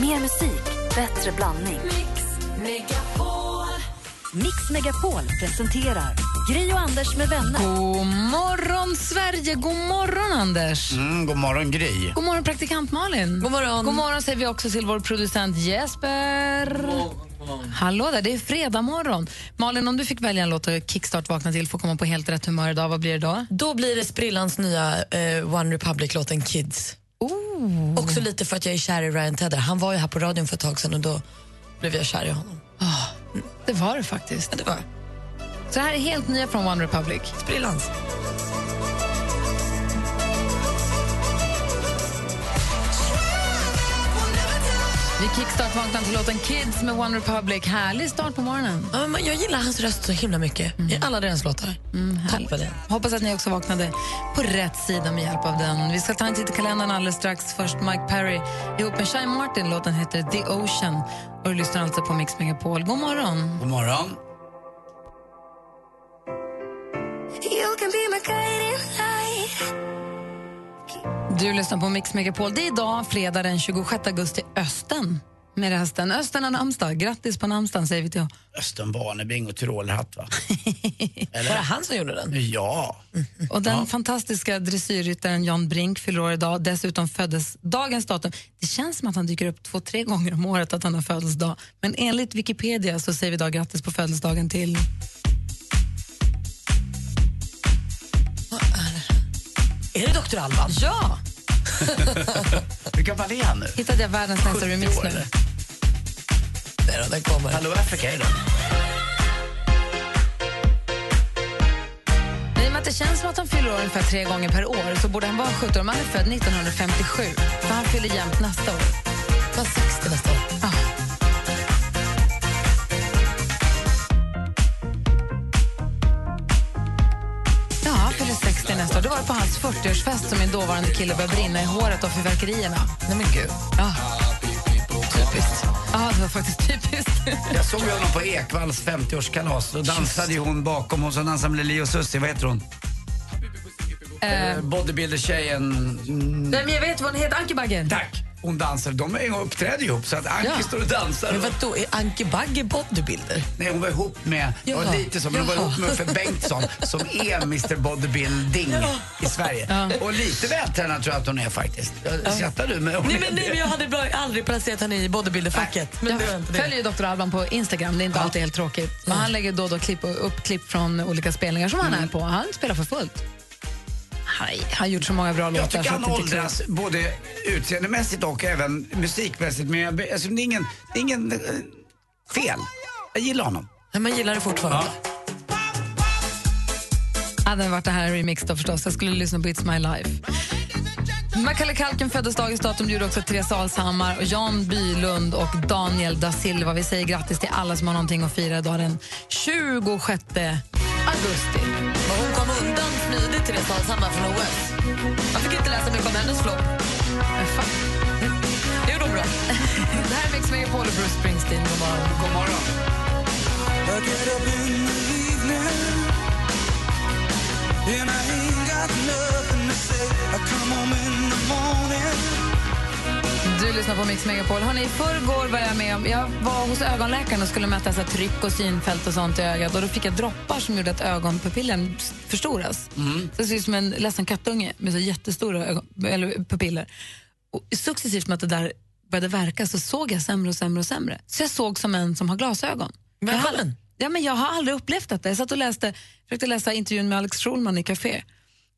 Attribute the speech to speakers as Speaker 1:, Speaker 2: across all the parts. Speaker 1: Mer musik, bättre blandning.
Speaker 2: Mix Megapol.
Speaker 1: Mix Megapol presenterar Gri och Anders med vänner.
Speaker 3: God morgon, Sverige! God morgon, Anders!
Speaker 4: Mm, god morgon Gry.
Speaker 3: God morgon, praktikant Malin!
Speaker 2: God morgon.
Speaker 3: God morgon säger vi också till vår producent Jesper. Hallå där, det är fredag morgon. Malin, om du fick välja en låt att kickstart vakna till för att komma på helt rätt humör idag, vad blir det då?
Speaker 2: Då blir det sprillans nya eh, One Republic-låten Kids.
Speaker 3: Oh.
Speaker 2: Också lite för att jag är kär i Ryan Tedder. Han var ju här på radion för ett tag sedan och då blev jag kär i honom.
Speaker 3: Det var det faktiskt.
Speaker 2: Men det var
Speaker 3: Så det här är helt nya från One Republic.
Speaker 2: sprillans.
Speaker 3: Vi kickstart vaknar till låten Kids med One Republic. Härlig start på morgonen.
Speaker 2: Ja, men jag gillar hans röst så himla mycket i alla deras låtar. Toppen.
Speaker 3: Mm, Hoppas att ni också vaknade på rätt sida med hjälp av den. Vi ska ta en titt i kalendern alldeles strax. Först Mike Perry ihop med Shine Martin. Låten heter The Ocean. Och du lyssnar alltså på Mix Megapol. God morgon!
Speaker 4: God morgon.
Speaker 3: Du lyssnar på Mix Megapol. Det är idag, fredag den 26 augusti, Östen. Med resten. Östen har namnsdag. Grattis på namnsdagen säger vi till honom.
Speaker 4: Östen Warnerbring och Tyrolerhatt va?
Speaker 2: Var det han som gjorde den? Mhm.
Speaker 4: Ja.
Speaker 3: Och den fantastiska dressyrryttaren Jan Brink fyller år idag. Dessutom föddes dagens datum. Det känns som att han dyker upp två, tre gånger om året att han har födelsedag. Men enligt Wikipedia så säger vi idag grattis på födelsedagen till...
Speaker 2: Är det Dr. Alban?
Speaker 3: Ja!
Speaker 4: Hur gammal är han nu?
Speaker 3: Hittade jag världens nästa
Speaker 4: 70
Speaker 3: remix
Speaker 4: år,
Speaker 3: nu.
Speaker 4: eller?
Speaker 2: Nej då, den kommer.
Speaker 4: Hello Africa är det.
Speaker 3: Men I och med att det känns som att han fyller år ungefär tre gånger per år så borde han vara 17 om han är född 1957. För han fyller jämnt nästa år.
Speaker 2: Han var 60 nästa år.
Speaker 3: Ah. Ja, han fyller 60 nästa år. Det var på hans 40-årsfest som min dåvarande kille började brinna i håret av fyrverkerierna.
Speaker 2: Nej men gud.
Speaker 3: Ja. Typiskt. Ja, det var faktiskt typiskt.
Speaker 4: Jag såg ju honom på Ekvalls 50-årskalas. Då dansade ju hon bakom. Hon som dansade med Lili och Susie. Vad heter hon? Eh, Bodybuilder-tjejen. Mm,
Speaker 3: Nej, men jag vet vad hon heter. Anki Bagger.
Speaker 4: tack. Hon dansar. De är- uppträder ju ihop så att Anki
Speaker 3: Ja.
Speaker 4: står och dansar.
Speaker 2: Men vadå, är Anki Bagge bodybuilder?
Speaker 4: Nej, hon var ihop med, det var
Speaker 2: Jaha.
Speaker 4: lite som, men hon var
Speaker 2: Jaha.
Speaker 4: ihop med Uffe Bengtsson som är Mr Bodybuilding i Sverige. Och lite vältränad tror jag att hon är faktiskt. Jag Skrattar du? Men hon
Speaker 2: Nej
Speaker 4: är
Speaker 2: men, nej,
Speaker 4: det.
Speaker 2: men jag hade bara aldrig placerat henne i bodybuilderfacket. Men
Speaker 3: Jag
Speaker 2: det var inte det.
Speaker 3: följer ju Dr. Alban på Instagram, det är inte alltid helt tråkigt. Men han lägger då och då klipp, upp klipp från olika spelningar som
Speaker 4: Mm.
Speaker 3: han är på. Han spelar för fullt. Han har- han har gjort så många bra låtar.
Speaker 4: Jag tycker
Speaker 3: så
Speaker 4: han
Speaker 3: att det inte är klokt.
Speaker 4: åldras både utseendemässigt och även musikmässigt. Men jag, be- alltså, det är ingen, det är ingen eh, fel. Jag gillar honom.
Speaker 2: Men man gillar det fortfarande.
Speaker 3: Hade det varit det här remix då förstås. Jag skulle lyssna på It's My Life. Macaulay Culkin föddes dagens datum. Det gjorde också Therese Alshammar, och Jan Bylund och Daniel da Silva. Vi säger grattis till alla som har någonting att fira idag den 26 augusti.
Speaker 2: Men hon kom undan smidigt Therese Alshammar från OS. Jag fick inte läsa mycket om hennes flopp.
Speaker 3: Men fan,
Speaker 2: Det gjorde hon bra.
Speaker 3: Det här är Mix Megapol och Bruce Springsteen. God morgon.
Speaker 4: God morgon.
Speaker 3: Du lyssnar på Mix Megapol. Hörrni, I förrgår var jag med om... Jag var hos ögonläkaren och skulle mäta så här, tryck och synfält och sånt i ögat. Och då fick jag droppar som gjorde att ögonpupillen s- förstoras.
Speaker 4: Mm.
Speaker 3: Så jag ser ut som en ledsen kattunge med så jättestora ögon, eller pupiller. Och successivt med att det där började verka så såg jag sämre och sämre och sämre. Så jag såg som en som har glasögon.
Speaker 2: Men
Speaker 3: jag, har,
Speaker 2: Malin?
Speaker 3: ja, men jag har aldrig upplevt detta. Jag satt och läste, försökte läsa intervjun med Alex Schulman i Café.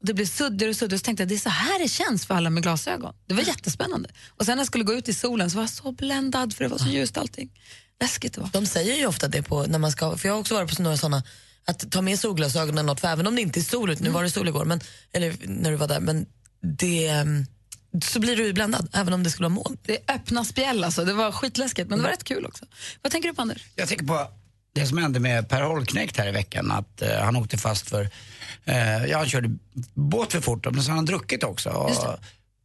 Speaker 3: Det blev suddigare och suddigare. Så tänkte jag det är så här det känns för alla med glasögon. Det var jättespännande. Och sen när jag skulle gå ut i solen så var jag så bländad för det var så ljust allting. Läskigt det var.
Speaker 2: De säger ju ofta det på när man ska, för jag har också varit på några sådana, att ta med solglasögon eller något, för även om det inte är sol ute, nu var det sol igår, men, eller när du var där, men det, ehm, så blir du ju bländad även om det skulle vara moln.
Speaker 3: Det är öppna spjäll alltså. Det var skitläskigt men det var rätt kul också. Vad tänker du på Anders?
Speaker 4: Jag tänker på det som hände med Per Holknekt här i veckan. Att eh, han åkte fast för, eh, ja han körde båt för fort men så har han druckit också.
Speaker 3: Just
Speaker 4: Och,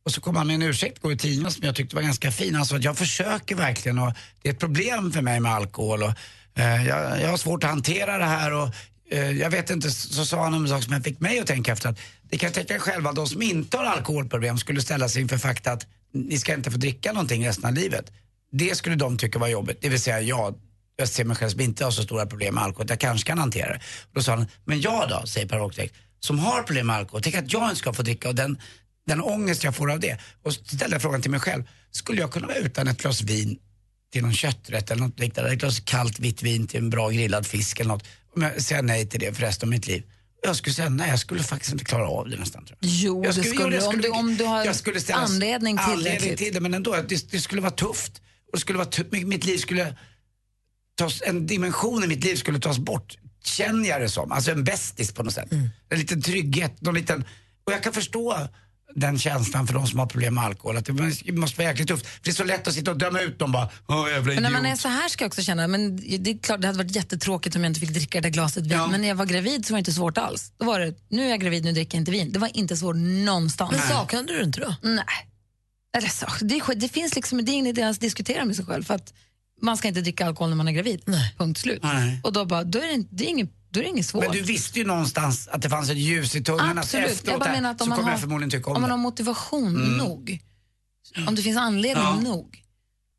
Speaker 4: och så kom han med en ursäkt går i tidningen som jag tyckte var ganska fin. Han sa att jag försöker verkligen och det är ett problem för mig med alkohol. Och, eh, jag, jag har svårt att hantera det här och eh, jag vet inte, så sa han en sak som fick mig att tänka efter. Att, det kan jag tänka själva, de som inte har alkoholproblem skulle ställa sig inför fakta att ni ska inte få dricka någonting resten av livet Det skulle de tycka var jobbigt. Det vill säga jag, jag ser mig själv som inte har så stora problem med alkohol. Jag kanske kan hantera det. Då sa han, men jag då, säger Per Åkdäck, som har problem med alkohol. Tänk att jag inte ska få dricka och den, den ångest jag får av det. Och så ställde jag frågan till mig själv, skulle jag kunna vara utan ett glas vin till någon kötträtt eller något liknande. Ett glas kallt vitt vin till en bra grillad fisk eller något. Om jag säger nej till det för resten av mitt liv. Jag skulle säga nej, jag skulle faktiskt inte klara av det nästan. Tror jag.
Speaker 3: Jo,
Speaker 4: jag
Speaker 3: det skulle,
Speaker 4: jag
Speaker 3: om, du, om du har
Speaker 4: jag skulle ställa
Speaker 3: anledning typ.
Speaker 4: anledning
Speaker 3: tillräckligt.
Speaker 4: till det, men ändå, det, det skulle vara tufft. Och det skulle vara tufft. Mitt mitt liv skulle, tas, en dimension i mitt liv skulle tas bort, känner jag det som. Alltså en bästis på något sätt.
Speaker 3: Mm.
Speaker 4: En liten trygghet, någon liten, och jag kan förstå den känslan för de som har problem med alkohol, att det måste- det måste vara jäkligt tufft. För det är så lätt att sitta och döma ut dem bara, åh jävla
Speaker 3: Men när man är
Speaker 4: idiot."
Speaker 3: så här ska jag också känna, men det är klart det hade varit jättetråkigt om jag inte fick dricka det där glaset vin.
Speaker 4: Ja.
Speaker 3: Men när jag var gravid så var det inte svårt alls. Då var det, nu är jag gravid, nu dricker jag inte vin. Det var inte svårt någonstans.
Speaker 2: Men saknade du det inte då?
Speaker 3: Nej. Eller så, det, är, skit- det finns liksom, det är ingen idé att ens diskutera med sig själv. För att man ska inte dricka alkohol när man är gravid.
Speaker 2: Nej.
Speaker 3: Punkt slut.
Speaker 4: Nej.
Speaker 3: Och då, bara, då är det, inte- det, är inget, då är det inget svårt.
Speaker 4: Men du visste ju någonstans att det fanns ett ljus i tunneln.
Speaker 3: Absolut.
Speaker 4: Att
Speaker 3: Jag
Speaker 4: efteråt
Speaker 3: bara
Speaker 4: här,
Speaker 3: menar att
Speaker 4: så
Speaker 3: om
Speaker 4: kommer
Speaker 3: man,
Speaker 4: jag förmodligen tycka
Speaker 3: har,
Speaker 4: om,
Speaker 3: om man har
Speaker 4: det. Mm.
Speaker 3: motivation nog, om det finns anledning
Speaker 4: Ja.
Speaker 3: nog.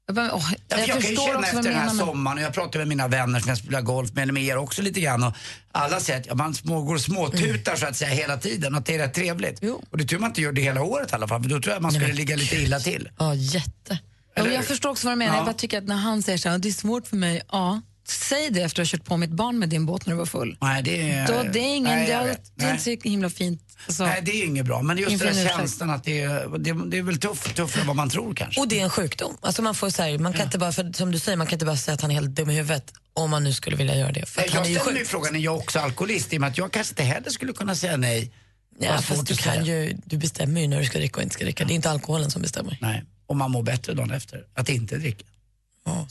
Speaker 3: Jag, bara, åh,
Speaker 4: Ja,
Speaker 3: jag,
Speaker 4: för Jag, kan ju
Speaker 3: förstår
Speaker 4: känna
Speaker 3: också
Speaker 4: efter
Speaker 3: vad du
Speaker 4: den här
Speaker 3: menar. Men,
Speaker 4: sommaren, och jag pratar med mina vänner som jag spelar golf med, eller med er också lite grann. Och alla säger att ja, man små, går och småtutar
Speaker 3: Mm.
Speaker 4: så att säga hela tiden och att det är rätt trevligt.
Speaker 2: Jo.
Speaker 4: Och det är tur man inte gör det hela året i alla fall, för då tror jag man skulle ligga lite illa till.
Speaker 2: Ja, jätte.
Speaker 3: Jo,
Speaker 4: eller
Speaker 3: jag
Speaker 4: hur?
Speaker 3: förstår också vad du menar.
Speaker 4: Ja.
Speaker 3: Jag bara tycker att när han säger så här, det är svårt för mig. Ja, säg det efter att ha kört på mitt barn med din båt när du var full.
Speaker 4: Nej, det är...
Speaker 3: Då, det är, ingen,
Speaker 4: Nej, jag
Speaker 3: det,
Speaker 4: vet.
Speaker 3: det är
Speaker 4: Nej.
Speaker 3: inte så himla fint. Alltså.
Speaker 4: Nej, det är inget bra. Men just
Speaker 3: Inför
Speaker 4: den
Speaker 3: en
Speaker 4: här
Speaker 3: ursäkt.
Speaker 4: känslan att det är, det, det är väl tuff, tuffare än vad man tror kanske.
Speaker 2: Och det är en sjukdom. Alltså man får så här, man kan inte bara, för, som du säger, man kan inte bara säga att han är helt dum i huvudet om man nu skulle vilja göra det. För
Speaker 4: Nej,
Speaker 2: att
Speaker 4: Jag
Speaker 2: han är ju
Speaker 4: ställer mig
Speaker 2: sjuk.
Speaker 4: frågan, är jag också alkoholist? I och med att jag kanske inte heller skulle kunna säga nej.
Speaker 2: Ja,
Speaker 4: Vad svårt
Speaker 2: fast du,
Speaker 4: att säga.
Speaker 2: kan ju, du bestämmer ju när du ska dricka och inte ska dricka. Det är inte alkoholen som bestämmer.
Speaker 4: Nej, och man mår bättre dagen efter. Att inte dricka.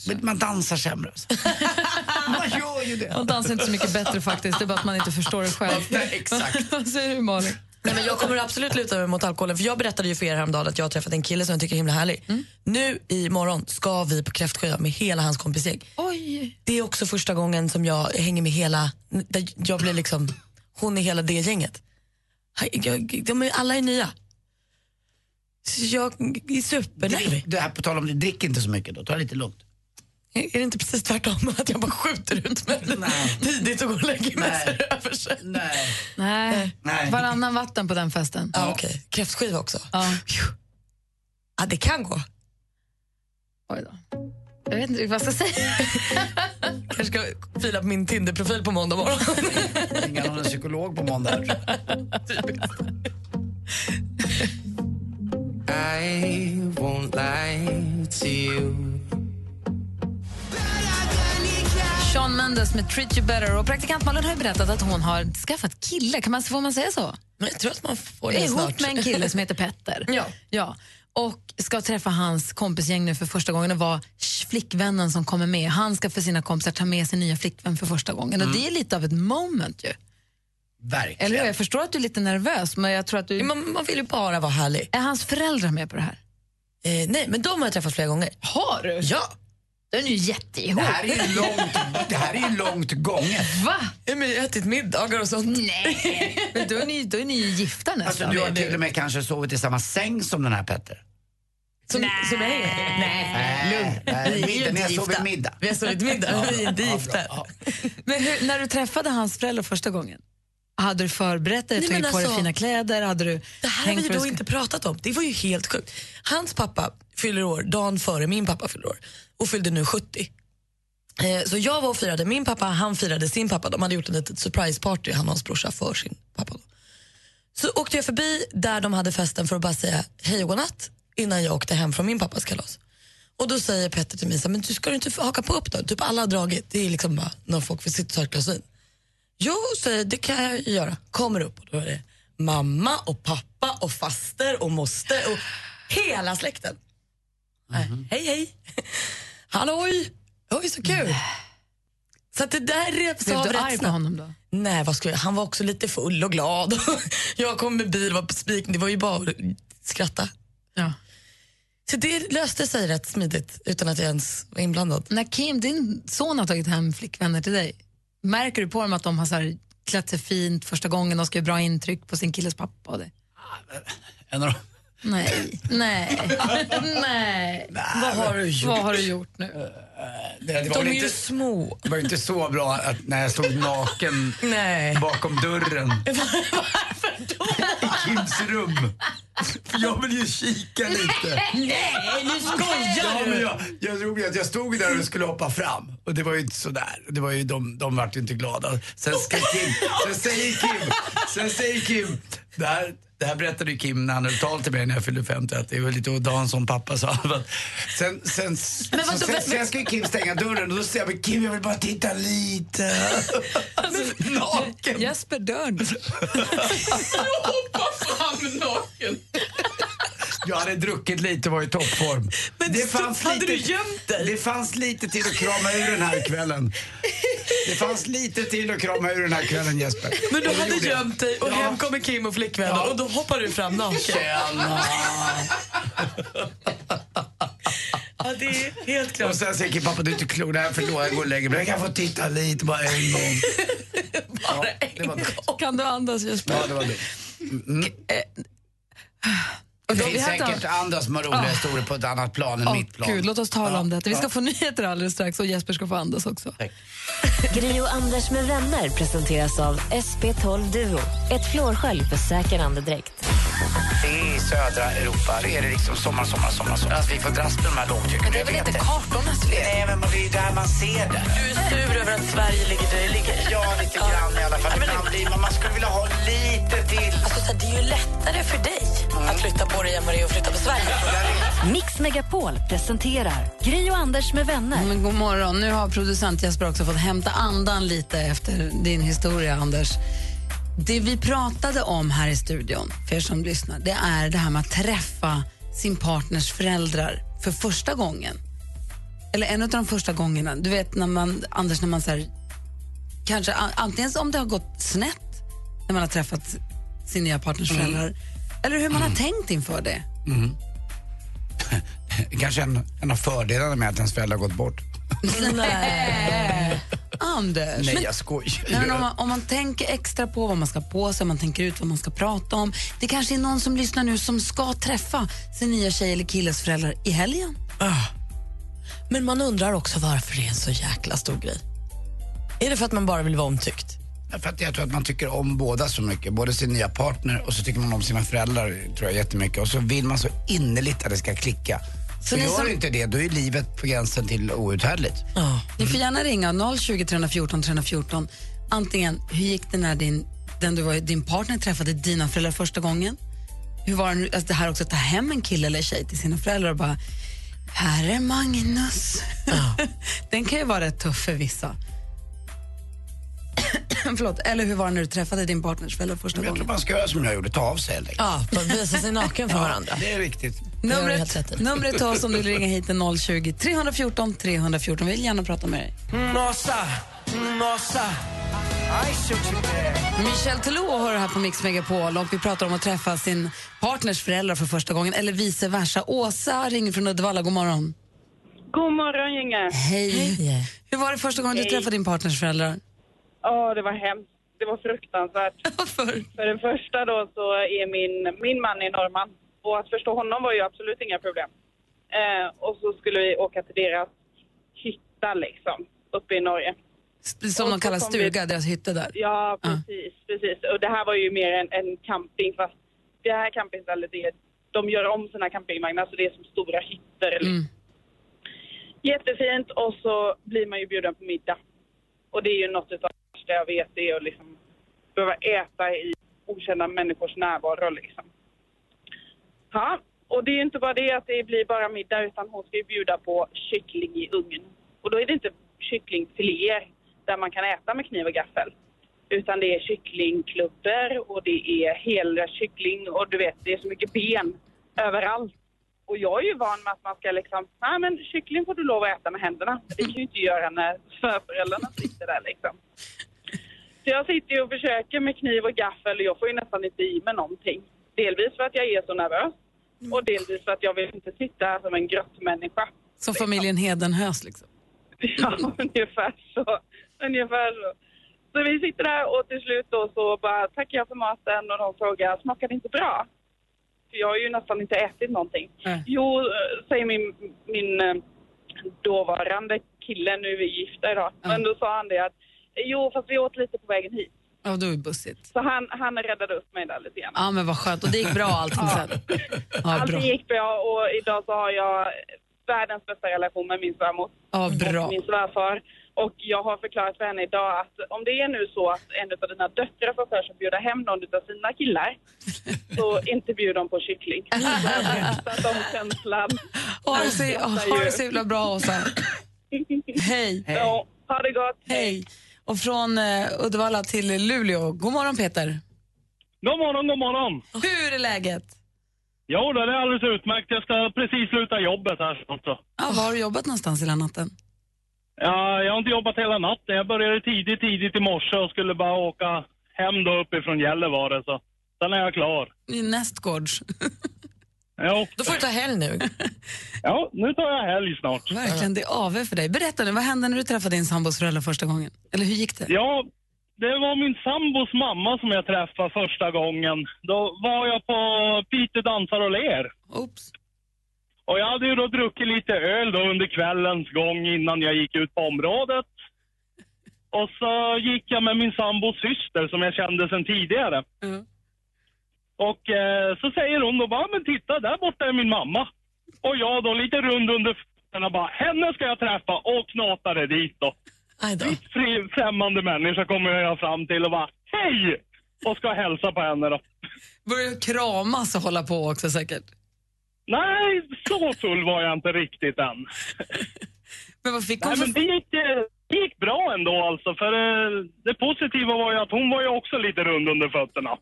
Speaker 4: Men man dansar sämre. Alltså. man gör ju det.
Speaker 3: Man dansar inte så mycket bättre faktiskt, det är bara att man inte förstår det själv.
Speaker 4: Nej, exakt.
Speaker 3: Vad säger du Malin?
Speaker 2: Nej, men jag kommer absolut luta mig mot alkoholen. För Jag berättade ju för er häromdagen att jag har träffat en kille som jag tycker är himla härlig.
Speaker 4: Mm.
Speaker 2: Nu imorgon ska vi på kräftskiva med hela hans kompisgäng.
Speaker 3: Oj,
Speaker 2: Det är också första gången som jag hänger med hela, där jag blir liksom, hon är hela det gänget. Jag, de är, alla är nya. Så jag är
Speaker 4: Drick,
Speaker 2: supernervig.
Speaker 4: det här på tal om det, drick inte så mycket då. Ta det lite lugnt.
Speaker 2: Är det inte precis tvärtom? Att jag bara skjuter ut mig
Speaker 4: Nej.
Speaker 2: tidigt och går och lägger mig
Speaker 4: Nej.
Speaker 2: så är det över sig. Alltså,
Speaker 4: Nej.
Speaker 3: nej.
Speaker 4: Nej.
Speaker 3: Varannan vatten på den festen.
Speaker 2: Ja, okej. Kräftskiva också.
Speaker 3: Ja.
Speaker 2: Phew. Ja, det kan gå.
Speaker 3: Oj då. Jag vet inte riktigt vad jag ska säga.
Speaker 2: Jag ska fila på min Tinder-profil på måndag morgon.
Speaker 4: Ringa någon psykolog på måndag.
Speaker 5: I won't lie to you.
Speaker 3: Sean Mendes med Treat You Better. Och praktikant Malin har ju berättat att hon har skaffat kille. Kan man, får man säga så?
Speaker 2: Men jag tror att man får
Speaker 3: Är
Speaker 2: det snart.
Speaker 3: ihop med en kille som heter Petter.
Speaker 2: Ja.
Speaker 3: ja. Och ska träffa hans kompisgäng nu för första gången och vara sh- flickvännen som kommer med. Han ska för sina kompisar ta med sin nya flickvän för första gången.
Speaker 2: Mm.
Speaker 3: Och det är lite av ett moment ju.
Speaker 4: Verkligen.
Speaker 3: Eller hur? Jag förstår att du är lite nervös, men jag tror att du...
Speaker 2: Man, man vill ju bara vara härlig.
Speaker 3: Är hans föräldrar med på det här?
Speaker 2: Eh, nej, men de har jag träffat flera gånger.
Speaker 3: Har du?
Speaker 2: Ja.
Speaker 3: Den är ju jätteihop.
Speaker 4: Det här är ju långt, det här är ju långt gånget.
Speaker 3: Va?
Speaker 2: Ja, men Jag har ätit middagar och sånt.
Speaker 3: Nej. Men då är ni, då är ni ju gifta nästan.
Speaker 4: Alltså, du har till och med kanske sovit i samma säng som den här Petter.
Speaker 2: Som, som jag är. Nej. Vi
Speaker 4: Nej,
Speaker 2: är ju
Speaker 4: middag.
Speaker 2: inte
Speaker 4: Ni har sovit
Speaker 2: gifta.
Speaker 4: middag.
Speaker 2: Vi har sovit middag, men vi är inte
Speaker 4: Ja, bra.
Speaker 2: gifta.
Speaker 4: Ja.
Speaker 3: Men hur, när du träffade hans föräldrar första gången, hade du förberett dig?
Speaker 2: Nej,
Speaker 3: Tagit
Speaker 2: men
Speaker 3: på dig
Speaker 2: alltså-
Speaker 3: fina kläder? Hade du
Speaker 2: Det här har vi
Speaker 3: tänkt
Speaker 2: ju
Speaker 3: på
Speaker 2: då
Speaker 3: det?
Speaker 2: inte pratat om. Det var ju helt sjukt. Hans pappa fyller år dagen före min pappa fyller år och fyllde nu 70. Eh, Så jag var och firade min pappa, han firade sin pappa. De hade gjort en litet surprise-party, han och hans brorsa, för sin pappa. Då. Så åkte jag förbi där de hade festen för att bara säga hej och godnatt innan jag åkte hem från min pappas kalas. Och då säger Petter till mig, så här, men du ska du inte haka på upp då? Typ alla har dragit, det är liksom bara när folk vill sitta och ta ett glas vin. Jo, säger jag, det kan jag göra. Kommer upp och då är det mamma och pappa och faster och moster och hela släkten.
Speaker 3: Mhm.
Speaker 2: Äh, Hej, hej. Halloj. Oj, så kul. Så att det där revs
Speaker 3: Blev
Speaker 2: av
Speaker 3: du
Speaker 2: rätt
Speaker 3: arg på
Speaker 2: snabbt.
Speaker 3: honom då?
Speaker 2: Nej, vad skulle jag? han var också lite full och glad. jag kom med bil och var besviken. Det var ju bara att skratta.
Speaker 3: Ja.
Speaker 2: Så det löste sig rätt smidigt utan att jag ens var inblandad.
Speaker 3: När Kim, din son, har tagit hem flickvänner till dig, märker du på dem att de har så här, klätt sig fint första gången, de ska göra bra intryck på sin killes pappa och det?
Speaker 4: En av de
Speaker 3: Nej, nej, nej.
Speaker 2: Vad har
Speaker 4: Äh,
Speaker 2: du gjort?
Speaker 3: Vad har du gjort nu?
Speaker 4: Det, det var
Speaker 2: De
Speaker 4: väl
Speaker 2: är
Speaker 4: inte,
Speaker 2: ju små.
Speaker 4: det var inte så bra att när jag stod naken
Speaker 2: Nej.
Speaker 4: bakom dörren i Kims rum. För jag vill ju kika lite.
Speaker 2: Nej, nu skojar
Speaker 4: Ja, men jag, jag tror ju att jag stod där och skulle hoppa fram och det var ju inte sådär. Det var ju, de, de vart ju inte glada. Sen, ska Kim, sen säger Kim, sen säger Kim, det här, det här berättade ju Kim när han höll tal till mig när jag fyllde 50 att det var lite odant som pappa sa. Men Sen, sen,
Speaker 2: Men vadå,
Speaker 4: så, sen,
Speaker 2: men-
Speaker 4: sen ska ju Kim stänga dörren och då säger jag men Kim jag vill bara titta lite.
Speaker 2: Alltså,
Speaker 4: Naken.
Speaker 3: Jesper Dörn.
Speaker 4: Jag hade druckit lite och var i toppform.
Speaker 2: Men så- hade du gömt dig?
Speaker 4: Det fanns lite till att krama ur den här kvällen. Det fanns lite till att krama ur den här kvällen Jesper.
Speaker 2: Men du
Speaker 4: Och det
Speaker 2: hade
Speaker 4: gjorde jag.
Speaker 2: gömt dig och
Speaker 4: Ja.
Speaker 2: hem kommer Kim och flickvännen
Speaker 4: Ja.
Speaker 2: och då hoppar du fram naken.
Speaker 4: Tjena.
Speaker 2: Ja, det är helt
Speaker 4: Och
Speaker 2: klart.
Speaker 4: sen säger Kim, pappa du är inte klok, det här förlorar jag, jag går och lägger mig. Jag kan få titta lite bara en gång. Ja, det var det.
Speaker 3: Kan du andas Jesper?
Speaker 4: Ja, det var det.
Speaker 3: Och
Speaker 4: Det
Speaker 3: då, vi
Speaker 4: finns
Speaker 3: har inte-
Speaker 4: säkert andra som har
Speaker 2: Ah.
Speaker 4: roliga historier på ett annat plan än
Speaker 3: Ja,
Speaker 4: mitt plan.
Speaker 3: Gud, låt oss tala om detta. Vi ska få nyheter alldeles strax och Jesper ska få andas också.
Speaker 6: Gri och Anders med vänner presenteras av SP12 Duo. Ett flårskölj för säker andedräkt.
Speaker 4: I södra Europa är det liksom sommar, sommar, sommar. sommar. Alltså, vi får dras med de här lågtrycken. Men det är väl inte kartornas fel? Nej, men det är ju där man ser det.
Speaker 2: Du är sur över att Sverige ligger där det ligger.
Speaker 4: Ja, lite grann i alla fall. Ibland blir man, man skulle vilja ha lite till.
Speaker 2: Alltså, det är ju lättare för dig att flytta på dig än vad det är att flytta på Sverige.
Speaker 6: Mix Megapol presenterar Gri och Anders med vänner.
Speaker 3: Men god morgon. Nu har producent Jesper också fått hämta andan lite efter din historia, Anders. Det vi pratade om här i studion, för er som lyssnar, det är det här med att träffa sin partners föräldrar för första gången. Eller en av de första gångerna. Du vet, när man, Anders, när man så här, kanske a- antingen om det har gått snett när man har träffat sin nya partners föräldrar, eller hur man har tänkt inför det.
Speaker 4: Mm. Kanske en, en av fördelarna med att ens föräldrar har gått bort.
Speaker 3: Anders!
Speaker 4: Nej, jag skojar.
Speaker 3: Nej, men om, man, om man tänker extra på vad man ska ha på sig, man tänker ut vad man ska prata om. Det kanske är någon som lyssnar nu som ska träffa sin nya tjej eller killes föräldrar i helgen.
Speaker 2: Ah. Men man undrar också varför det är en så jäkla stor grej. Är det för att man bara vill vara omtyckt?
Speaker 4: För att jag tror att man tycker om båda så mycket. Både sin nya partner och så tycker man om sina föräldrar tror jag jättemycket. Och så vill man så innerligt att det ska klicka. Så
Speaker 3: ni
Speaker 4: gör
Speaker 3: som-
Speaker 4: inte det, då är livet på gränsen till outhärdligt.
Speaker 2: Ja.
Speaker 3: Ni får gärna ringa 020 314 314. Antingen, hur gick det när din, den du var, din partner träffade dina föräldrar första gången? Hur var det, nu- alltså det här också att ta hem en kille eller tjej till sina föräldrar och bara, här är Magnus. den kan ju vara rätt tuff för vissa. Förlåt, eller hur var det när du träffade din partners föräldrar första
Speaker 4: Men jag tror
Speaker 3: gången?
Speaker 4: man ska göra som jag gjorde, ta av sig helt enkelt.
Speaker 2: Ja, man visar sig naken för varandra.
Speaker 4: Det är riktigt.
Speaker 2: har du helt
Speaker 3: Numret,
Speaker 2: rätt i.
Speaker 3: numret till oss om du vill ringa hit är 020 314 314. Vi vill gärna prata med dig.
Speaker 5: Nossa, nossa.
Speaker 3: Michel Telou har det här på Mix Megapol och vi pratar om att träffa sin partners föräldrar för första gången eller vice versa. Åsa ringer från Uddevalla, god morgon.
Speaker 7: God morgon gänget.
Speaker 3: Hej.
Speaker 2: Hej.
Speaker 3: Hur var det första gången du
Speaker 7: Hej.
Speaker 3: träffade din partners föräldrar?
Speaker 7: Åh, det var hemskt. Det var fruktansvärt.
Speaker 3: Varför?
Speaker 7: För det första då så är min, min man är norrman och att förstå honom var ju absolut inga problem. Eh, och så skulle vi åka till deras hytta liksom, uppe i Norge.
Speaker 3: Som
Speaker 7: Och
Speaker 3: de
Speaker 7: så
Speaker 3: kallar
Speaker 7: kom
Speaker 3: stuga, deras hytte där.
Speaker 7: Ja, precis, precis. Och det här var ju mer en, en camping fast det här campingstället är, de gör om sina campingvagnar så det är som stora hytter. liksom.
Speaker 3: Mm.
Speaker 7: Jättefint och så blir man ju bjuden på middag. Och det är ju något utav det värsta jag vet, det är att liksom behöva äta i okända människors närvaro liksom. Ja, och det är ju inte bara det att det blir bara middag utan hon ska ju bjuda på kyckling i ugn. Och då är det inte kycklingfiléer där man kan äta med kniv och gaffel. Utan det är kycklingklubbor och det är hel kyckling och du vet, det är så mycket ben överallt. Och jag är ju van med att man ska liksom, nej men kyckling får du lov att äta med händerna. Det kan ju inte göra när förföräldrarna sitter där liksom. Så jag sitter ju och försöker med kniv och gaffel och jag får ju nästan inte i mig någonting. Delvis för att jag är så nervös och delvis för att jag vill inte sitta som en grottmänniska.
Speaker 3: Som familjen Hedenhös liksom.
Speaker 7: Ja, ungefär så. Ungefär så. Så vi sitter där och till slut då så bara tackar jag för maten och de frågar smakar det inte bra? för jag har ju nästan inte ätit någonting.
Speaker 3: Nej.
Speaker 7: Jo, eh, säger min, min eh, dåvarande kille, nu är vi gifta idag, men då sa han det att jo, fast vi åt lite på vägen hit.
Speaker 3: Ja, då är det bussigt.
Speaker 7: Så han, han räddade upp mig där lite grann.
Speaker 3: Ja, men vad skönt. Och det gick bra allting sen. Ja, bra.
Speaker 7: Allting gick bra och idag så har jag världens bästa relation med min svärmor
Speaker 3: Ja, bra.
Speaker 7: och min svärfar. Och jag har förklarat för henne idag att om det är nu så att en av dina döttrar får för sig att bjuda hem någon av sina killar, så inte bjud dem på kyckling. Jag har berättat om känslan.
Speaker 3: Ha det så, ha det så himla bra, Åsa. Hej.
Speaker 7: Ja, ha det gott.
Speaker 3: Hej. Och från eh, Uddevalla till Luleå. God morgon, Peter.
Speaker 8: God morgon, god morgon.
Speaker 7: Oh.
Speaker 3: Hur är läget?
Speaker 8: Jo, då, det är alldeles utmärkt. Jag ska precis sluta jobbet här snart. så.
Speaker 3: Ja, var har du jobbat någonstans hela natten?
Speaker 8: Ja, jag har inte jobbat hela natten. Jag började tidigt, tidigt i morse och skulle bara åka hem då uppifrån Gällivare. Så. Sen är jag klar.
Speaker 3: I Nästgårds.
Speaker 8: Jo,
Speaker 2: Då får du ta helg nu.
Speaker 8: ja, nu tar jag helg snart.
Speaker 3: Verkligen, det är AV för dig. Berätta nu, vad hände när du träffade din sambos föräldrar första gången? Eller hur gick det?
Speaker 8: Ja, det var min sambos mamma som jag träffade första gången. Då var jag på Piteå dansar och ler.
Speaker 3: Oops.
Speaker 8: Och jag hade ju då druckit lite öl då under kvällens gång innan jag gick ut på området. Och så gick jag med min sambos syster som jag kände sedan tidigare.
Speaker 3: Ja.
Speaker 8: Och eh, så säger hon då bara, men titta där borta är min mamma. Och jag då lite rund under fötterna bara, henne ska jag träffa och knatade dit då.
Speaker 2: Aj då.
Speaker 8: Fri, främmande människa kommer jag fram till och bara, hej! Och ska hälsa på henne då.
Speaker 3: Började kramas och hålla på också säkert.
Speaker 8: Nej, så full var jag inte riktigt än.
Speaker 3: Men vad fick hon
Speaker 8: Nej, men
Speaker 3: för...
Speaker 8: det gick, eh, det gick bra ändå alltså. För eh, det positiva var ju att hon var ju också lite rund under fötterna.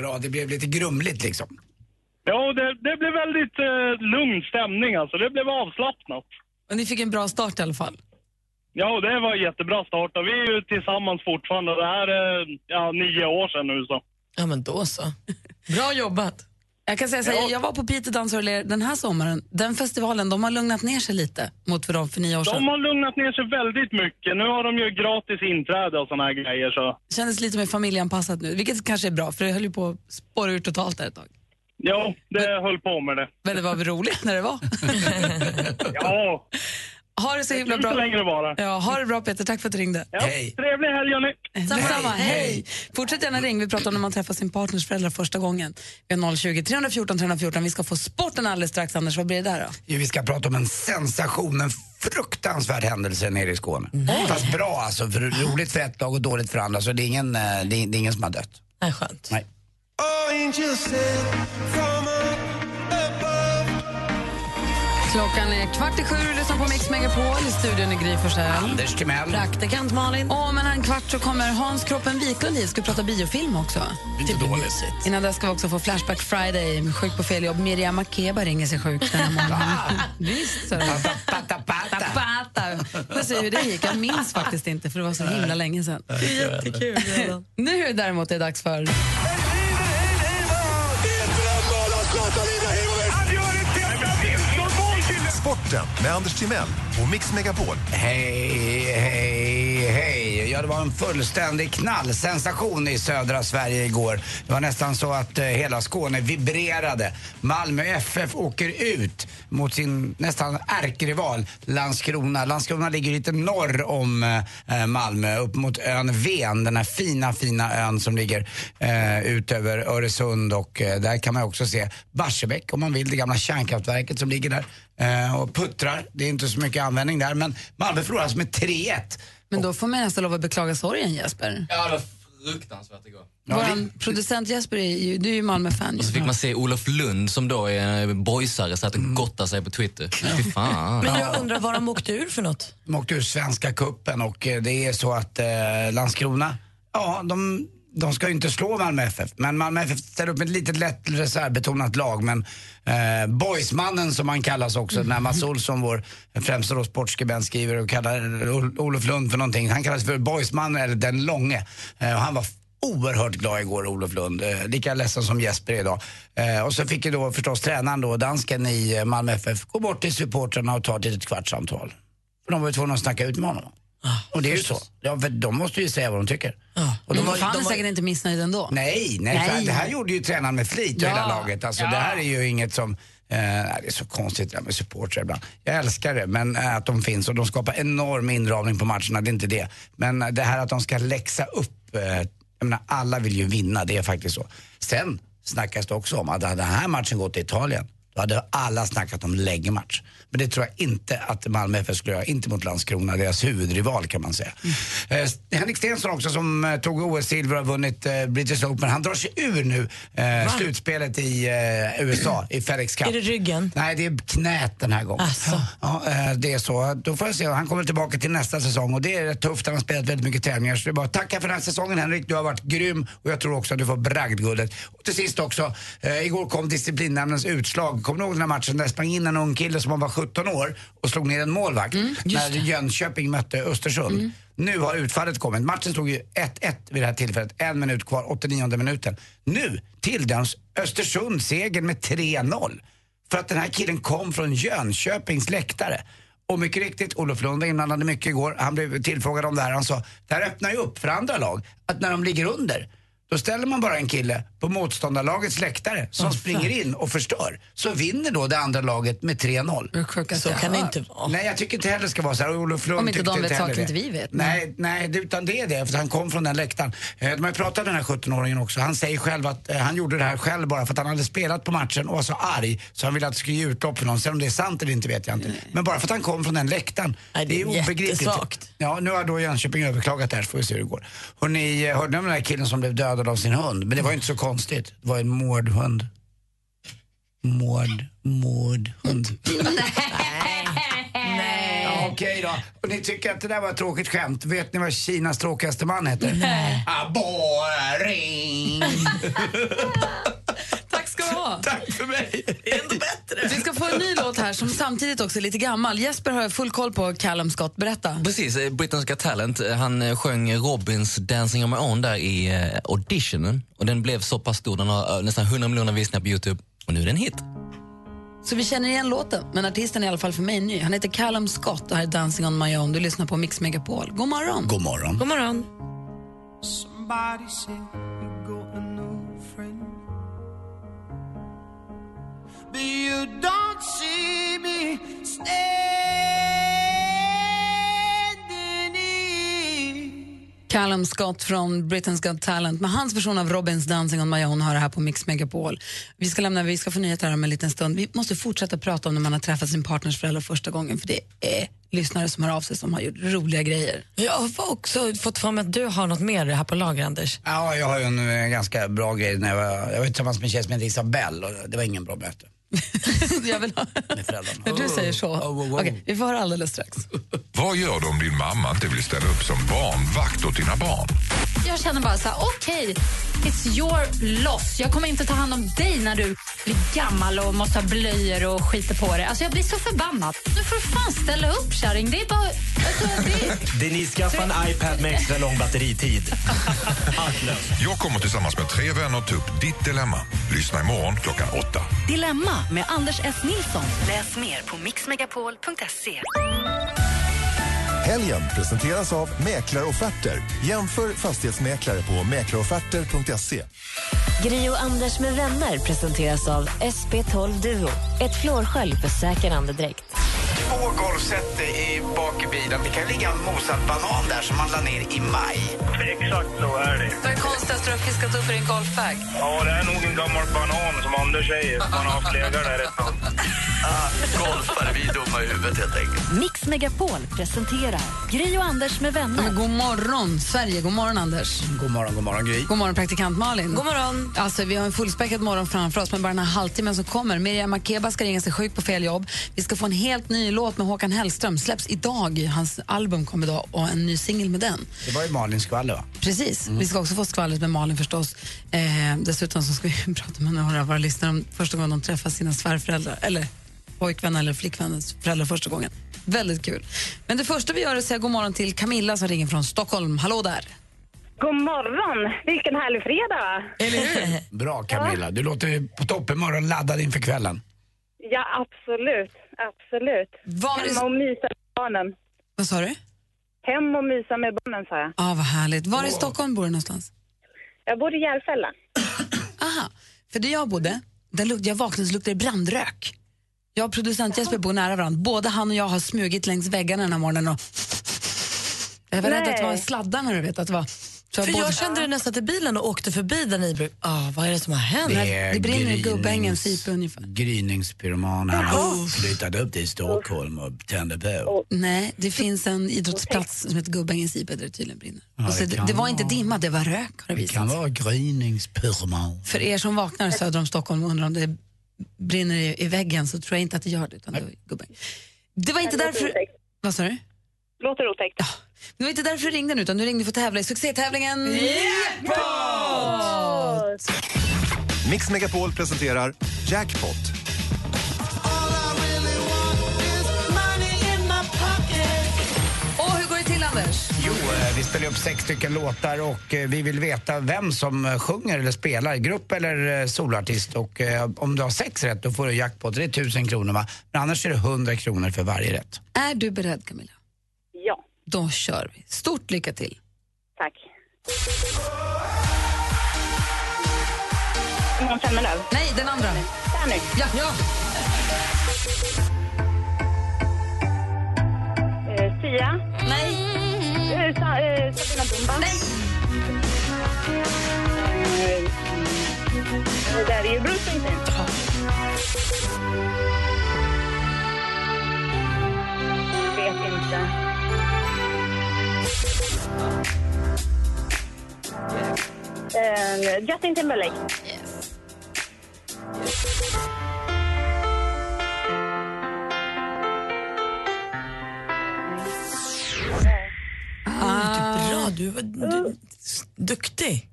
Speaker 4: Bra, det blev lite grumligt liksom.
Speaker 8: Ja, och det, det blev väldigt eh, lugn stämning alltså. Det blev avslappnat.
Speaker 3: Ni fick en bra start i alla fall.
Speaker 8: Ja, och det var en jättebra start och vi är ju tillsammans fortfarande. Det här är ja, nio år sedan nu så.
Speaker 2: Ja, men då så. Bra jobbat.
Speaker 3: Jag kan säga så här, jag var på Piteå Dansar och Ler den här sommaren. Den festivalen, de har lugnat ner sig lite mot för dem för nio år sedan.
Speaker 8: De har lugnat ner sig väldigt mycket. Nu har de ju gratis inträde och såna här grejer så.
Speaker 3: Kändes lite mer familjeanpassat nu, vilket kanske är bra för det höll ju på att spåra ur totalt där ett tag.
Speaker 8: Ja, det höll på med det.
Speaker 3: Men det var väl roligt när det var.
Speaker 8: Ja,
Speaker 3: Ha det så himla
Speaker 8: inte
Speaker 3: bra.
Speaker 8: längre bara.
Speaker 3: Ja, ha det bra Peter, tack för att du ringde.
Speaker 8: Ja,
Speaker 4: Hej.
Speaker 8: Trevlig helg hörni!
Speaker 3: Detsamma, hej. Fortsätt gärna ring. Vi pratar om när man träffar sin partners föräldrar första gången. Vi har 020 314 314. Vi ska få sporten alldeles strax. Anders, vad blir det där då?
Speaker 4: Jo, Vi ska prata om en sensation, en fruktansvärd händelse nere i Skåne.
Speaker 2: Mm.
Speaker 4: Fast bra alltså, för roligt för ett lag och dåligt för andra. Så det är ingen, eh, det är, det är ingen som har dött.
Speaker 2: Nej, skönt.
Speaker 4: Nej.
Speaker 3: Klockan är kvart i sju och du lyssnar på Mix Megapol. I studion är Gry Forssell.
Speaker 4: Anders Timell.
Speaker 2: Praktikant Malin.
Speaker 3: Om en kvart så kommer Hans Kroppen Wiklund hit. Ska vi prata biofilm också?
Speaker 4: Inte dåligt.
Speaker 3: Innan dess ska vi också få Flashback Friday. Sjuk på fel jobb. Miriam Makeba ringer sig sjuk den här morgonen. Visst, så.
Speaker 2: Alltså,
Speaker 4: Patapata.
Speaker 3: Zapata. Får se hur det gick. Jag minns faktiskt inte, för det var så himla länge sedan. Det är jättekul. nu däremot är det dags för...
Speaker 9: Sporten med Anders Timell och Mix Megapol.
Speaker 4: Hej, hej, hej. Ja, det var en fullständig knallsensation i södra Sverige igår. Det var nästan så att eh, hela Skåne vibrerade. Malmö FF åker ut mot sin nästan ärkerival Landskrona. Landskrona ligger lite norr om eh, Malmö, upp mot ön Ven, den här fina, fina ön som ligger eh, ut över Öresund och eh, där kan man också se Barsebäck om man vill, det gamla kärnkraftverket som ligger där eh, och puttrar. Det är inte så mycket användning där men Malmö förlorar alltså med 3-1.
Speaker 3: Men då får man nästan lov att beklaga sorgen, Jesper.
Speaker 10: Ja, det var fruktansvärt igår.
Speaker 4: Ja,
Speaker 3: Vår
Speaker 4: det-
Speaker 3: producent Jesper, är ju, du är ju Malmö-fan. ju.
Speaker 10: Och så fick man se Olof Lund som då är en eh, boysare, satt och gottade sig på Twitter. Fy fan.
Speaker 2: Men jag undrar var de åkte ur för något?
Speaker 4: De åkte ur Svenska Kuppen och eh, det är så att eh, Landskrona, ja de, de ska ju inte slå Malmö FF. Men Malmö FF ställer upp ett litet lätt reservbetonat lag. Men eh, boysmannen som han kallas också,
Speaker 3: Mm.
Speaker 4: när Mats Olsson, vår främsta då sportskribent, skriver och kallar Ol- Olof Lund för någonting. Han kallas för boysmannen, eller den långe. Eh, och han var oerhört glad igår, Olof Lund. Eh, lika ledsen som Jesper är idag. Eh, och så fick ju då förstås tränaren då, dansken i eh, Malmö FF, gå bort till supportrarna och ta ett litet kvartssamtal. För de var ju tvungna att snacka ut med honom.
Speaker 3: Ah,
Speaker 4: Och det är ju så. Ja, för de måste ju säga vad de tycker. Och de
Speaker 3: Men
Speaker 4: har-
Speaker 3: han
Speaker 4: de
Speaker 3: är
Speaker 4: har-
Speaker 3: säkert inte missnöjd ändå.
Speaker 4: Nej, nej,
Speaker 3: Nej.
Speaker 4: För det här gjorde ju tränaren med flit och
Speaker 3: Ja.
Speaker 4: hela laget. Alltså, Det här är ju inget som... Eh, nej, det är så konstigt det här med supportrar ibland. Jag älskar det, men eh, att de finns och de skapar enorm inramning på matcherna, det är inte det. Men eh, det här att de ska läxa upp, eh, jag menar alla vill ju vinna, det är faktiskt så. Sen snackas det också om att hade den här matchen gått till Italien, då hade alla snackat om läggmatch. Men det tror jag inte att Malmö FF skulle göra, inte mot Landskrona, deras huvudrival kan man säga. Eh, Henrik Stenson också som eh, tog OS-silver och har vunnit eh, British Open, han drar sig ur nu eh, slutspelet i eh, USA, i FedEx Cup.
Speaker 2: Är det ryggen?
Speaker 4: Nej, det är knät den här gången.
Speaker 2: Alltså.
Speaker 4: Ja, eh, det är så. Då får jag se. Han kommer tillbaka till nästa säsong och det är rätt tufft. Han har spelat väldigt mycket tävlingar. Så det är bara att tacka för den här säsongen Henrik. Du har varit grym och jag tror också att du får bragdguldet. Och till sist också, eh, igår kom disciplinnämndens utslag. Kommer du ihåg den här matchen där det sprang in en ung kille som var 17 år och slog ner en målvakt
Speaker 2: Mm,
Speaker 4: när Jönköping mötte Östersund. Nu har utfallet kommit. Matchen stod ju 1-1 vid det här tillfället. En minut kvar, 89 minuten. Nu tilldöms Östersund segern med 3-0. För att den här killen kom från Jönköpings läktare. Och mycket riktigt, Olof Lund var inblandad mycket igår. Han blev tillfrågad om det här. Han sa, det här öppnar ju upp för andra lag. Att när de ligger under, då ställer man bara en kille på motståndarlagets läktare som springer in och förstör. Så vinner då det andra laget med 3-0.
Speaker 3: Det är sjukaste
Speaker 2: Så
Speaker 3: jag
Speaker 2: kan det
Speaker 3: hört.
Speaker 2: inte vara.
Speaker 4: Nej, jag tycker inte heller det ska vara så här. Och Olof Lund
Speaker 11: Om inte
Speaker 4: tyckte
Speaker 11: de vet
Speaker 4: heller
Speaker 11: saker
Speaker 4: det.
Speaker 11: inte vi vet.
Speaker 4: Nej, eh, nej, det- utan det är det. För att han kom från den läktaren. Eh, De har ju pratat med den här 17-åringen också. Han säger själv att eh, han gjorde det här själv bara för att han hade spelat på matchen och var så arg så han ville att det skulle ge utlopp för någon. Sen om det är sant eller inte vet jag inte. Men bara för att han kom från den läktaren.
Speaker 2: Nej, det är
Speaker 4: ju
Speaker 2: jättesvagt.
Speaker 4: Ja, nu har då Jönköping överklagat det här så får vi se hur det går. Och ni eh, hörde om den här killen som blev dödad av sin hund. Men det var ju inte så konstigt. Det var en mordhund. Mord, mordhund. Ja, Okej då. Och ni tycker att det där var ett tråkigt skämt. Vet ni vad Kinas tråkigaste man heter? Nej. Aboring.
Speaker 3: Tack ska du ha.
Speaker 4: Tack för mig.
Speaker 3: Vi ska få en ny låt här som samtidigt också är lite gammal. Jesper har jag full koll på Callum Scott. Berätta.
Speaker 10: Precis, eh, Britain's Got Talent. eh, Han eh, sjöng Robins Dancing on my own där i eh, auditionen. Och den blev så pass stor, den har eh, nästan 100 miljoner visningar på Youtube. Och nu är den hit.
Speaker 3: Så vi känner igen låten, men artisten är i alla fall för mig ny. Han heter Callum Scott och här är Dancing on my own. Du lyssnar på Mix Megapol. God morgon.
Speaker 4: God morgon.
Speaker 2: God morgon.
Speaker 3: Callum Scott från Britain's Got Talent med hans version av Robins Dancing on my own har det här på Mix Megapol. Vi ska, lämna, vi ska få nyheter här om en liten stund. Vi måste fortsätta prata om när man har träffat sin partners föräldrar första gången för det är lyssnare som hör av sig som har gjort roliga grejer.
Speaker 2: Jag har också fått för mig att du har något mer här på lager, Anders.
Speaker 4: Ja, jag har ju en eh, ganska bra grej. När jag, var, jag var tillsammans med en tjej som hette Isabelle och det var ingen bra möte
Speaker 3: Jag vill ha...
Speaker 4: med föräldrarna.
Speaker 3: När du säger så.
Speaker 4: Oh,
Speaker 3: Okej, vi får höra alldeles strax.
Speaker 12: Vad gör du om din mamma inte vill ställa upp som barnvakt åt dina barn?
Speaker 13: Jag känner bara så här, okej, it's your loss. Jag kommer inte ta hand om dig när du blir gammal och måste ha blöjor och skiter på dig. Alltså jag blir så förbannad. Nu får du fan ställa upp kärring. Det är bara... Alltså, det,
Speaker 14: Denise, skaffa en iPad med extra lång batteritid.
Speaker 12: Jag kommer tillsammans med tre vänner ta upp ditt dilemma. Lyssna imorgon klockan åtta.
Speaker 6: Dilemma med Anders S. Nilsson. Läs mer på mixmegapol.se.
Speaker 8: Helgen presenteras av Mäklarofferter. Jämför fastighetsmäklare på mäklarofferter.se.
Speaker 6: Gri och Anders med vänner presenteras av SP12 Duo. Ett flårskölj för säker andedräkt.
Speaker 4: Två golfset i bak i bilen. Det kan ligga en mosad banan där som man la ner i maj.
Speaker 14: Exakt så är det.
Speaker 3: Vad är konstigast du har fiskat upp i din golfbag?
Speaker 14: Ja, det är nog en gammal banan som Anders säger. Man har haft legat där ett tag.
Speaker 10: Golfare, Ah, vi är dumma i huvudet helt enkelt.
Speaker 6: Mix Megapol presenterar Gri och Anders med vänner.
Speaker 3: Men god morgon, Sverige. God morgon, Anders.
Speaker 4: God morgon, god morgon Gry.
Speaker 3: God morgon, praktikant Malin.
Speaker 2: God morgon.
Speaker 3: Alltså, vi har en fullspäckad morgon framför oss, men bara den här halvtimmen som kommer. Miriam Makeba ska ringa sig sjuk på fel jobb. Vi ska få en helt ny låt med Håkan Hellström. Släpps idag. Hans album kom idag och en ny singel med den.
Speaker 4: Det var ju Malins skvaller va? Mm.
Speaker 3: Precis. Vi ska också få skvallret med Malin förstås. Eh, dessutom så ska vi prata med några av våra lyssnare om första gången de träffar sina svärföräldrar eller pojkvänner eller flickvänners föräldrar första gången. Väldigt kul. Men det första vi gör är att säga god morgon till Camilla som ringer från Stockholm. Hallå där!
Speaker 13: God morgon! Vilken härlig fredag, va?
Speaker 4: Bra Camilla. Du låter ju på topp imorgon laddad inför kvällen.
Speaker 13: Ja, absolut. Absolut.
Speaker 3: Var är-
Speaker 13: Hemma och mysa med barnen.
Speaker 3: Vad sa du?
Speaker 15: hem och mysa med barnen, sa jag.
Speaker 3: Ja, Ah, vad härligt. Var i Stockholm bor du någonstans?
Speaker 15: Jag bor i Järfälla.
Speaker 3: Aha, för där jag bodde, där luk- jag vaknade så luktade det brandrök. Jag och producent Jesper bor nära varandra. Både han och jag har smugit längs väggarna den här morgonen och... Jag var rädd att det var
Speaker 2: Nej.
Speaker 3: sladdarna, du vet. Att det var... så
Speaker 2: För
Speaker 3: både-
Speaker 2: jag kände det nästan till bilen och åkte förbi där ni brukar... Ah, vad är det som har hänt?
Speaker 4: Det är
Speaker 3: Det brinner i
Speaker 4: grins.
Speaker 3: gubbängen, Sipe ungefär.
Speaker 4: Gryningspyroman han flyttade upp till Stockholm och tände på.
Speaker 3: Nej, det finns en idrottsplats som heter Gubbängen Sipe där det tydligen brinner.
Speaker 4: Ja,
Speaker 3: och så
Speaker 4: det
Speaker 3: det,
Speaker 4: kan
Speaker 3: det var inte
Speaker 4: vara.
Speaker 3: dimma, det var rök. har det
Speaker 4: Det
Speaker 3: visat
Speaker 4: kan
Speaker 3: sig.
Speaker 4: vara gryningspyroman.
Speaker 3: För er som vaknar söder om Stockholm och undrar om det brinner i, i väggen så tror jag inte att det gör det. Utan det, var gubben. det var inte
Speaker 15: Det låter
Speaker 3: därför...
Speaker 15: otäckt.
Speaker 3: Vad sa du?
Speaker 15: Låter otäckt.
Speaker 3: Ja. Det var inte därför du ringde nu, utan du ringde för att tävla i succétävlingen Jackpot!
Speaker 8: Mix Megapol presenterar Jackpot.
Speaker 3: Och hur går det till, Anders?
Speaker 4: Jo, eh, vi spelar upp sex stycken låtar och eh, vi vill veta vem som eh, sjunger eller spelar, grupp eller eh, soloartist. Och eh, om du har sex rätt då får du jackpot, det är tusen kronor va? Men annars är det 100 kronor för varje rätt.
Speaker 3: Är du beredd, Camilla?
Speaker 15: Ja.
Speaker 3: Då kör vi. Stort lycka till.
Speaker 15: Tack. Simon Semmelöv.
Speaker 3: Nej, den andra.
Speaker 15: Danny.
Speaker 3: Ja. ja.
Speaker 15: Eh, Sia.
Speaker 3: Nej.
Speaker 15: Eh, Sa, eh, Sabina Dumba. Nej. Det där är ju Bruce Springsteen. Vet inte. Eh, Justin Timberlake.
Speaker 2: Ah. Bra, du var du, du- duktig.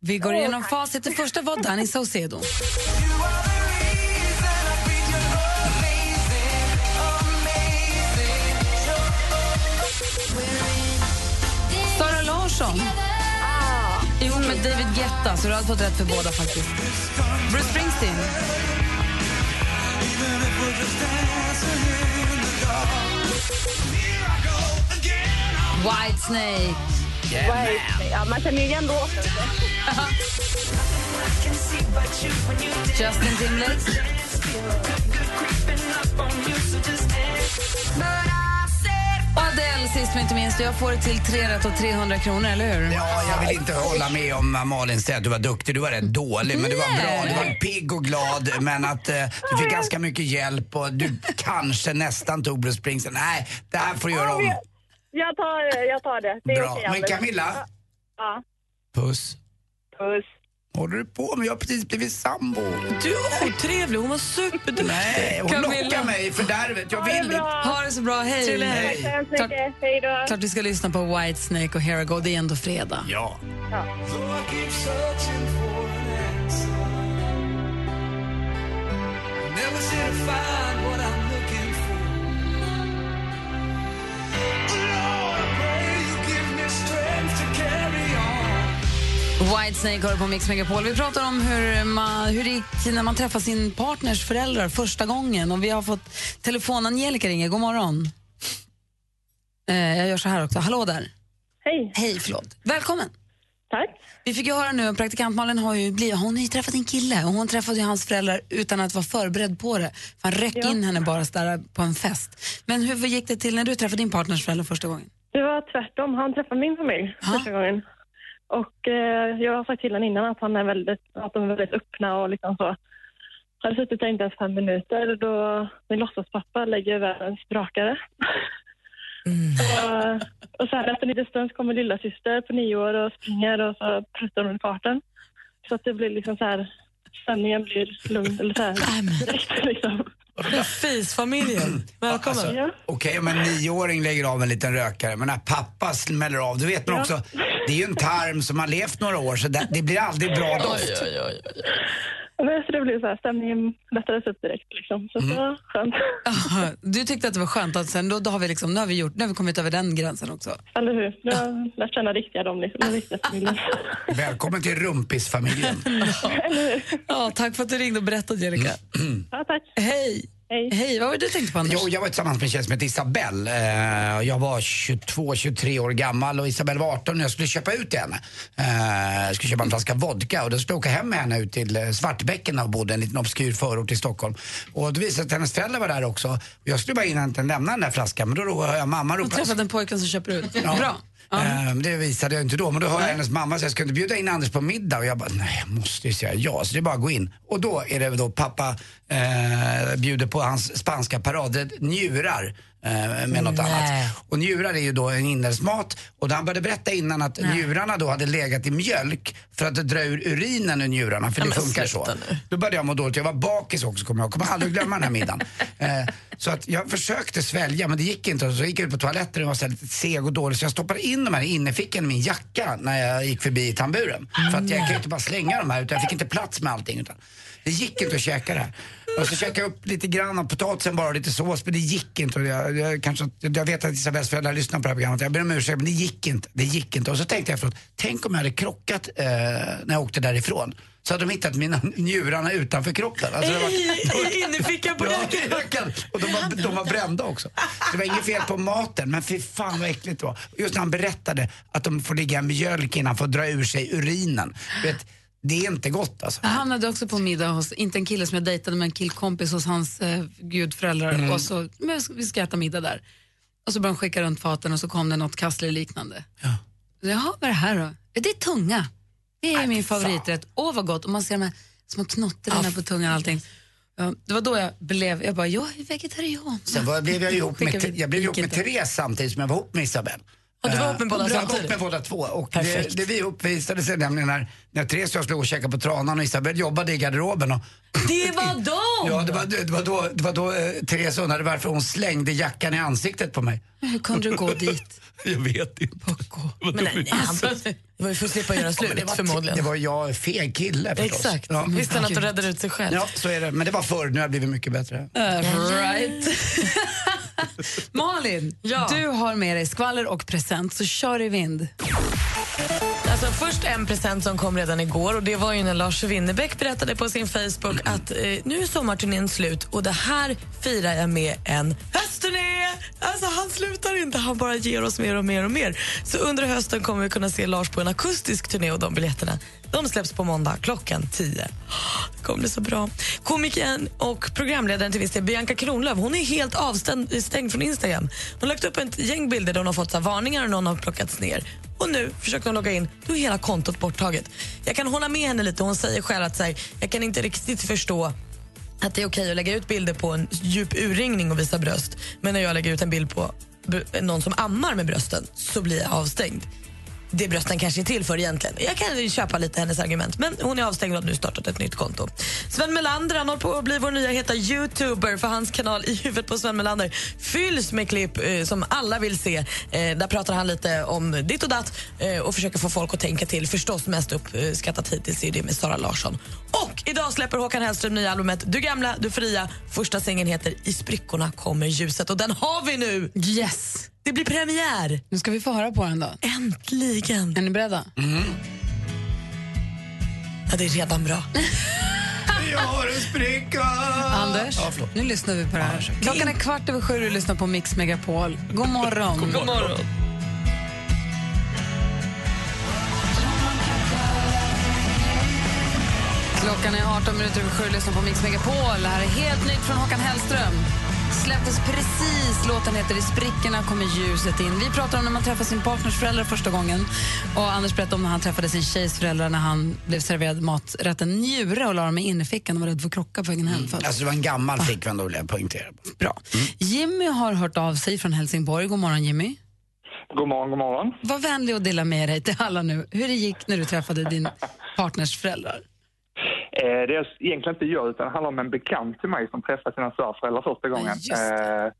Speaker 3: Vi går igenom facit. Det första var Danny Saucedo. Sara Larsson. Ihop med David Guetta, så du har fått rätt för båda faktiskt. Bruce Springsteen. Whitesnake.
Speaker 15: Vad är det? Ja, man känner ju igen låten.
Speaker 3: Justin Timberlake. Adele, sist men inte minst. Jag får det till tre rätt och 300 kronor, eller hur?
Speaker 4: Ja, jag vill inte hålla med om vad Malin säger att du var duktig. Du var rätt dålig, men du var bra. Du var pigg och glad, men att eh, du fick ganska mycket hjälp och du kanske nästan tog Bruce Springsteen. Nej, det här får du göra om.
Speaker 15: Jag tar, jag tar det. det är
Speaker 4: Bra.
Speaker 15: okej,
Speaker 4: Men
Speaker 15: Anders.
Speaker 4: Camilla?
Speaker 15: Ja.
Speaker 4: Puss.
Speaker 15: Puss.
Speaker 4: håller du på med? Jag har precis blivit sambo.
Speaker 2: Du är otrevlig, hon var superduktig.
Speaker 4: Nej, hon lockar mig i fördärvet. Jag vill inte.
Speaker 3: Ha det så bra, hej!
Speaker 2: Trevlig helg.
Speaker 15: Tack så hemskt
Speaker 3: Klart-
Speaker 15: mycket. Hej då.
Speaker 3: Klart vi ska lyssna på Whitesnake och Here I Go. Det är ändå fredag.
Speaker 4: Ja.
Speaker 3: Whitesnake hör på Mix Megapol. Vi pratar om hur, man, hur det gick när man träffar sin partners föräldrar första gången. Och vi har fått telefon. Angelica ringer. God morgon. Eh, jag gör så här också. Hallå där.
Speaker 15: Hej.
Speaker 3: Hej, förlåt. Välkommen.
Speaker 15: Tack.
Speaker 3: Vi fick ju höra nu, praktikant Malin har ju, blivit, hon har ju träffat en kille och hon träffade ju hans föräldrar utan att vara förberedd på det. För Han röck in henne bara sådär på en fest. Men hur gick det till när du träffade din partners föräldrar första gången?
Speaker 15: Det var tvärtom. Han träffade min familj första gången. Och eh, jag har sagt till honom innan att, han är väldigt, att de är väldigt öppna och liksom så. Hade suttit där inte ens fem minuter då min låtsaspappa lägger världens brakare. och, och sen efter en liten stund kommer lilla syster på nio år och springer och så pruttar hon i farten. Så att det blir liksom så här, stämningen blir lugn eller så här direkt liksom.
Speaker 2: Fisfamiljen, välkommen.
Speaker 4: Alltså,
Speaker 15: Ja.
Speaker 4: Okej om en nioåring lägger av en liten rökare, men när pappa smäller av, då vet man också, det är ju en tarm som har levt några år så det, det blir aldrig bra doft.
Speaker 15: Men så det blev så här, stämningen lättades upp direkt liksom. Så det var skönt.
Speaker 3: Aha, Du tyckte att det var skönt att sen då, då har vi liksom, nu har vi gjort, nu har vi kommit över den gränsen också.
Speaker 15: Eller hur? Nu har jag lärt känna riktiga dem, liksom, den riktiga familjen.
Speaker 4: Välkommen till rumpisfamiljen.
Speaker 3: Ja, tack för att du ringde och berättade Angelica.
Speaker 15: Ja, tack.
Speaker 3: Hej!
Speaker 15: Hej.
Speaker 3: Hej, vad var det du tänkte på Anders?
Speaker 4: Mm. Jo, jag var tillsammans med en tjej som hette Isabelle. Eh, Jag var 22-23 år gammal och Isabelle var 18 när jag skulle köpa ut till henne. Eh, Jag skulle köpa en flaska vodka och då skulle jag åka hem med henne ut till eh, Svartbäcken och bodde i en liten obskyr förort till Stockholm. Och då visade det sig att hennes föräldrar var där också. Jag skulle bara in och inte lämna den där flaskan men då ro- hör jag mamma
Speaker 3: Jag
Speaker 4: ropa.
Speaker 3: träffade en pojkvän som köper ut.
Speaker 4: Ja.
Speaker 3: Bra.
Speaker 4: Eh, men Det visade jag inte då, men då hör jag hennes mamma säga, ska du inte bjuda in Anders på middag? Och jag bara, nej jag måste ju säga ja, så det är bara att gå in. Och då är det då pappa eh, bjuder på hans spanska paradrätt njurar eh, med något
Speaker 2: Nej.
Speaker 4: annat. Och njurar är ju då en inälvsmat och då han började berätta innan att njurarna då hade legat i mjölk för att dra ur urinen ur njurarna, för
Speaker 2: Ja,
Speaker 4: det
Speaker 2: men
Speaker 4: funkar så.
Speaker 2: sluta nu.
Speaker 4: Då började jag må dåligt, jag var bakis också kommer jag ihåg. kommer aldrig glömma den här middagen. Eh, så att jag försökte svälja men det gick inte. Så gick jag ut på toaletten och var så här lite seg och dålig så jag stoppade in de här i innerfickan i min jacka när jag gick förbi i tamburen. För att jag kan ju inte bara slänga de här utan jag fick inte plats med allting. Utan det gick inte att käka det här. Och så käkade jag upp lite grann av potatisen bara och lite sås men det gick inte. Och jag, jag, kanske, jag vet att Isabells föräldrar lyssnar på det här programmet. Jag ber om ursäkt men det gick inte. Det gick inte. Och så tänkte jag efteråt, tänk om jag hade krockat eh, när jag åkte därifrån. Så hade de hittat mina njurarna utanför kroppen. Alltså, det var-
Speaker 2: Innerfickan på
Speaker 4: Ja,
Speaker 2: jackan.
Speaker 4: jackan. Och de var, de var brända också. Så det var inget fel på maten, men fy fan vad äckligt det var. Just när han berättade att de får ligga i mjölk innan för att dra ur sig urinen. Du Vet, det är inte gott alltså.
Speaker 3: Jag hamnade också på en middag hos, inte en kille som jag dejtade, men en killkompis hos hans eh, gudföräldrar.
Speaker 4: Mm.
Speaker 3: Och så, men vi ska äta middag där. Och så började de skicka runt faten och så kom det något kassler liknande.
Speaker 4: Ja.
Speaker 3: Jaha, vad är det här då? Ja, Det är tunga. Det är min favoriträtt. Åh vad gott. Och man ser de här små knottrarna på tungan och allting. Ja, det var då jag blev, jag bara, jag är vegetarian.
Speaker 4: Sen var, blev jag ju ihop
Speaker 3: Skickar
Speaker 4: med,
Speaker 3: vi-
Speaker 4: jag blev ihop
Speaker 3: gick
Speaker 4: med
Speaker 3: inte.
Speaker 4: Therese samtidigt som jag var ihop med Isabelle.
Speaker 2: Och du var
Speaker 4: Eh,
Speaker 2: ihop med båda
Speaker 4: jag var
Speaker 2: samtidigt?
Speaker 4: ihop med båda två. Och det,
Speaker 2: Perfekt.
Speaker 4: det vi uppvisade sig nämligen när, när Therese och jag skulle gå och käka på Tranan och Isabelle jobbade i garderoben. Och,
Speaker 2: Det var de!
Speaker 4: ja, det var, det var då, det var då eh, Therese undrade varför hon slängde jackan i ansiktet på mig.
Speaker 3: Hur kunde du gå dit?
Speaker 4: Jag vet inte.
Speaker 2: Men nej, han, det var ju för att slippa göra
Speaker 4: Ja, men
Speaker 2: slut
Speaker 4: det var-
Speaker 2: förmodligen.
Speaker 4: Det var jag, fel kille förstås.
Speaker 2: Exakt.
Speaker 4: Ja.
Speaker 2: Visste han att du räddade ut sig själv?
Speaker 4: Ja, så är det. Men det var förr, nu har jag blivit mycket bättre.
Speaker 3: Uh, right. Malin, du har med dig skvaller och present, så kör i vind.
Speaker 2: Alltså, först en present som kom redan igår och det var ju när Lars Winnerbäck berättade på sin Facebook att eh, nu är sommarturnén slut och det här firar jag med en höstturné. Alltså han slutar inte, han bara ger oss mer och mer och mer. Så under hösten kommer vi kunna se Lars på en akustisk turné och de biljetterna de släpps på måndag klockan 10. Det kommer bli så bra. Komikern och programledaren till viss del, Bianca Kronlöf, hon är helt avstängd stängd från Instagram. Hon har lagt upp ett gäng bilder där hon har fått så här, varningar och någon har plockats ner. Och nu försöker hon logga in, då är hela kontot borttaget. Jag kan hålla med henne lite, hon säger själv att så här, jag kan inte riktigt förstå att det är okej att lägga ut bilder på en djup urringning och visa bröst. Men när jag lägger ut en bild på br- någon som ammar med brösten så blir jag avstängd det brösten kanske är till för egentligen. Jag kan ju köpa lite hennes argument, men hon är avstängd och har nu startat ett nytt konto. Sven Melander han håller på att bli vår nya heta youtuber för hans kanal I huvudet på Sven Melander fylls med klipp eh, som alla vill se. Eh, där pratar han lite om ditt och datt eh, och försöker få folk att tänka till. Förstås mest uppskattat hittills är det med Sara Larsson. Och idag släpper Håkan Hellström nya albumet Du gamla, du fria. Första singeln heter I sprickorna kommer ljuset och den har vi nu!
Speaker 3: Yes!
Speaker 2: Det blir premiär!
Speaker 3: Nu ska vi få höra på den då.
Speaker 2: Äntligen!
Speaker 3: Är ni beredda?
Speaker 4: Mm.
Speaker 2: Ja, det är redan bra.
Speaker 4: Jag har en spricka!
Speaker 3: Anders,
Speaker 4: Ja, förlåt.
Speaker 3: nu lyssnar vi på det här. Klockan är kvart över sju och du lyssnar på Mix Megapol. God morgon.
Speaker 2: God morgon.
Speaker 3: Klockan är 18 minuter över sju och lyssnar på Mix Megapol. Det här är helt nytt från Håkan Hellström. Släpptes precis. Låten heter I sprickorna kommer ljuset in. Vi pratar om när man träffar sin partners föräldrar första gången. Och Anders berättade om när han träffade sin tjejs föräldrar när han blev serverad maträtten njure och la dem i innerfickan och var rädd för att krocka på vägen hem. För att-
Speaker 4: Alltså det var en gammal flickvän då vill jag poängtera.
Speaker 3: Bra. Jimmy har hört av sig från Helsingborg. God morgon, Jimmy.
Speaker 16: God morgon, god morgon.
Speaker 3: Var vänlig och dela med dig till alla nu hur det gick när du träffade din partners föräldrar.
Speaker 16: Eh, det är egentligen inte jag, utan det handlar om en bekant till mig som träffade sina svärföräldrar första gången. Eh,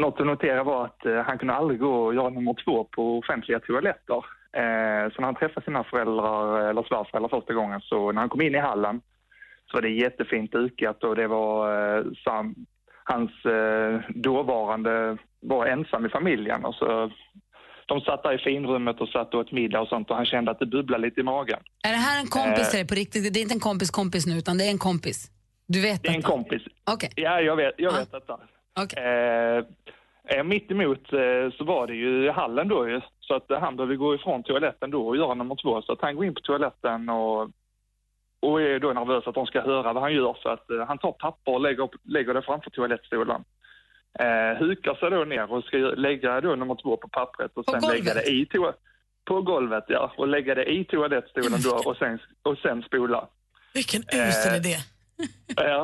Speaker 16: något att notera var att eh, han kunde aldrig gå och göra nummer två på offentliga toaletter. Eh, så när han träffade sina föräldrar, eller svärföräldrar första gången, så när han kom in i hallen så var det jättefint dukat och det var eh, sam, hans eh, dåvarande var ensam i familjen. Och så, de satt där i finrummet och satt och åt middag och sånt och han kände att det bubblade lite i magen.
Speaker 3: Är det här en kompis
Speaker 16: Eh.
Speaker 3: till dig på riktigt? Det är inte en kompis kompis nu, utan det är en kompis. Du vet
Speaker 16: Det är en kompis.
Speaker 3: Okej.
Speaker 16: Ja, jag vet, jag vet detta.
Speaker 3: Okay.
Speaker 16: Eh, eh, mitt emot eh, så var det ju hallen då ju. Så att eh, han behöver gå ifrån toaletten då och göra nummer två. Så att han går in på toaletten och, och är då nervös att de ska höra vad han gör. Så att eh, han tar papper och lägger, upp, lägger det framför toalettstolen. Eh, hukar sig då ner och ska ju lägga då nummer två på pappret och sen lägga det i toa- på golvet ja, och lägga det i toalettstolen då och sen, och sen spola.
Speaker 2: Vilken
Speaker 16: Eh,
Speaker 2: usel idé.
Speaker 16: Ja.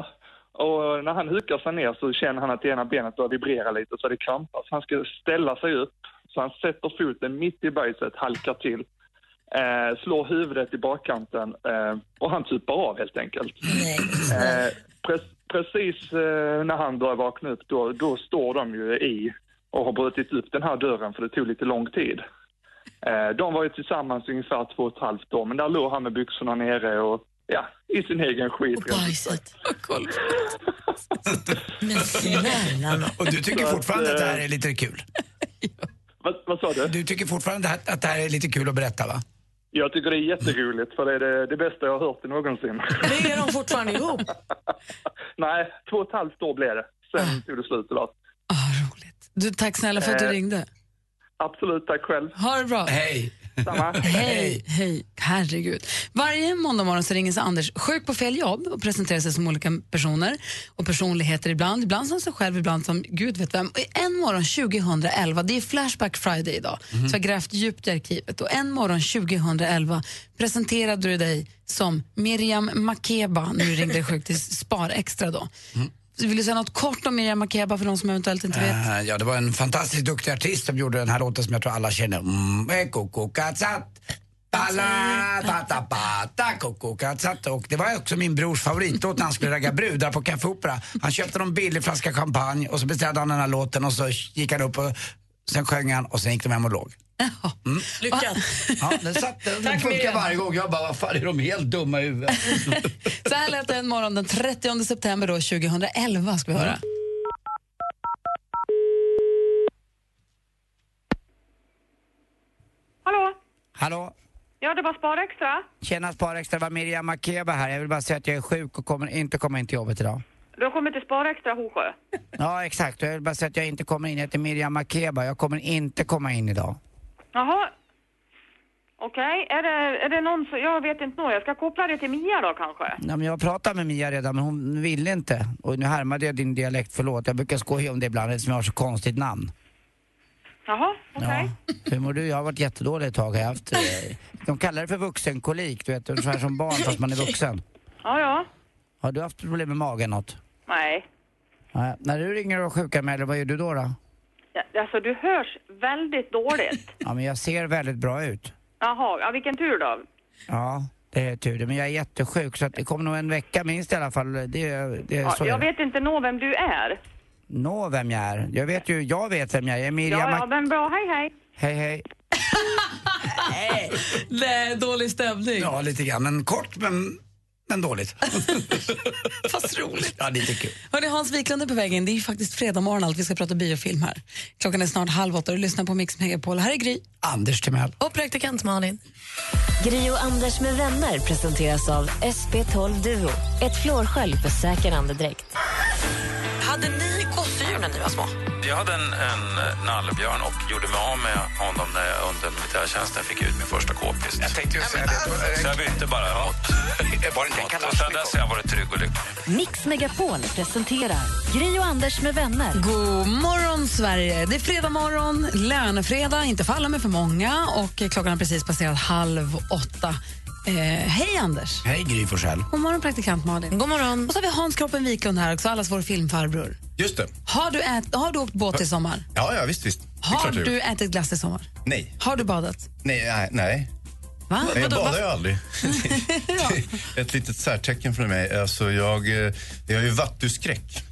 Speaker 16: Och när han hukar sig ner så känner han att ena benet börjar vibrera lite så det krampar. Så han ska ställa sig upp. Så han sätter foten mitt i bajset, halkar till. Eh, slår huvudet i bakkanten eh, och han tupar av helt enkelt. Eh, pre- precis eh, när han börjar vakna upp då, då står de ju i och har brutit upp den här dörren för det tog lite lång tid. Eh, de var ju tillsammans ungefär två och ett halvt år men där låg han med byxorna nere och ja, i sin egen skit. rent ut sagt.
Speaker 4: Och du tycker
Speaker 16: Så
Speaker 4: fortfarande att det här
Speaker 16: eh,
Speaker 4: är lite kul?
Speaker 16: Vad, sa du?
Speaker 4: Du tycker fortfarande att- att det här är lite kul att berätta va?
Speaker 16: Jag tycker det är jätteroligt för det är det, det bästa jag har hört någonsin.
Speaker 2: Men är de fortfarande ihop?
Speaker 16: Nej, två och ett halvt år blev det.
Speaker 3: Ah.
Speaker 16: Sen tog det slut tyvärr.
Speaker 3: Du, tack snälla för att du
Speaker 16: Eh.
Speaker 3: ringde.
Speaker 16: Absolut, tack själv.
Speaker 3: Ha det bra.
Speaker 4: Hej.
Speaker 16: Samma.
Speaker 3: Hej, hej, herregud. Varje måndag morgon så ringer sig Anders sjuk på fel jobb och presenterar sig som olika personer och personligheter ibland, ibland som sig själv, ibland som gud vet vem. Och en morgon 2011, det är Flashback Friday idag,
Speaker 11: Mhm.
Speaker 3: så jag har grävt djupt i arkivet och en morgon 2011 presenterade du dig som Miriam Makeba när du ringde sjuk till Spar Extra då.
Speaker 4: Mm.
Speaker 3: Så Vill du säga något kort om Miriam Makeba för de som eventuellt inte vet?
Speaker 4: Eh, ja, det var en fantastiskt duktig artist som gjorde den här låten som jag tror alla känner. Mm, eh, koko katsat. Balla, tata, bata, koko, katsat. Och det var också min brors favoritlåt när han skulle ragga brudar på Café Opera. Han köpte någon billig flaska champagne och så beställde han den här låten och så gick han upp och sen sjöng han och sen gick de hem och låg. Mm.
Speaker 2: Lyckat.
Speaker 4: Ja, den satt, den
Speaker 3: Tack,
Speaker 4: funkar
Speaker 3: Miriam.
Speaker 4: varje gång. Jag bara, vad fan är de helt dumma i huvudet?
Speaker 3: Så här lät det en morgon den 30 september då, 2011 ska vi höra.
Speaker 17: Hallå?
Speaker 4: Hallå?
Speaker 17: Ja, det var Spar Extra.
Speaker 4: Tjena Sparextra, det var Miriam Makeba här. Jag vill bara säga att jag är sjuk och kommer inte komma in till jobbet idag.
Speaker 17: Du har kommit till Spar Extra Hosjö.
Speaker 4: Ja, exakt. Jag vill bara säga att jag inte kommer in. Jag heter Miriam Makeba. Jag kommer inte komma in idag.
Speaker 17: Jaha. Okej, är, det, är det någon som... Jag vet inte nog. Jag ska koppla det till Mia då kanske.
Speaker 4: Ja, men jag pratade med Mia redan, men hon ville inte. Och nu härmade jag din dialekt, förlåt. Jag brukar skoja om det ibland eftersom jag har så konstigt namn.
Speaker 17: Jaha, okej.
Speaker 4: Hur mår du? Jag har varit jättedålig ett tag. Jag har haft, eh, de kallar det för vuxenkolik, du vet. Ungefär som barn fast man är vuxen.
Speaker 17: Ja, ja.
Speaker 4: Har du haft problem med magen något?
Speaker 17: Nej.
Speaker 4: Nej. När du ringer och sjukanmäler, vad gör du då? då?
Speaker 17: Ja, Alltså, du hörs väldigt dåligt.
Speaker 4: Ja, men jag ser väldigt bra ut.
Speaker 17: Jaha, ja, vilken tur då.
Speaker 4: Ja, det är tur det. Men jag är jättesjuk så att det kommer nog en vecka minst i alla fall. Det, det är
Speaker 17: Ja,
Speaker 4: så
Speaker 17: jag
Speaker 4: är det.
Speaker 17: vet inte nog vem du är.
Speaker 4: Nå, vem jag är. Jag vet ju, jag vet vem jag är. Miriam
Speaker 17: Ja,
Speaker 4: Mac-
Speaker 17: ja, men bra. Hej, hej.
Speaker 4: Hej, hej.
Speaker 3: Nej, dålig stämning.
Speaker 4: Ja, lite grann. Men kort, men, men dåligt.
Speaker 3: Fast roligt.
Speaker 4: Ja, lite kul.
Speaker 3: Hörrni, Hans Wiklund är på väg in. Det är ju faktiskt fredag morgon allt. Vi ska prata biofilm här. Klockan är snart halv åtta och du lyssnar på Mix Megapol. Här är Gry.
Speaker 4: Anders Timell.
Speaker 6: Och praktikant Malin. Gri och Anders med vänner presenteras av SP12 Duo. Ett flårskölj för säker andedräkt.
Speaker 2: Hade ni gosedjur när ni var små?
Speaker 5: Jag hade en, en eh, nallebjörn och gjorde mig av med honom när jag under militärtjänsten fick ut min första k-pist. Jag tänkte just säga det. Så alltså, jag bytte bara mot. Var det inte Och sen dess har jag varit trygg och lycklig.
Speaker 6: Mix Megapol presenterar Gri och Anders med vänner.
Speaker 3: God morgon, Sverige! Det är fredag morgon, lönefredag, inte för alla men för många. Och eh, klockan har precis passerat halv åtta. Eh, hej, Anders!
Speaker 4: Hej, Gry Forssell.
Speaker 3: God morgon, praktikant Malin. God morgon. Och så har vi Hans Kroppen Wiklund här också, allas vår filmfarbror.
Speaker 18: Just det.
Speaker 3: Har du, ät, har du åkt båt i sommar?
Speaker 18: Ja, ja visst, visst. Det är
Speaker 3: Har
Speaker 18: klart jag
Speaker 3: du
Speaker 18: gjort.
Speaker 3: ätit glass i sommar?
Speaker 18: Nej.
Speaker 3: Har du badat?
Speaker 18: Nej, nej, nej.
Speaker 3: Va?
Speaker 18: Men jag
Speaker 3: Vadå,
Speaker 18: badar
Speaker 3: va?
Speaker 18: ju aldrig. Ett litet särtecken för mig. Alltså, jag, eh, jag har ju vattuskräck.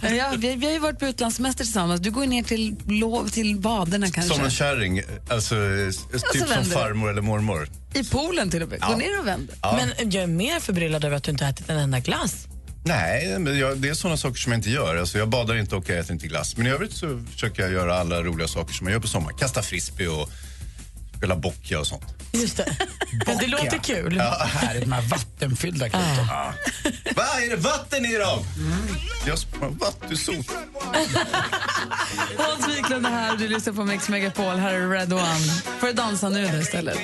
Speaker 3: Ja, vi, vi har ju varit på utlandssemester tillsammans. Du går ju ner till, lov, till baderna kanske.
Speaker 18: Som en kärring. Alltså, eh, typ som
Speaker 2: vänder du.
Speaker 18: farmor eller mormor.
Speaker 3: I poolen till och med.
Speaker 18: Gå Ja. ner och
Speaker 3: vänd.
Speaker 18: Ja.
Speaker 2: Men jag är mer förbryllad över att du inte har ätit en enda glass.
Speaker 18: Nej, men jag, det är såna saker som jag inte gör. Alltså, jag badar inte och jag äter inte glass. Men i övrigt så försöker jag göra alla roliga saker som man gör på sommaren. Kasta frisbee och spela bocka och sånt.
Speaker 2: Just det. Men det låter kul.
Speaker 18: Ja.
Speaker 4: Härligt, de här vattenfyllda kluten.
Speaker 18: Ah. Va, är det vatten i dem?
Speaker 3: Mm.
Speaker 18: Jag spar vattensot.
Speaker 3: Hans Wiklund är här, du lyssnar på Mix Megapol. Här är Red One. Får du dansa nu då istället?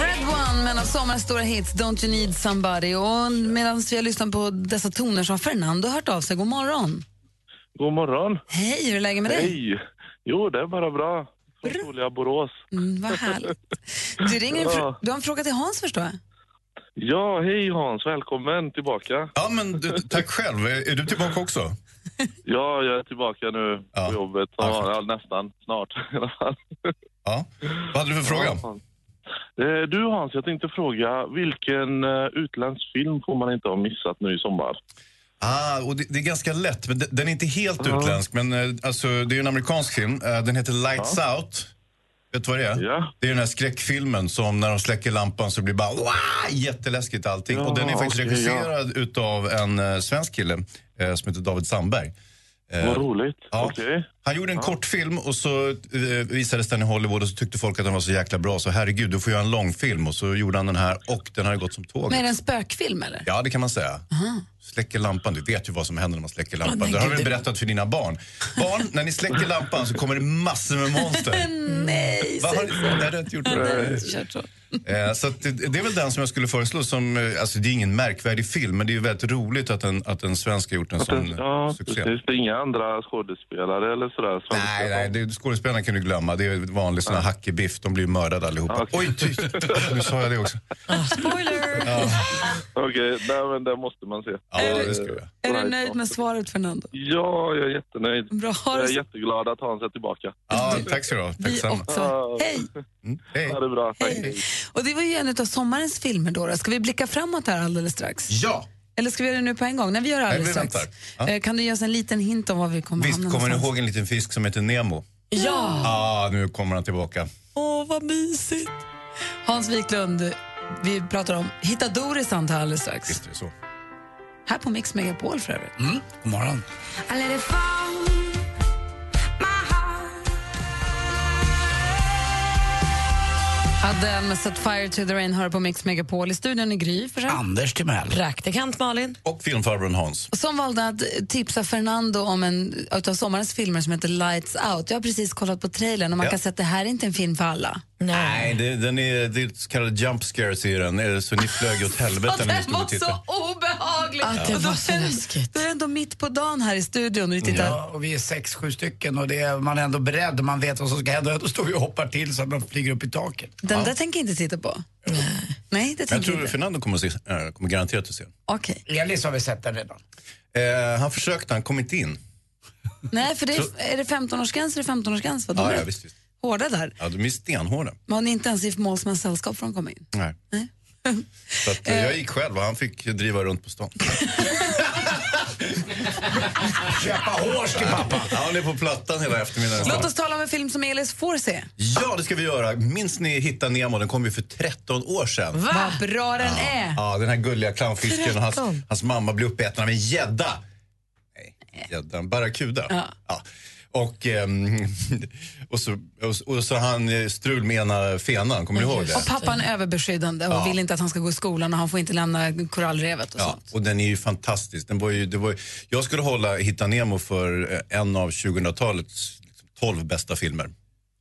Speaker 3: Red One med en av sommarens stora hits, Don't You Need Somebody. Och medan vi har lyssnat på dessa toner så har Fernando hört av sig. God morgon.
Speaker 19: God morgon.
Speaker 3: Hej, hur är läget med dig?
Speaker 19: Hej. Jo, det är bara bra. Från soliga Borås.
Speaker 3: Mm, vad härligt. Du, ringer en fr-
Speaker 19: Ja.
Speaker 3: du har en fråga till Hans förstår jag.
Speaker 19: Ja, hej Hans. Välkommen tillbaka.
Speaker 18: Ja, men du, tack själv. Är är du tillbaka också?
Speaker 19: Ja, jag är tillbaka nu på jobbet. Ja, ja, nästan. Snart i alla fall.
Speaker 18: Ja. Vad hade du för fråga?
Speaker 19: Hans. Eh, Du Hans, jag tänkte fråga vilken eh, utländsk film får man inte ha missat nu i sommar?
Speaker 18: Ah, och det, det är ganska lätt. Men de- den är inte helt utländsk, men eh, alltså, det är ju en amerikansk film. Eh, Den heter Lights Out. Vet du vad det är? Det är den här skräckfilmen som när de släcker lampan så blir bara wow, jätteläskigt allting.
Speaker 19: Ja,
Speaker 18: och den är faktiskt
Speaker 19: okej, ja.
Speaker 18: regisserad utav en eh, svensk kille eh, som heter David Sandberg. Eh,
Speaker 19: Vad roligt.
Speaker 18: Ja.
Speaker 19: Okej.
Speaker 18: Han gjorde en kortfilm och så eh, visades den i Hollywood och så tyckte folk att den var så jäkla bra så herregud, du får göra en långfilm. Och så gjorde han den här och den har gått som tåget.
Speaker 3: Men är det en spökfilm eller?
Speaker 18: Ja, det kan man säga. Släcker lampan. Du vet ju vad som händer när man släcker lampan.
Speaker 3: men
Speaker 18: det har
Speaker 3: gud,
Speaker 18: du
Speaker 3: det-
Speaker 18: berättat för dina barn. Barn, när ni släcker lampan så kommer det massor med monster.
Speaker 3: Nej,
Speaker 18: Vad har ni- Nej, det har jag inte gjort. Eh, Så att det, det är väl den som jag skulle föreslå. Som, eh, alltså, det är ingen märkvärdig film, men det är ju väldigt roligt att en, att en svensk har gjort en
Speaker 19: Att den-
Speaker 18: sån
Speaker 19: ja,
Speaker 18: succé.
Speaker 19: precis. Det är inga andra skådespelare eller sådär?
Speaker 18: Nej, nej det, skådespelarna kan du glömma. Det är ju vanlig sån här hackebiff. De blir ju mördade allihopa. Oj, ty, nu sa jag det också.
Speaker 3: Spoiler!
Speaker 19: Okej, nej men det måste man se. Eh,
Speaker 18: Ja, det ska jag.
Speaker 3: Är du nöjd med svaret Fernando?
Speaker 19: Ja, jag är jättenöjd.
Speaker 3: Bra, ha
Speaker 19: jag
Speaker 3: det
Speaker 19: är
Speaker 3: så-
Speaker 19: jätteglad att Hans är tillbaka.
Speaker 18: Ja, tack så du ha.
Speaker 3: Vi också. Hej!
Speaker 18: Hej.
Speaker 19: Ha det bra. Hej.
Speaker 3: Och det var ju en av sommarens filmer då. då. Ska vi blicka framåt här alldeles strax?
Speaker 18: Ja!
Speaker 3: Eller ska vi göra det nu på en gång? Nej, vi gör det alldeles
Speaker 18: vi
Speaker 3: strax.
Speaker 18: väntar. Ja.
Speaker 3: Eh, Kan du ge oss en liten hint om var vi kommer
Speaker 18: Visst
Speaker 3: hamna
Speaker 18: kommer ni
Speaker 3: någonstans?
Speaker 18: ihåg en liten fisk som heter Nemo?
Speaker 3: Ja!
Speaker 18: Ja, nu kommer han tillbaka.
Speaker 3: Åh, vad mysigt! Hans Wiklund, vi pratar om Hitta Doris antar jag alldeles strax. Visst
Speaker 18: är det så.
Speaker 3: Här på Mix Megapol för övrigt.
Speaker 4: Mm, god morgon.
Speaker 20: I let it fall.
Speaker 3: Adele med Set Fire to the Rain hör på Mix Megapol. I studion i Gry för sig.
Speaker 4: Anders Timell.
Speaker 3: Praktikant Malin.
Speaker 18: Och filmfarbrorn Hans.
Speaker 3: Som valde att tipsa Fernando om en av sommarens filmer som heter Lights Out. Jag har precis kollat på trailern och man
Speaker 18: Ja.
Speaker 3: kan se att det här är inte en film för alla.
Speaker 18: Nej, det, den är, det är så kallade jump scares i den. Eh, Så ni flög ju åt helvete när ni stod och tittade.
Speaker 3: obehagligt!
Speaker 18: Ja. Det var så
Speaker 3: läskigt. Då är det ändå mitt på dagen här i studion och vi tittar.
Speaker 4: Ja, och vi är sex, sju stycken och det är, man är ändå beredd och man vet vad som ska hända. Då står vi och hoppar till så att man flyger upp i taket.
Speaker 3: Den där tänker jag inte titta på. Nej, det
Speaker 18: Jag
Speaker 3: tänker jag
Speaker 18: tror
Speaker 3: inte.
Speaker 18: Fernando kommer, att se, eh, kommer garanterat att se den.
Speaker 3: Okej.
Speaker 4: Elis har vi sett den redan.
Speaker 18: Eh, han försökte, han kom inte in.
Speaker 3: Nej, för det
Speaker 18: Så-
Speaker 3: är, är det 15-årsgräns är det 15-årsgräns. Vad
Speaker 18: Ja,
Speaker 3: de
Speaker 18: ja,
Speaker 3: är
Speaker 18: visst, visst.
Speaker 3: hårda där.
Speaker 18: Ja, de är stenhårda.
Speaker 3: Man är inte ens i målsmäns sällskap för att komma in.
Speaker 18: Nej. Så att, eh, jag gick själv och han fick driva runt på stan.
Speaker 4: Köpa hårs till pappa.
Speaker 18: Ja, han är på plattan hela eftermiddagen.
Speaker 3: Låt oss tala om en film som Elis får se.
Speaker 18: Ja, det ska vi göra. Minns ni Hitta Nemo? Den kom ju för 13 år sedan.
Speaker 3: Vad bra den är.
Speaker 18: Ja, den här gulliga clownfisken och hans,
Speaker 3: 13.
Speaker 18: hans mamma blir uppäten av en gädda. Nej, gädda, en barracuda. Ja. Och, ehm, och, så, och, så- och så han eh, strul med ena fenan, kommer ni ihåg det?
Speaker 3: Och pappan är överbeskyddande och
Speaker 18: Ja.
Speaker 3: vill inte att han ska gå i skolan och han får inte lämna korallrevet. Och så.
Speaker 18: Ja, och den är ju fantastisk. Den var ju, det var ju, jag skulle hålla Hitta Nemo för eh, en av 2000-talets liksom, 12 bästa filmer.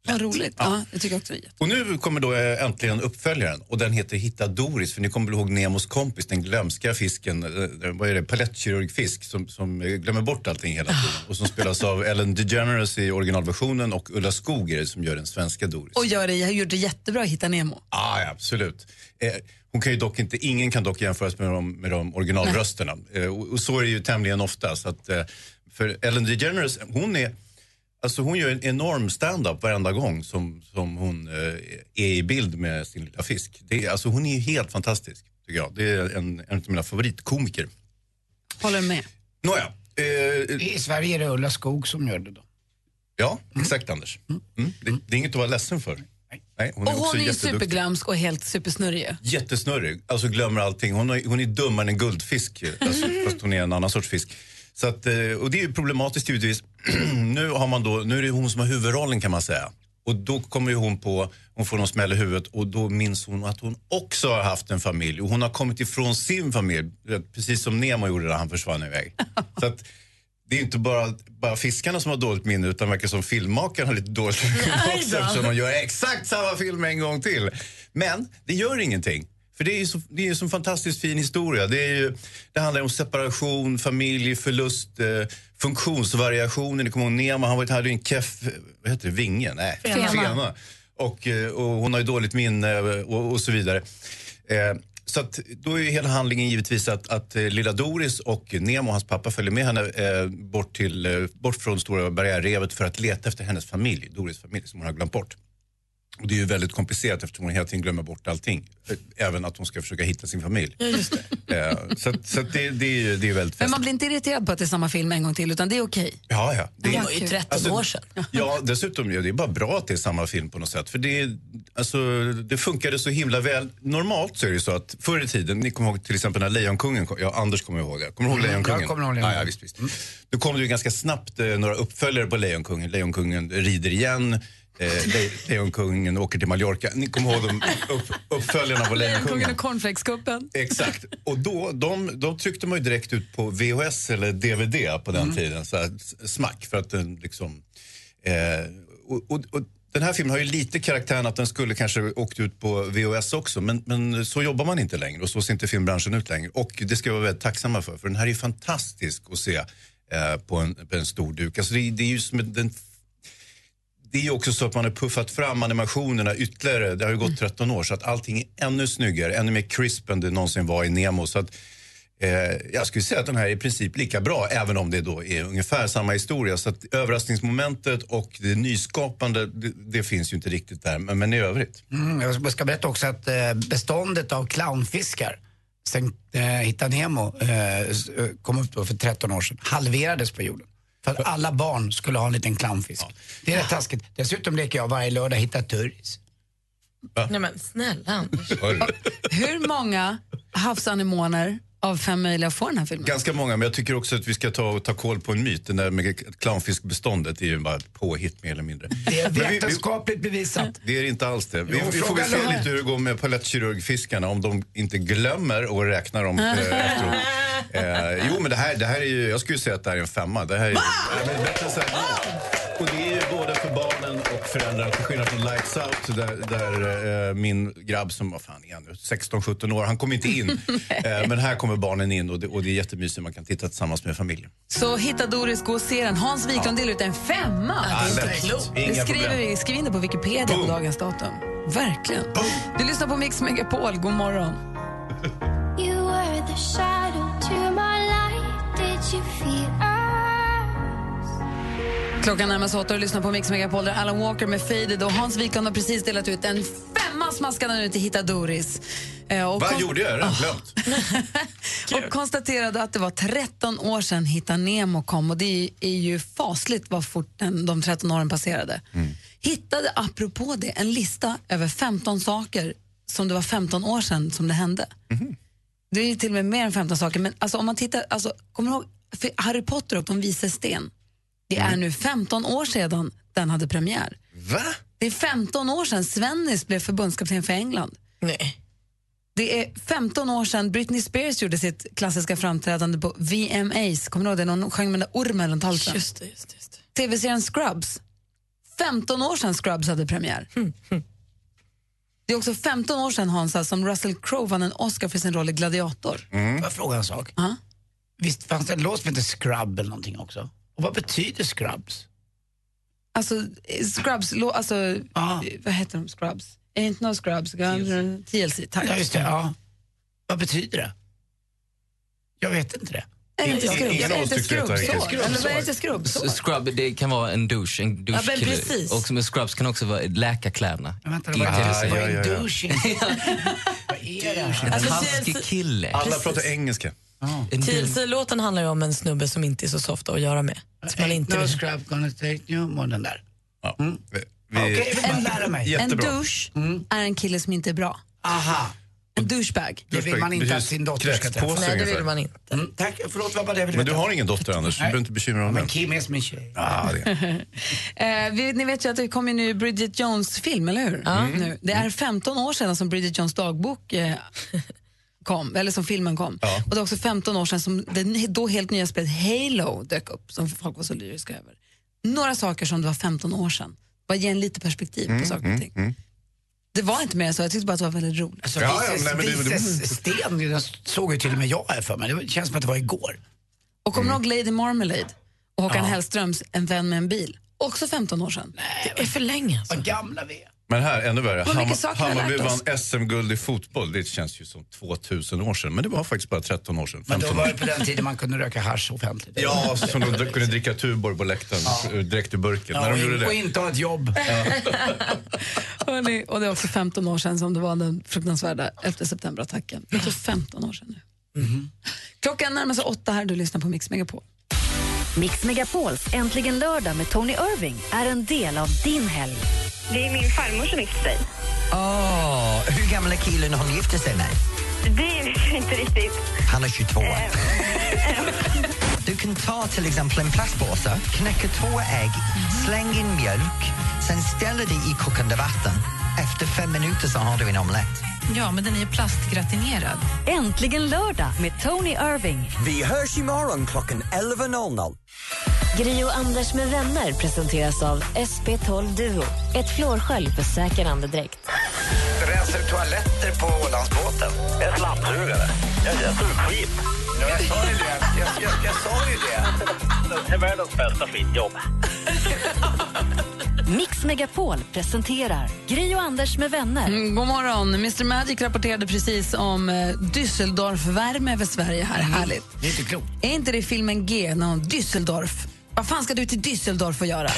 Speaker 3: Vad roligt. Ja. jag tycker också det är jätte-
Speaker 18: Och nu kommer då eh, äntligen uppföljaren och den heter Hitta Doris för ni kommer väl ihåg Nemos kompis, den glömska fisken, eh, vad är det, palettkirurgfisk som, som eh, glömmer bort allting hela tiden och som spelas av Ellen DeGeneres i originalversionen och Ulla Skoog är det som gör den svenska Doris.
Speaker 3: Och gör det, jag gjorde det jättebra i Hitta Nemo.
Speaker 18: Ah, ja, absolut. Eh, hon kan ju dock inte, ingen kan dock jämföras med de, med de originalrösterna. Eh, och, och så är det ju tämligen ofta. Så att, eh, för Ellen DeGeneres, hon är... Alltså hon gör en enorm stand-up varenda gång som, som hon eh, är i bild med sin lilla fisk. Det är, alltså hon är ju helt fantastisk, tycker jag. Det är en, en av mina favoritkomiker.
Speaker 3: Håller med.
Speaker 18: Nåja. Eh,
Speaker 4: I Sverige är det Ulla Skog som gör det då.
Speaker 18: Ja, exakt Anders. Mm. Det, det är inget att vara ledsen för. Nej, hon är
Speaker 3: och
Speaker 18: också
Speaker 3: hon är ju
Speaker 18: jätteduktig.
Speaker 3: superglömsk och helt supersnurrig.
Speaker 18: Jättesnurrig, alltså glömmer allting. Hon, har, hon är dummare än en guldfisk ju. alltså, fast hon är en annan sorts fisk. Så att, eh, och det är ju problematiskt givetvis. nu, har man då, nu är det hon som har huvudrollen kan man säga. Och då kommer ju hon på, hon får någon smäll i huvudet och då minns hon att hon också har haft en familj. Och hon har kommit ifrån sin familj, du vet, precis som Nemo gjorde när han försvann iväg. Så att, det är inte bara, bara fiskarna som har dåligt minne utan verkar som filmmakaren har lite dåligt minne
Speaker 20: Aj
Speaker 18: också
Speaker 20: då.
Speaker 18: eftersom de gör exakt samma film en gång till. Men det gör ingenting. För det är ju så, det är ju så en fantastiskt fin historia. Det, är ju, det handlar om separation, familj, förlust, eh, funktionsvariationer. Ni kommer ihåg Nemo, han var- hade ju en keff, vad heter det, vinge? Nej,
Speaker 20: Fena.
Speaker 18: fena. Och, eh, och hon har ju dåligt minne och, och så vidare. Eh, så att, då är ju hela handlingen givetvis att, att eh, lilla Doris och Nemo, hans pappa, följer med henne eh, bort, till, eh, bort från Stora barriärrevet för att leta efter hennes familj, Doris familj, som hon har glömt bort. Och det är ju väldigt komplicerat eftersom hon hela tiden glömmer bort allting. Eh, Även att hon ska försöka hitta sin familj. Eh, så att, så att det, det, är ju, det är väldigt
Speaker 3: Men
Speaker 18: festligt.
Speaker 3: man blir inte irriterad på att det är samma film en gång till, utan det är okej.
Speaker 18: Ja, ja. Alltså,
Speaker 3: Det var ju 13 år sedan.
Speaker 18: Ja, dessutom ja, det är bara bra att det är samma film på något sätt. För det, alltså, det funkade så himla väl. Normalt så är det ju så att förr i tiden, ni kommer ihåg till exempel när Lejonkungen kom, ja Anders kommer ihåg det. Kommer du ihåg
Speaker 4: Mm, jag
Speaker 18: Lejonkungen?
Speaker 4: kommer ihåg
Speaker 18: ja,
Speaker 4: Lejonkungen.
Speaker 18: ja, visst, visst. Då kom det ju ganska snabbt eh, några uppföljare på Lejonkungen. Lejonkungen rider igen. Eh, Le Lejonkungen åker till Mallorca. Ni kommer ihåg de upp, uppföljarna på Lejonkungen?
Speaker 3: Lejonkungen och cornflakeskuppen.
Speaker 18: Exakt. Och då, de, de tryckte man ju direkt ut på VHS eller DVD på den tiden. Så här, s- smack. För att den liksom... Eh, och, och, och den här filmen har ju lite karaktären att den skulle kanske åkt ut på VHS också. Men, men så jobbar man inte längre och så ser inte filmbranschen ut längre. Och det ska vi vara väldigt tacksamma för. För den här är ju fantastisk att se eh, på, en, på en stor duk. Alltså det, det är ju som en- den det är ju också så att man har puffat fram animationerna ytterligare. Det har ju
Speaker 4: Mm.
Speaker 18: gått 13 år så att allting är ännu snyggare, ännu mer crisp än det någonsin var i Nemo. Så att, eh, jag skulle säga att den här är i princip lika bra, även om det då är ungefär samma historia. Så att överraskningsmomentet och det nyskapande, det, det finns ju inte riktigt där, men, men i övrigt.
Speaker 4: Mm, jag ska- ska berätta också att eh, beståndet av clownfiskar sen eh, Hitta Nemo eh, s- eh, kom upp då för 13 år sedan, halverades på jorden. För att alla barn skulle ha en liten clownfisk. Det är rätt taskigt. Dessutom leker jag varje lördag Hitta Turris.
Speaker 2: Nej men snälla Anders.
Speaker 3: Hur många havsanemoner av fem möjliga får den här
Speaker 4: Mm.
Speaker 3: filmen?
Speaker 18: Ganska många, men jag tycker också att vi ska ta, ta koll på en myt. Den där med clownfiskbeståndet är ju bara ett påhitt mer eller mindre.
Speaker 4: Det är
Speaker 18: Men vi- vi-
Speaker 4: vetenskapligt bevisat.
Speaker 18: Det är det inte alls det. Vi,
Speaker 4: Jo,
Speaker 18: vi får
Speaker 4: fråga
Speaker 18: väl se
Speaker 4: Lotta.
Speaker 18: lite hur det går med palettkirurgfiskarna om de inte glömmer och räknar dem eh, efteråt. Eh, jo, men det här, det här är ju, jag skulle säga att det här är en femma. Det här är, Ja, men bättre än så här. Och det är ju både för barnen och föräldrar, till skillnad från Lights Out där, där eh, min grabb som, vad fan är han nu, 16-17 år, han kom inte in. eh, men här kommer barnen in och det, och det är jättemysigt, man kan titta tillsammans med familjen.
Speaker 3: Så hitta Doris, gå och se den. Hans Wiklund delar ut en femma.
Speaker 18: Ja, det är inte klokt.
Speaker 3: Det
Speaker 18: Inga
Speaker 3: skriver
Speaker 18: problem.
Speaker 3: vi, skriv in det på Wikipedia på dagens datum. Verkligen. Du lyssnar på Mix Megapol. God morgon.
Speaker 20: You were the shadow to my light. Did you feel us?
Speaker 3: Klockan närmar sig åtta och lyssnar på Mix Megapol där Alan Walker med Faded och Hans Wiklund har precis delat ut en femma smaskade nu till Hitta Doris. Eh, och
Speaker 18: Vad
Speaker 3: kon-
Speaker 18: gjorde jag? Jag
Speaker 20: Ah.
Speaker 18: har redan glömt.
Speaker 3: och konstaterade att det var 13 år sedan Hitta Nemo kom och det är ju fasligt vad fort den, de 13 åren passerade. Hittade, apropå det, en lista över 15 saker som det var 15 år sedan som det hände.
Speaker 2: Mhm.
Speaker 3: Det är ju till och med mer än 15 saker, men alltså, om man tittar, alltså, kommer du ihåg för Harry Potter och de vises sten? Det är
Speaker 2: Mm.
Speaker 3: nu 15 år sedan den hade premiär.
Speaker 18: Va?
Speaker 3: Det är 15 år sedan Svennis blev förbundskapten för England.
Speaker 2: Nej.
Speaker 3: Det är 15 år sedan Britney Spears gjorde sitt klassiska framträdande på VMAs. Kommer du ihåg det? Någon sjöng med den där ormen runt halsen.
Speaker 2: Just det, just det, just
Speaker 3: TV-serien Scrubs. 15 år sedan Scrubs hade premiär. Det är också 15 år sedan Hansa som Russell Crowe vann en Oscar för sin roll i Gladiator.
Speaker 18: Mm.
Speaker 4: Får jag fråga en sak? Visst fanns det en låt som hette Scrub eller någonting också? Och vad betyder Scrubs?
Speaker 3: Alltså eh, Scrubs, lo, alltså, eh, vad heter de Scrubs? Ain't no Scrubs, TLC. TLC tack.
Speaker 4: Ja, just det. Ja. Vad betyder det? Jag vet inte det.
Speaker 3: Är det inte skrubb?
Speaker 10: ingen
Speaker 3: Är det
Speaker 10: av oss
Speaker 3: inte
Speaker 10: tyckte detta
Speaker 3: skrubbsår?
Speaker 10: riktigt.
Speaker 3: Eller vad är det skrubbsår?
Speaker 10: S- Scrub, det kan vara en douche, en
Speaker 3: Ja, men
Speaker 10: douchekille.
Speaker 3: precis.
Speaker 10: och men scrubs kan också vara läka kläderna.
Speaker 4: Ja, vänta,
Speaker 10: I
Speaker 4: vad
Speaker 10: till
Speaker 4: är-
Speaker 10: exempel.
Speaker 4: vad är douchen? Vad är det här?
Speaker 10: En
Speaker 2: Alltså,
Speaker 10: taskig
Speaker 2: precis.
Speaker 10: kille.
Speaker 2: Alla Precis. pratar
Speaker 18: engelska.
Speaker 2: TLC-låten handlar ju om en snubbe som inte är så soft att göra med. Som man inte
Speaker 4: No
Speaker 2: vill.
Speaker 4: scrub gonna take you, och den där.
Speaker 18: Ja.
Speaker 4: Okej, jag vill bara lära mig.
Speaker 3: En douche är en kille som inte är bra.
Speaker 4: Aha.
Speaker 3: En douchebag.
Speaker 4: Det vill man inte att sin dotter ska träffa.
Speaker 18: Kräftpåse ungefär.
Speaker 3: inte.
Speaker 4: Mm, tack, förlåt vad var det jag ville
Speaker 18: Men du
Speaker 4: veta?
Speaker 18: har ingen dotter Anders, du
Speaker 4: Nej.
Speaker 18: behöver inte bekymra dig om
Speaker 4: Men
Speaker 18: den.
Speaker 4: Kim är som en tjej.
Speaker 18: Ah, det.
Speaker 3: Eh, vi, ni vet ju att det kommer nu Bridget Jones-film, eller hur?
Speaker 18: Ja. Mm.
Speaker 3: Nu. Det är 15 år sedan som Bridget Jones dagbok eh, kom, eller som filmen kom. Och det är också 15 år sedan som det ny- då helt nya spelet Halo dök upp, som folk var så lyriska över. Några saker som det var 15 år sedan. Bara ge en lite perspektiv
Speaker 4: Mm,
Speaker 3: på saker och ting. Det var inte mer än så, jag tyckte bara att det var väldigt roligt.
Speaker 4: Alltså, Vises, Vises sten den såg ju till och med jag här för mig. Det känns som att det var igår.
Speaker 3: Och kommer du ihåg Lady Marmalade och Håkan
Speaker 4: Ja.
Speaker 3: Hellströms En vän med en bil? Också 15 år sedan. det är för länge. Alltså. Vad
Speaker 4: gamla vi är.
Speaker 18: Men här, ännu värre.
Speaker 3: Vad mycket saker vi har
Speaker 18: Hammarby
Speaker 3: lärt oss.
Speaker 18: vann SM-guld i fotboll. Det känns ju som 2000 år sedan, men det var faktiskt bara 13 år sedan.
Speaker 4: Men då
Speaker 18: 15
Speaker 4: var
Speaker 18: år
Speaker 4: det på den tiden man kunde röka hasch offentligt.
Speaker 18: Ja, som de kunde dricka Tuborg på läktaren eh, direkt ur burken.
Speaker 4: Ja,
Speaker 18: När de
Speaker 4: och,
Speaker 18: gjorde
Speaker 4: in,
Speaker 18: det.
Speaker 4: och inte ha ett jobb.
Speaker 3: Hörrni, och det är också 15 år sedan som det var den fruktansvärda 11 september-attacken. Det är också 15 år sedan nu.
Speaker 18: Mm-hmm.
Speaker 3: Klockan närmar sig åtta här, du lyssnar på Mix Megapol.
Speaker 1: Mix Megapols Äntligen lördag med Tony Irving är en del av din helg.
Speaker 21: Det är min farmor som gifte sig.
Speaker 22: Åh, hur gammal är killen hon gifte sig med?
Speaker 21: Det är inte riktigt.
Speaker 22: Han är 22.
Speaker 15: Äh,
Speaker 22: Du kan ta till exempel en plastpåse, knäcka två ägg,
Speaker 15: Mm.
Speaker 22: släng in mjölk, sen ställer det i kokande vatten. Efter fem minuter så har du en omelett.
Speaker 1: Ja, men den är ju plastgratinerad. Äntligen lördag med Tony Irving.
Speaker 23: Vi hörs imorgon klockan 11.00.
Speaker 6: Gri och Anders med vänner presenteras av SP12 Duo. Ett flårskölj för säker andedräkt.
Speaker 24: Rensar du toaletter på Ålandsbåten? En slamsugare? Jag är sugskit. Ja, jag sa ju det. Jag, jag, jag sa ju det. Det är världens bästa skitjobb.
Speaker 1: Mix Megapol presenterar Gri och Anders med vänner.
Speaker 3: Mm, god morgon. Mr Magic rapporterade precis om eh, Düsseldorf-värme över Sverige här. Härligt.
Speaker 4: Det är inte klokt.
Speaker 3: Är inte det filmen G, någon Düsseldorf? Vad fan ska du till Düsseldorf och göra?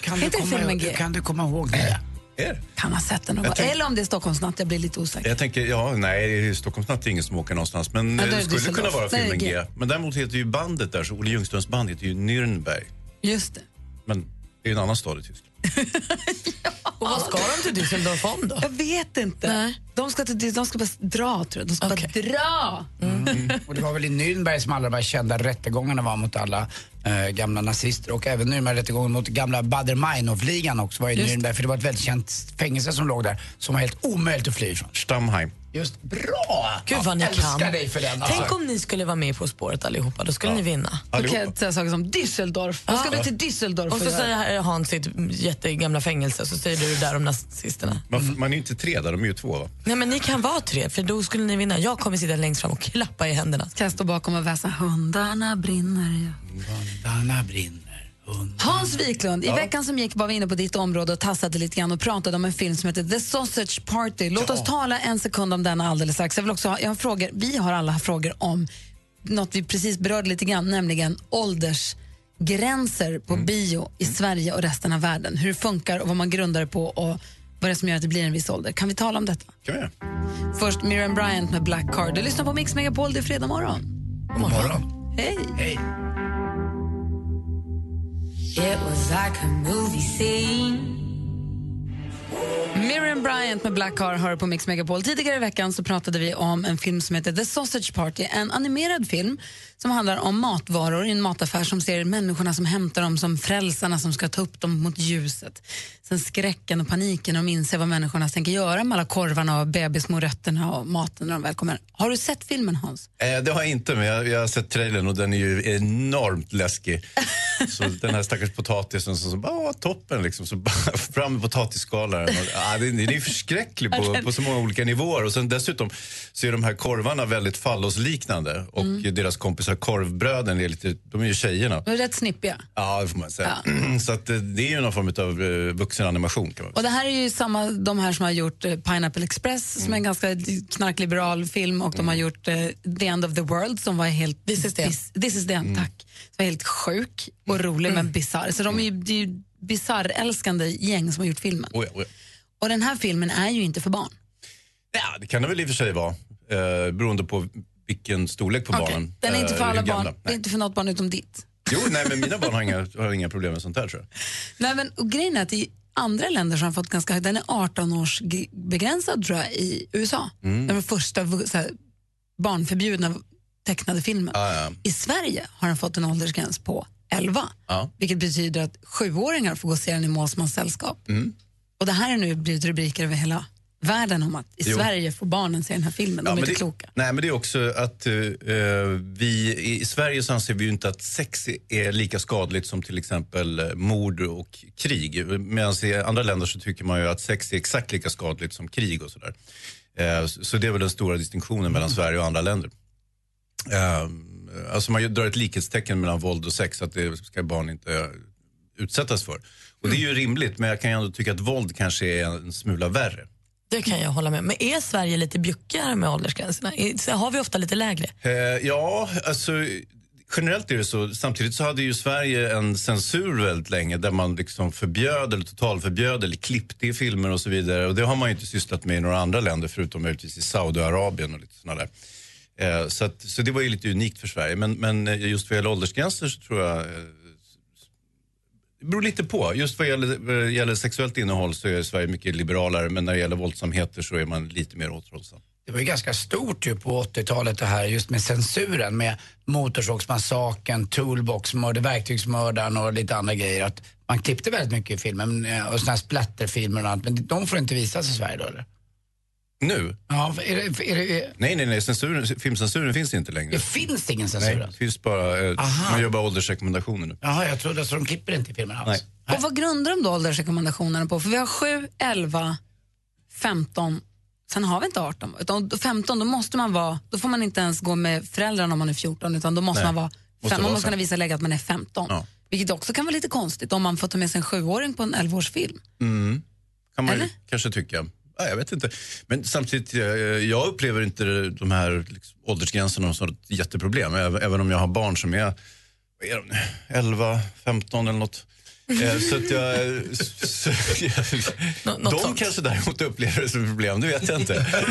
Speaker 4: Kan
Speaker 3: Är
Speaker 4: du,
Speaker 3: inte det
Speaker 4: komma
Speaker 3: filmen
Speaker 4: ihåg,
Speaker 3: G?
Speaker 4: kan du komma ihåg det?
Speaker 18: Är?
Speaker 3: Kan man sätta någon
Speaker 18: Jag tänk-
Speaker 3: Eller om det är Stockholmsnatt, jag blir lite osäker.
Speaker 18: Jag tänker, ja, nej, Stockholmsnatt är ingen som åker någonstans. Men
Speaker 3: Ja,
Speaker 18: eh,
Speaker 3: då är
Speaker 18: det
Speaker 3: det
Speaker 18: skulle
Speaker 3: Düsseldorf.
Speaker 18: kunna vara
Speaker 3: Nej,
Speaker 18: filmen
Speaker 3: G.
Speaker 18: G. Men däremot heter ju bandet där, så Olle Ljungströms band heter ju Nürnberg.
Speaker 3: Just det.
Speaker 18: Men det är en annan stad i Tyskland.
Speaker 2: Och vad ska de till Düsseldorf om då?
Speaker 3: Jag vet inte. De ska, till, de ska bara dra, tror jag. De ska bara dra.
Speaker 4: Mm. Och det var väl i Nürnberg som alla de här kända rättegångarna var mot alla eh, gamla nazister och även Nürnbergrättegången mot gamla Bader Meinhof-ligan också var i
Speaker 18: Just det.
Speaker 4: Nürnberg för det var ett väldigt känt fängelse som låg där som var helt omöjligt att fly ifrån.
Speaker 18: Stammheim.
Speaker 4: Just bra!
Speaker 2: Gud vad ni
Speaker 4: Jag älskar
Speaker 2: kan.
Speaker 4: dig för den. alltså.
Speaker 2: Tänk om ni skulle vara med På spåret allihopa, då skulle ni vinna.
Speaker 3: Då kan jag säga saker som Düsseldorf. Vad ska du till Düsseldorf
Speaker 2: Och så
Speaker 3: göra?
Speaker 2: säger Hans sitt jättegamla fängelse så säger du det där om nazisterna.
Speaker 3: Mm.
Speaker 18: Man, man är ju inte tre där, de är ju två va?
Speaker 2: Nej men ni kan vara tre för då skulle ni vinna. Jag kommer sitta längst fram och klappa i händerna.
Speaker 3: Kan jag stå bakom och väsa hundarna brinner ja.
Speaker 4: Hundarna brinner.
Speaker 3: Hans Wiklund, i
Speaker 4: Ja.
Speaker 3: veckan som gick var vi inne på ditt område och tassade lite grann och pratade om en film som heter The Sausage Party. Låt oss tala en sekund om den alldeles strax. Jag vill också ha, jag har frågor, vi har alla frågor om något vi precis berörde lite grann, nämligen åldersgränser på bio i Sverige och resten av världen. Hur det funkar och vad man grundar det på och vad det är som gör att det blir en viss ålder. Kan vi tala om detta?
Speaker 18: Kan vi göra.
Speaker 3: Först Miriam Bryant med Black Card. Du lyssnar på Mix Megapol, det är fredag morgon.
Speaker 4: God morgon.
Speaker 3: Hej!
Speaker 4: Hej!
Speaker 25: It was like a movie scene.
Speaker 3: Miriam Bryant med Black Car hör på Mix Megapol. Tidigare i veckan så pratade vi om en film som heter The Sausage Party. En animerad film som handlar om matvaror i en mataffär som ser människorna som hämtar dem som frälsarna som ska ta upp dem mot ljuset. Sen skräcken och paniken och de inser vad människorna tänker göra med alla korvarna och bebismorötterna och maten när de väl kommer. Har du sett filmen Hans?
Speaker 18: Eh, det har jag inte, men jag, jag har sett trailern och den är ju enormt läskig. Så den här stackars potatisen som, som bara, "Åh, toppen liksom, så bara fram med potatisskalaren. Och, ah, den, den är ju förskräcklig på, på så många olika nivåer. Och sen dessutom så är de här korvarna väldigt fallosliknande och
Speaker 3: Mm.
Speaker 18: deras kompisar korvbröden är lite, de är ju tjejerna.
Speaker 3: De är rätt snippiga.
Speaker 18: Ja, det får man säga. Så att, eh, det är ju någon form av eh, vuxenanimation kan man
Speaker 3: Och det här är ju samma, de här som har gjort eh, Pineapple Express som är en ganska knarkliberal film och de har gjort eh, The End of the World som var helt... This is the end. This is the end, tack. Som var helt sjuk och rolig men bisarr. Så de är ju, det är ju bisarrälskande gäng som har gjort filmen.
Speaker 18: Oh ja, oh ja.
Speaker 3: Och den här filmen är ju inte för barn.
Speaker 18: Ja, det kan det väl i och för sig vara. Eh, beroende på vilken storlek på barnen.
Speaker 3: Den är inte
Speaker 18: Eh,
Speaker 3: för
Speaker 18: hur
Speaker 3: alla
Speaker 18: gamla.
Speaker 3: barn, det är inte för något barn utom ditt.
Speaker 18: Jo, nej, men mina barn har inga, har inga problem med sånt här tror jag.
Speaker 3: Nej, men, och grejen är att det är andra länder som har fått ganska hög. Den är 18 års g- begränsad tror jag i USA.
Speaker 20: Mm.
Speaker 3: Den var första vu- så här, barnförbjudna tecknade filmen. I Sverige har den fått en åldersgräns på 11.
Speaker 18: Ja.
Speaker 3: Vilket betyder att sjuåringar får gå och se den i målsmans sällskap.
Speaker 18: Mm.
Speaker 3: Och det här är nu blivit rubriker över hela världen om att i
Speaker 18: Jo.
Speaker 3: Sverige får barnen se den här filmen. De är
Speaker 18: men
Speaker 3: inte
Speaker 18: det,
Speaker 3: kloka.
Speaker 18: Nej, men det är också att eh, eh, vi i Sverige så anser vi ju inte att sex är lika skadligt som till exempel eh, mord och krig. Medan i andra länder så tycker man ju att sex är exakt lika skadligt som krig och sådär. Eh, så, så det är väl den stora distinktionen
Speaker 3: Mm.
Speaker 18: mellan Sverige och andra länder. Eh, alltså man ju drar ett likhetstecken mellan våld och sex, att det ska barn inte eh, utsättas för. Och det är ju rimligt, men jag kan ju ändå tycka att våld kanske är en smula värre.
Speaker 2: Det kan jag hålla med Men är Sverige lite bjuckigare med åldersgränserna? Är- så Har vi ofta lite lägre?
Speaker 18: Eh, ja, alltså generellt är det så. Samtidigt så hade ju Sverige en censur väldigt länge där man liksom förbjöd eller totalförbjöd eller klippte i filmer och så vidare. Och det har man ju inte sysslat med i några andra länder förutom möjligtvis i Saudiarabien och lite sådana där. Eh, så, att, så det var ju lite unikt för Sverige. Men, men eh, just vad gäller åldersgränser så tror jag eh, det beror lite på. Just vad gäller, vad gäller sexuellt innehåll så är Sverige mycket liberalare men när det gäller våldsamheter så är man lite mer återhållsam.
Speaker 4: Det var ju ganska stort ju på 80-talet det här just med censuren med Motorsågsmassakern, Toolboxmördaren, Verktygsmördaren och lite andra grejer. Att man klippte väldigt mycket i filmen eh, och sådana här splatterfilmer och allt. Men de får inte visas i Sverige då eller?
Speaker 18: Nu?
Speaker 4: Ja, är det, är det,
Speaker 18: Nej, nej, nej. Censuren, filmcensuren finns inte längre.
Speaker 4: Det finns ingen censur alltså.
Speaker 18: Nej, det finns bara, eh,
Speaker 4: Aha.
Speaker 18: man gör bara åldersrekommendationer nu.
Speaker 4: jaha, jag trodde så de klipper inte i filmen alls.
Speaker 18: Nej.
Speaker 3: Och vad grundar de då åldersrekommendationerna på? För vi har 7, 11, 15, sen har vi inte 18. Utan 15, då måste man vara, då får man inte ens gå med föräldrarna om man är 14, utan då måste
Speaker 20: Nej.
Speaker 3: man vara,
Speaker 20: Måste
Speaker 3: fem, man
Speaker 20: vara
Speaker 3: måste kunna
Speaker 20: fem.
Speaker 3: visa läge att man är 15.
Speaker 20: Ja.
Speaker 3: Vilket också kan vara lite konstigt om man får ta med sig en sjuåring på en 11-årsfilm.
Speaker 18: Mm. Kan man ju kanske tycka. Ja, jag vet inte. Men samtidigt, eh, jag upplever inte de här liksom, åldersgränserna som ett jätteproblem. Även, även om jag har barn som är, vad är de nu? 11, 15 eller något. Eh, Så att jag... Så, de kanske däremot upplever det som ett problem, det vet jag inte.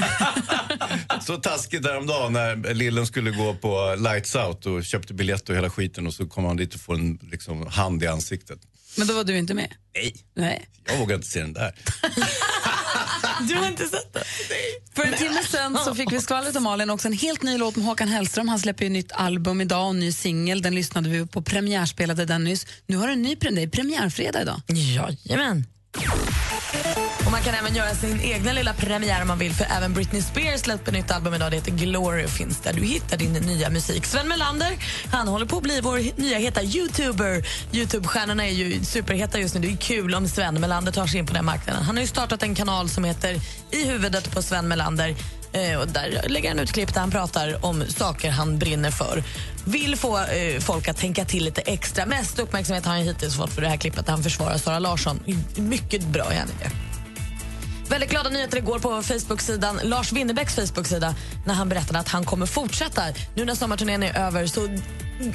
Speaker 18: så taskigt häromdagen när lillen skulle gå på Lights Out och köpte biljett och hela skiten och så kom han dit och får en liksom, hand i ansiktet.
Speaker 3: Men då var du inte med?
Speaker 18: Nej.
Speaker 3: Nej.
Speaker 18: Jag vågar inte se den där.
Speaker 3: Du har inte sett det? För en timme sen så fick vi skvallret om Malin också en helt ny låt med Håkan Hellström. Han släpper ju nytt album idag och en ny singel. Den lyssnade vi på, premiärspelade den nyss. Nu har du en ny premiär, premiärfredag idag.
Speaker 2: Jajamän. Och man kan även göra sin egna lilla premiär om man vill för även Britney Spears släpper nytt album idag. Det heter Glory och finns där du hittar din nya musik. Sven Melander, han håller på att bli vår he- nya heta youtuber. Youtube-stjärnorna är ju superheta just nu. Det är ju kul om Sven Melander tar sig in på den marknaden. Han har ju startat en kanal som heter I huvudet på Sven Melander. Eh, och där lägger han ut klipp där han pratar om saker han brinner för. Vill få eh, folk att tänka till lite extra. Mest uppmärksamhet har han hittills fått för det här klippet där han försvarar Sara Larsson. Mycket bra är han i det. Väldigt glada nyheter igår på Facebook-sidan Lars Winnerbäcks Facebook-sida när han berättade att han kommer fortsätta. Nu när sommarturnén är över så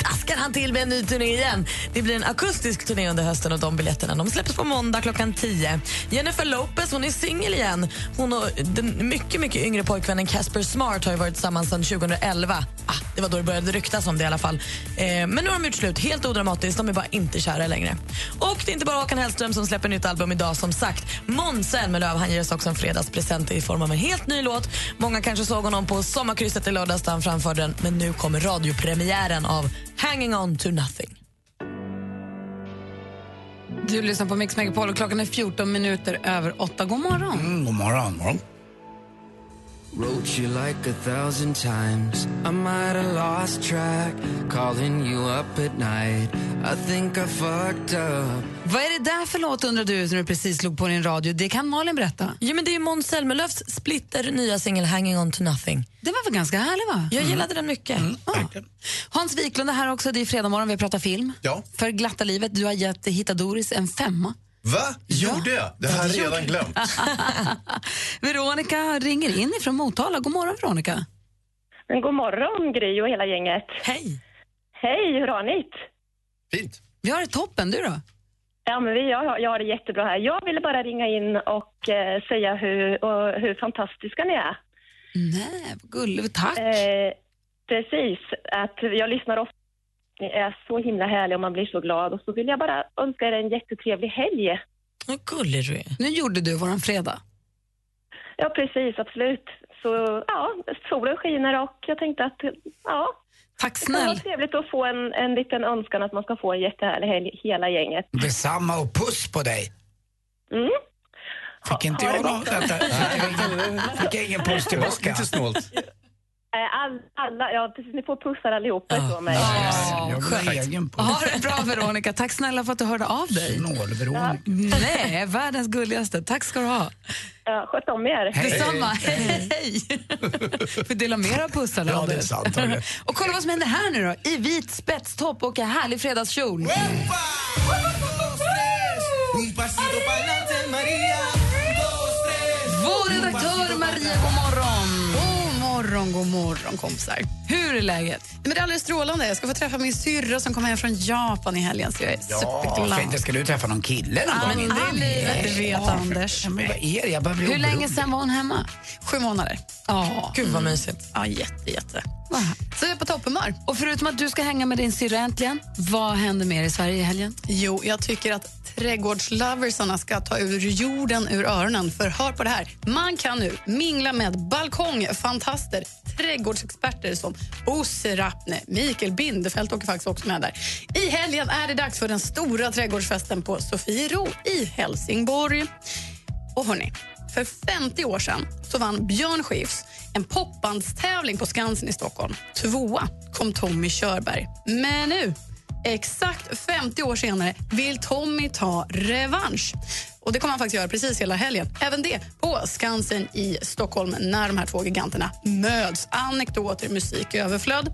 Speaker 2: daskar han till med en ny turné igen. Det blir en akustisk turné under hösten och de biljetterna de släpps på måndag klockan 10. Jennifer Lopez hon är singel igen. Hon och den mycket, mycket yngre pojkvännen Casper Smart har ju varit tillsammans sedan 2011. Ah, det var då det började ryktas om det i alla fall. Eh, men nu har de gjort slut, helt odramatiskt. De är bara inte kära längre. Och det är inte bara Håkan Hellström som släpper nytt album idag som sagt. Måns Zelmerlöw han ger oss också en fredagspresent i form av en helt ny låt. Många kanske såg honom på Sommarkrysset i lördags där han framförde den. Men nu kommer radiopremiären av Hanging on to nothing.
Speaker 3: Du lyssnar på Mix Megapol och klockan är 14 minuter över 8. God morgon.
Speaker 4: Mm, God morgon.
Speaker 7: Wrote you like a thousand times. I might have lost track. Calling you up at night. I think I fucked up.
Speaker 3: Vad är det där för låt undrar du när du precis slog på din radio? Det kan Malin berätta.
Speaker 2: Ja, men det är Måns Zelmerlöws splitter nya singel Hanging on to nothing.
Speaker 3: Den var väl ganska härlig va?
Speaker 4: Mm.
Speaker 2: Jag gillade den mycket.
Speaker 3: Hans Wiklund är här också. Det är fredag morgon, vi pratar film.
Speaker 18: Ja.
Speaker 3: För glatta livet, du har gett Hitta Doris en femma.
Speaker 18: Va? Gjorde jag? Det här har jag redan glömt.
Speaker 3: Veronica ringer in ifrån Motala. God morgon Veronica.
Speaker 7: Men god morgon Gry och hela gänget.
Speaker 2: Hej!
Speaker 7: Hej, hur har ni det?
Speaker 3: Vi har det toppen, du då?
Speaker 7: Ja, men vi, jag, har- jag har det jättebra här. Jag ville bara ringa in och eh, säga hur, och, hur fantastiska ni är.
Speaker 3: Nej, vad gulligt. Tack.
Speaker 7: Eh, precis, att jag lyssnar ofta. Ni är så himla härliga och man blir så glad. Och så vill jag bara önska er en jättetrevlig helg.
Speaker 2: Vad gullig du är.
Speaker 3: Nu gjorde du våran fredag.
Speaker 15: Ja, precis, absolut. Så ja, solen skiner och jag tänkte att ja.
Speaker 3: Tack
Speaker 15: Det kan vara trevligt att få en, en liten önskan att man ska få en jättehärlig helg, hela gänget.
Speaker 4: Detsamma och puss på dig.
Speaker 15: Mm.
Speaker 4: Fick inte
Speaker 15: ha
Speaker 4: jag
Speaker 15: det
Speaker 4: något?
Speaker 15: gott.
Speaker 4: Vänta, Fick jag ingen- fick jag ingen puss tillbaka? Lite snålt.
Speaker 15: Eh, All, alla, ja precis, ni får pussar allihopa ifrån mig.
Speaker 4: Jag vill ha egen puss.
Speaker 3: Ha det bra, Veronica. Tack snälla för att du hörde av dig.
Speaker 4: Snål-Veronica.
Speaker 3: Nej, världens gulligaste. Tack ska du ha.
Speaker 15: Ja, sköt om er.
Speaker 4: Hej.
Speaker 3: Detsamma. Hej. hej. Får dela mer av pussar.
Speaker 4: Ja,
Speaker 3: Anders.
Speaker 4: det är sant, hörru.
Speaker 3: och kolla vad som händer här nu då. I vit spetstopp och en härlig fredagskjol. Vår redaktör Maria, god morgon.
Speaker 14: God morgon, god morgon kompisar.
Speaker 3: Hur är läget?
Speaker 14: Men det är alldeles strålande. Jag ska få träffa min syrra som kommer hem från Japan i helgen. Så jag är
Speaker 4: Ja,
Speaker 14: superglad.
Speaker 4: ska inte ska du träffa någon kille någon
Speaker 14: Ja, men
Speaker 4: gång?
Speaker 14: det är livet, det vet
Speaker 4: Anders. Men vad är det? Jag börjar bli
Speaker 14: Hur länge
Speaker 4: orolig.
Speaker 14: sen var hon hemma? Sju månader. Ja.
Speaker 2: Gud vad mysigt.
Speaker 14: Ja, jätte, jätte.
Speaker 3: Så jag är på topphumör. Och förutom att du ska hänga med din syrra äntligen, vad händer mer i Sverige i helgen?
Speaker 14: Jo, jag tycker att trädgårdsloversarna ska ta ur jorden ur öronen. För hör på det här. Man kan nu mingla med balkongfantaster, trädgårdsexperter som Bosse Rappne, Mikael Bindefeld åker faktiskt också med där. I helgen är det dags för den stora trädgårdsfesten på Sofiero i Helsingborg. Och hörni, för 50 år sedan så vann Björn Skifs en popbandstävling på Skansen i Stockholm. Tvåa kom Tommy Körberg. Men nu, exakt 50 år senare, vill Tommy ta revansch. Och Det kommer han faktiskt göra precis hela helgen. Även det på Skansen i Stockholm när de här två giganterna möts. Anekdoter, musik i överflöd.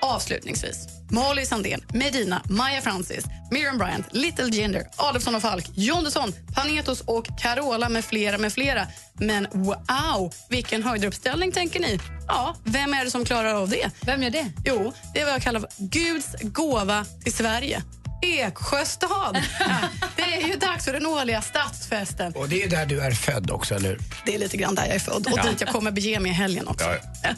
Speaker 14: Avslutningsvis, Molly Sandén, Medina, Maya Francis, Miriam Bryant, Little Jinder, Adolfsson och Falk, Jondesson, Panetos och Carola med flera, med flera. Men wow, vilken höjderuppställning tänker ni? Ja, vem är det som klarar av det?
Speaker 3: Vem gör det?
Speaker 14: Jo, det är vad jag kallar för Guds gåva till Sverige. Eksjö stad! Ja, det är ju dags för den årliga stadsfesten.
Speaker 4: Och det är där du är född också, eller hur?
Speaker 14: Det är lite grann där jag är född och
Speaker 4: Ja.
Speaker 14: dit jag kommer bege mig i helgen också.
Speaker 4: Ja,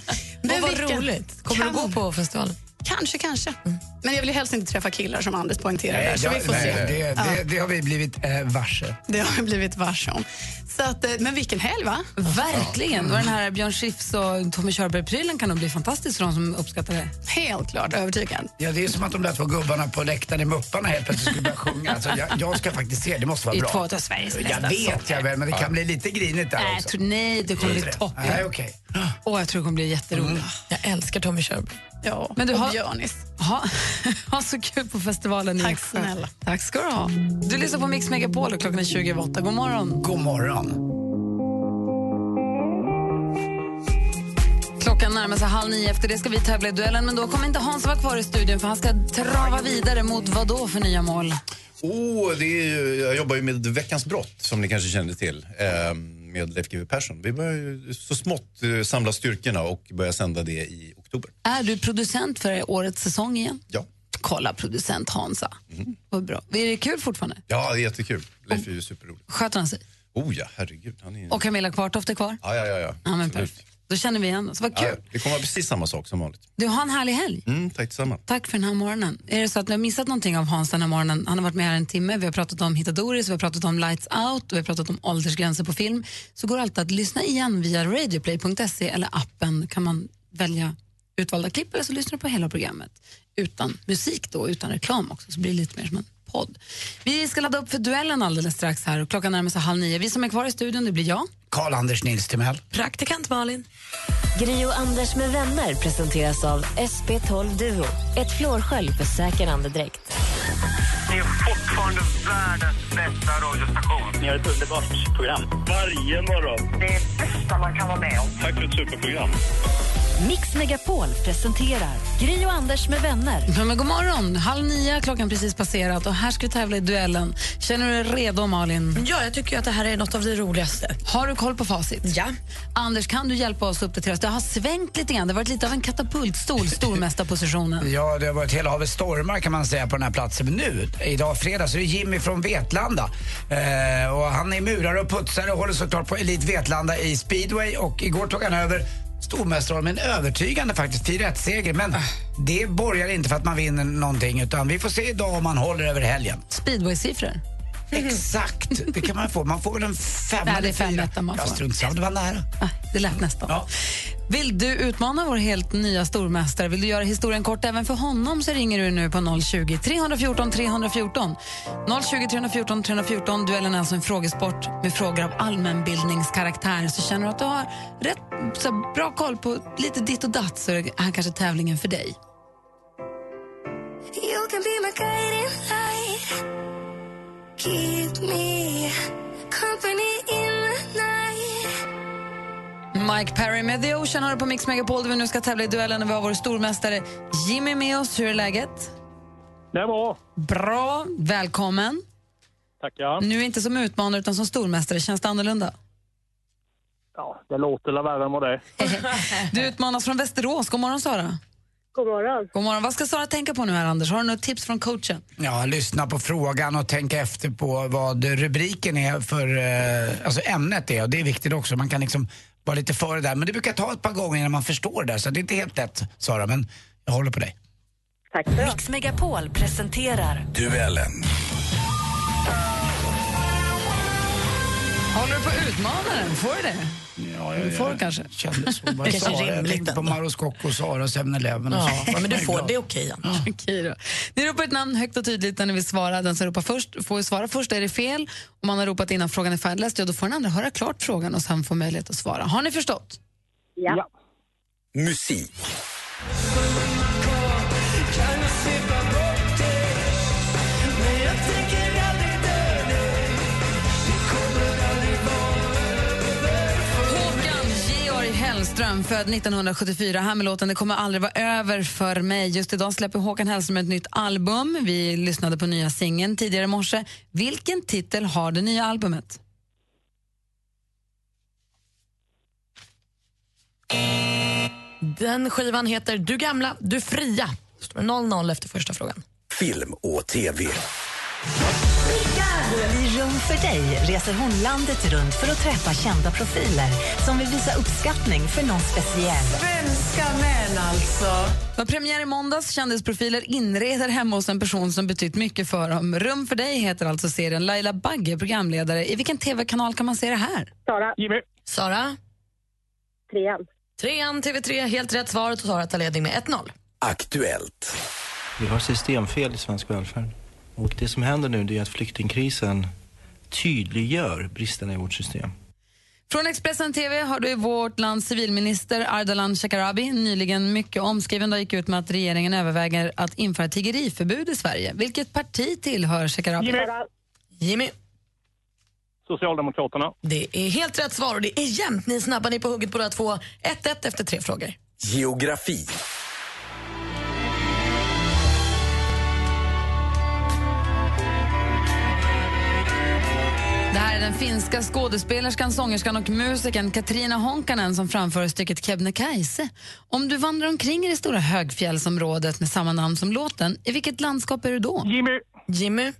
Speaker 14: Men
Speaker 2: och vad
Speaker 14: vilken-
Speaker 2: roligt. Kommer du
Speaker 14: Kan-
Speaker 2: gå på festivalen?
Speaker 14: Kanske, kanske.
Speaker 3: Mm.
Speaker 14: Men jag vill ju helst inte träffa killar som Anders poängterar där, så
Speaker 4: jag-
Speaker 14: vi får
Speaker 4: nej,
Speaker 14: se.
Speaker 4: Det,
Speaker 14: Ja,
Speaker 4: det, det har vi blivit eh, varse.
Speaker 14: det har jag blivit varse om. Så att, eh, men vilken helg, va?
Speaker 3: Verkligen. Och den här Björn Skifs och Tommy Körberg-prylen kan nog bli fantastisk för de som uppskattar det.
Speaker 14: Helt klart övertygad.
Speaker 4: Ja, det är som att de där två gubbarna på läktaren i Mupparna helt plötsligt skulle börja sjunga. Alltså, jag, jag ska faktiskt se, det måste vara
Speaker 3: Det är
Speaker 4: bra.
Speaker 3: två av Sveriges bästa
Speaker 4: Jag vet
Speaker 3: sångare.
Speaker 4: jag väl, men det
Speaker 3: Ja.
Speaker 4: kan bli lite grinigt där
Speaker 3: Nej, jag
Speaker 4: också.
Speaker 3: tror, nej, det kommer bli
Speaker 4: Tror du
Speaker 3: toppen.
Speaker 4: Nej, Mm. okej.
Speaker 3: Åh, jag tror det kommer bli jätteroligt.
Speaker 2: Jag älskar Tommy Körberg.
Speaker 14: Ja,
Speaker 3: Men du
Speaker 14: och
Speaker 3: har-
Speaker 14: Björnis.
Speaker 3: Ha, ha så kul på festivalen i
Speaker 14: Tack
Speaker 3: Eksjö.
Speaker 14: snälla.
Speaker 3: Tack ska du ha. Du lyssnar på Mix Megapol och klockan är 20 över åtta. God morgon.
Speaker 4: God morgon.
Speaker 3: Klockan närmar sig halv nio. Efter det ska vi tävla i duellen. Men då kommer inte Hans vara kvar i studion för han ska trava vidare mot vad då för nya mål?
Speaker 18: Oh, det är ju, jag jobbar ju med Veckans brott, som ni kanske känner till, eh, med Leif GW Persson. Vi börjar ju så smått eh, samla styrkorna och börja sända det i oktober.
Speaker 3: Är du producent för årets säsong igen?
Speaker 18: Ja.
Speaker 3: Kolla producent Hansa. Vad bra. Är det kul fortfarande?
Speaker 18: Ja, det är jättekul. Leif är ju superrolig.
Speaker 3: Sköter han sig?
Speaker 18: Oh ja, herregud. Han är ju...
Speaker 3: Och Camilla Kvartoft är kvar?
Speaker 18: Ja, ja, ja. ja.
Speaker 3: Ja, men
Speaker 18: Absolut.
Speaker 3: perfekt. Då känner vi igen oss. Vad
Speaker 18: Ja,
Speaker 3: kul.
Speaker 18: det kommer vara precis samma sak som vanligt.
Speaker 3: Du, har en härlig helg.
Speaker 18: Mm, tack detsamma.
Speaker 3: Tack för den här morgonen. Är det så att ni har missat någonting av Hans den här morgonen? Han har varit med här en timme. Vi har pratat om Hitadoris, vi har pratat om Lights Out och vi har pratat om åldersgränser på film. Så går det alltid att lyssna igen via radioplay.se eller appen kan man välja utvalda klipp eller så lyssnar du på hela programmet. Utan musik då, utan reklam också, så blir det lite mer som en podd. Vi ska ladda upp för duellen alldeles strax här och klockan närmar sig halv nio. Vi som är kvar i studion, det blir jag.
Speaker 4: Karl-Anders Nils Timell.
Speaker 2: Praktikant Malin.
Speaker 6: Gri och Anders med vänner presenteras av SP12 Duo. Ett flårskölj för säker andedräkt.
Speaker 8: Ni är fortfarande världens bästa radiostation. Ni har ett underbart program. Varje morgon. Det är det bästa man kan vara med om. Tack för ett superprogram.
Speaker 1: Mix Megapol presenterar Gri och Anders med vänner.
Speaker 3: Ja, men god morgon! Halv nio har klockan precis passerat och här ska vi tävla i duellen. Känner du dig redo, Malin?
Speaker 2: Ja, jag tycker att det här är något av det roligaste.
Speaker 3: Har du koll på facit? Ja. Anders, kan du hjälpa oss att uppdatera oss? Det har svängt lite grann. Det har varit lite av en katapultstol, stormästarpositionen.
Speaker 4: Ja, det har varit hela havet stormar kan man säga på den här platsen. Men nu, idag fredag, så är det Jimmy från Vetlanda. Eh, och han är murare och putsare och håller såklart på Elit Vetlanda i speedway. Och igår tog han över stormästarrollen med en övertygande faktiskt 4 seger Men det borgar inte för att man vinner någonting utan vi får se idag om han håller över helgen.
Speaker 3: Speedway-siffror.
Speaker 4: Exakt, det kan man få. Man får väl en femma
Speaker 3: Nej, det är
Speaker 4: eller fyra.
Speaker 3: femetta man
Speaker 4: Jag
Speaker 3: får.
Speaker 4: strunt samma, det var nära.
Speaker 3: Det lät nästan. Vill du utmana vår helt nya stormästare? Vill du göra historien kort även för honom så ringer du nu på 020-314 314. 020 314 314. Duellen är alltså en frågesport med frågor av allmänbildningskaraktär. Så känner du att du har rätt så här, bra koll på lite ditt och datt så är här kanske tävlingen för dig.
Speaker 20: You can be my guiding light. Keep me company in the night.
Speaker 3: Mike Perry med The Ocean har du på Mix Megapol där vi nu ska tävla i duellen och vi har vår stormästare Jimmy med oss. Hur är läget?
Speaker 11: Det är bra.
Speaker 3: Bra. Välkommen.
Speaker 11: Tackar. Eh.
Speaker 3: Nu inte som utmanare utan som stormästare. Känns det annorlunda?
Speaker 11: Ja, det låter la värre än vad det är.
Speaker 3: Du utmanas från Västerås. God morgon, Sara. God morgon. God morgon. Vad ska Sara tänka på nu, här, Anders? Har du något tips från coachen?
Speaker 4: Ja, lyssna på frågan och tänk efter på vad rubriken är för, eh, alltså ämnet är. Och det är viktigt också, man kan liksom vara lite före där. Men det brukar ta ett par gånger innan man förstår det, så det är inte helt lätt Sara, men jag håller på dig.
Speaker 1: Mix Megapol presenterar
Speaker 4: Duellen.
Speaker 3: Håller du på att utmana den? Får du det?
Speaker 4: Ja,
Speaker 3: Du får kanske.
Speaker 4: Kände så. Bara
Speaker 3: Det känns
Speaker 4: Sara. Jag
Speaker 3: rimligt
Speaker 4: tänkte på Maros Scocco och Sara och 7-Eleven. och så.
Speaker 3: Ja, men du får, det är
Speaker 2: okej.
Speaker 3: Okej då. Ni ropar ett namn högt och tydligt när ni vill svara. Den som ropar först får ju svara först. Är det fel och man har ropat innan frågan är färdigläst, ja, då får den andra höra klart frågan och sen får möjlighet att svara. Har ni förstått?
Speaker 11: Ja.
Speaker 23: Musik.
Speaker 3: Håkan Georg Hellström, född 1974. Här med låten Det kommer aldrig vara över för mig. Just idag släpper Håkan Hellström ett nytt album. Vi lyssnade på nya singeln tidigare i morse. Vilken titel har det nya albumet?
Speaker 2: Den skivan heter Du gamla, du fria. Står det 0-0 efter första frågan.
Speaker 23: Film och TV.
Speaker 1: Idol i Rum för dig reser hon landet runt för att träffa kända profiler som vill visa uppskattning för någon speciell.
Speaker 3: Svenska män alltså. Var premiär i måndags. Kändisprofiler inreder hemma hos en person som betytt mycket för dem. Rum för dig heter alltså serien. Laila Bagge, programledare. I vilken tv-kanal kan man se det här?
Speaker 2: Sara. Sara? Trean. Trean, TV3. Helt rätt svaret och Sara tar ledning med 1-0.
Speaker 23: Aktuellt.
Speaker 12: Vi har systemfel i svensk välfärd. Och det som händer nu det är att flyktingkrisen tydliggör bristerna i vårt system.
Speaker 3: Från Expressen TV har du i vårt lands civilminister Ardalan Shekarabi nyligen mycket omskriven dag gick ut med att regeringen överväger att införa tiggeriförbud i Sverige. Vilket parti tillhör Shekarabi?
Speaker 11: Jimmy.
Speaker 2: Jimmy.
Speaker 11: Socialdemokraterna.
Speaker 2: Det är helt rätt svar och det är jämnt. Ni är snabba, ni är på hugget båda två. 1-1 efter tre frågor.
Speaker 23: Geografi.
Speaker 3: Det här är den finska skådespelerskan, sångerskan och musikern Katrina Honkanen som framför stycket Kebnekaise. Om du vandrar omkring i det stora högfjällsområdet med samma namn som låten, i vilket landskap är du då?
Speaker 11: Jimmy.
Speaker 2: Jimmy.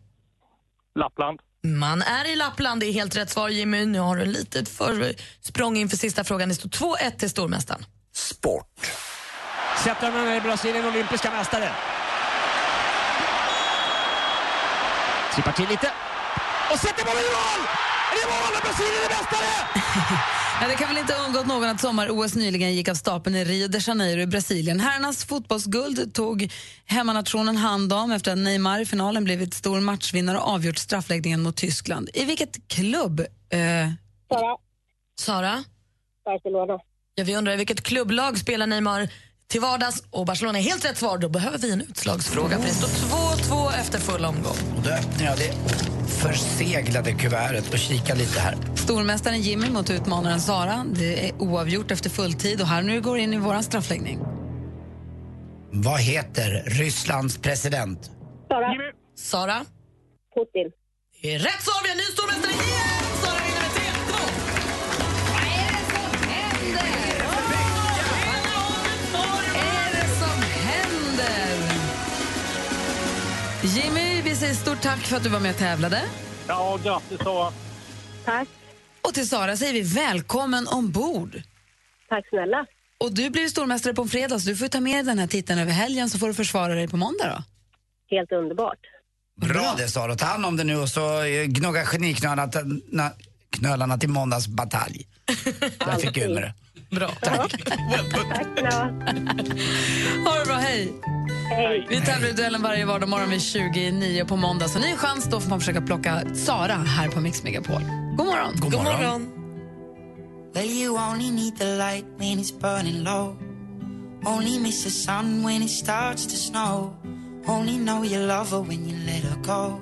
Speaker 11: Lappland.
Speaker 2: Man är i Lappland, det är helt rätt svar Jimmy. Nu har du ett litet försprång inför sista frågan. Det står 2-1 till stormästaren.
Speaker 23: Sport.
Speaker 13: September är Brasilien olympiska mästare. Trippar till lite.
Speaker 3: Och sätter bollen i mål! Det är mål och Brasilien är mästare! Ja, det kan väl inte ha undgått någon att sommar-OS nyligen gick av stapeln i Rio de Janeiro i Brasilien. Herrarnas fotbollsguld tog hemmanationen hand om efter att Neymar i finalen blivit stor matchvinnare och avgjort straffläggningen mot Tyskland. I vilket klubb... Eh...
Speaker 2: Sara. Sara? Barcelona. Ja, vi undrar i vilket klubblag spelar Neymar till vardags och Barcelona är helt rätt svar. Då behöver vi en utslagsfråga för det står 2-2 efter full omgång.
Speaker 4: Och då öppnar jag det förseglade kuvertet och kikar lite här.
Speaker 3: Stormästaren Jimmy mot utmanaren Sara. Det är oavgjort efter fulltid och här nu går in i våran straffläggning.
Speaker 4: Vad heter Rysslands president?
Speaker 2: Sara. Sara. Putin. Det är rätt svar. Vi har en ny stormästare igen! Sara vinner med
Speaker 3: 3-2. Jimmy, vi säger stort tack för att du var med och tävlade.
Speaker 11: Ja, grattis Sara.
Speaker 3: Tack. Och till Sara säger vi välkommen ombord. Tack snälla. Och du blir stormästare på en fredag så du får ta med dig den här titeln över helgen så får du försvara dig på måndag då.
Speaker 16: Helt underbart.
Speaker 4: Bra det sa du. Ta hand om det nu och så eh, gnugga geniknölarna till- na- knölarna till måndags batalj. Där fick jag ur med det.
Speaker 2: Bra.
Speaker 4: Tack.
Speaker 3: Ha det bra, hej! Vi tävlar i duellen varje vardag morgon vid 29 på måndag. Så ny chans, då får man försöka plocka Sara här på Mix Megapol. God morgon!
Speaker 4: God God morgon. morgon.
Speaker 25: Well, you only need the light when it's burning low. Only miss the sun when it starts to snow. Only know you love her when you let her go.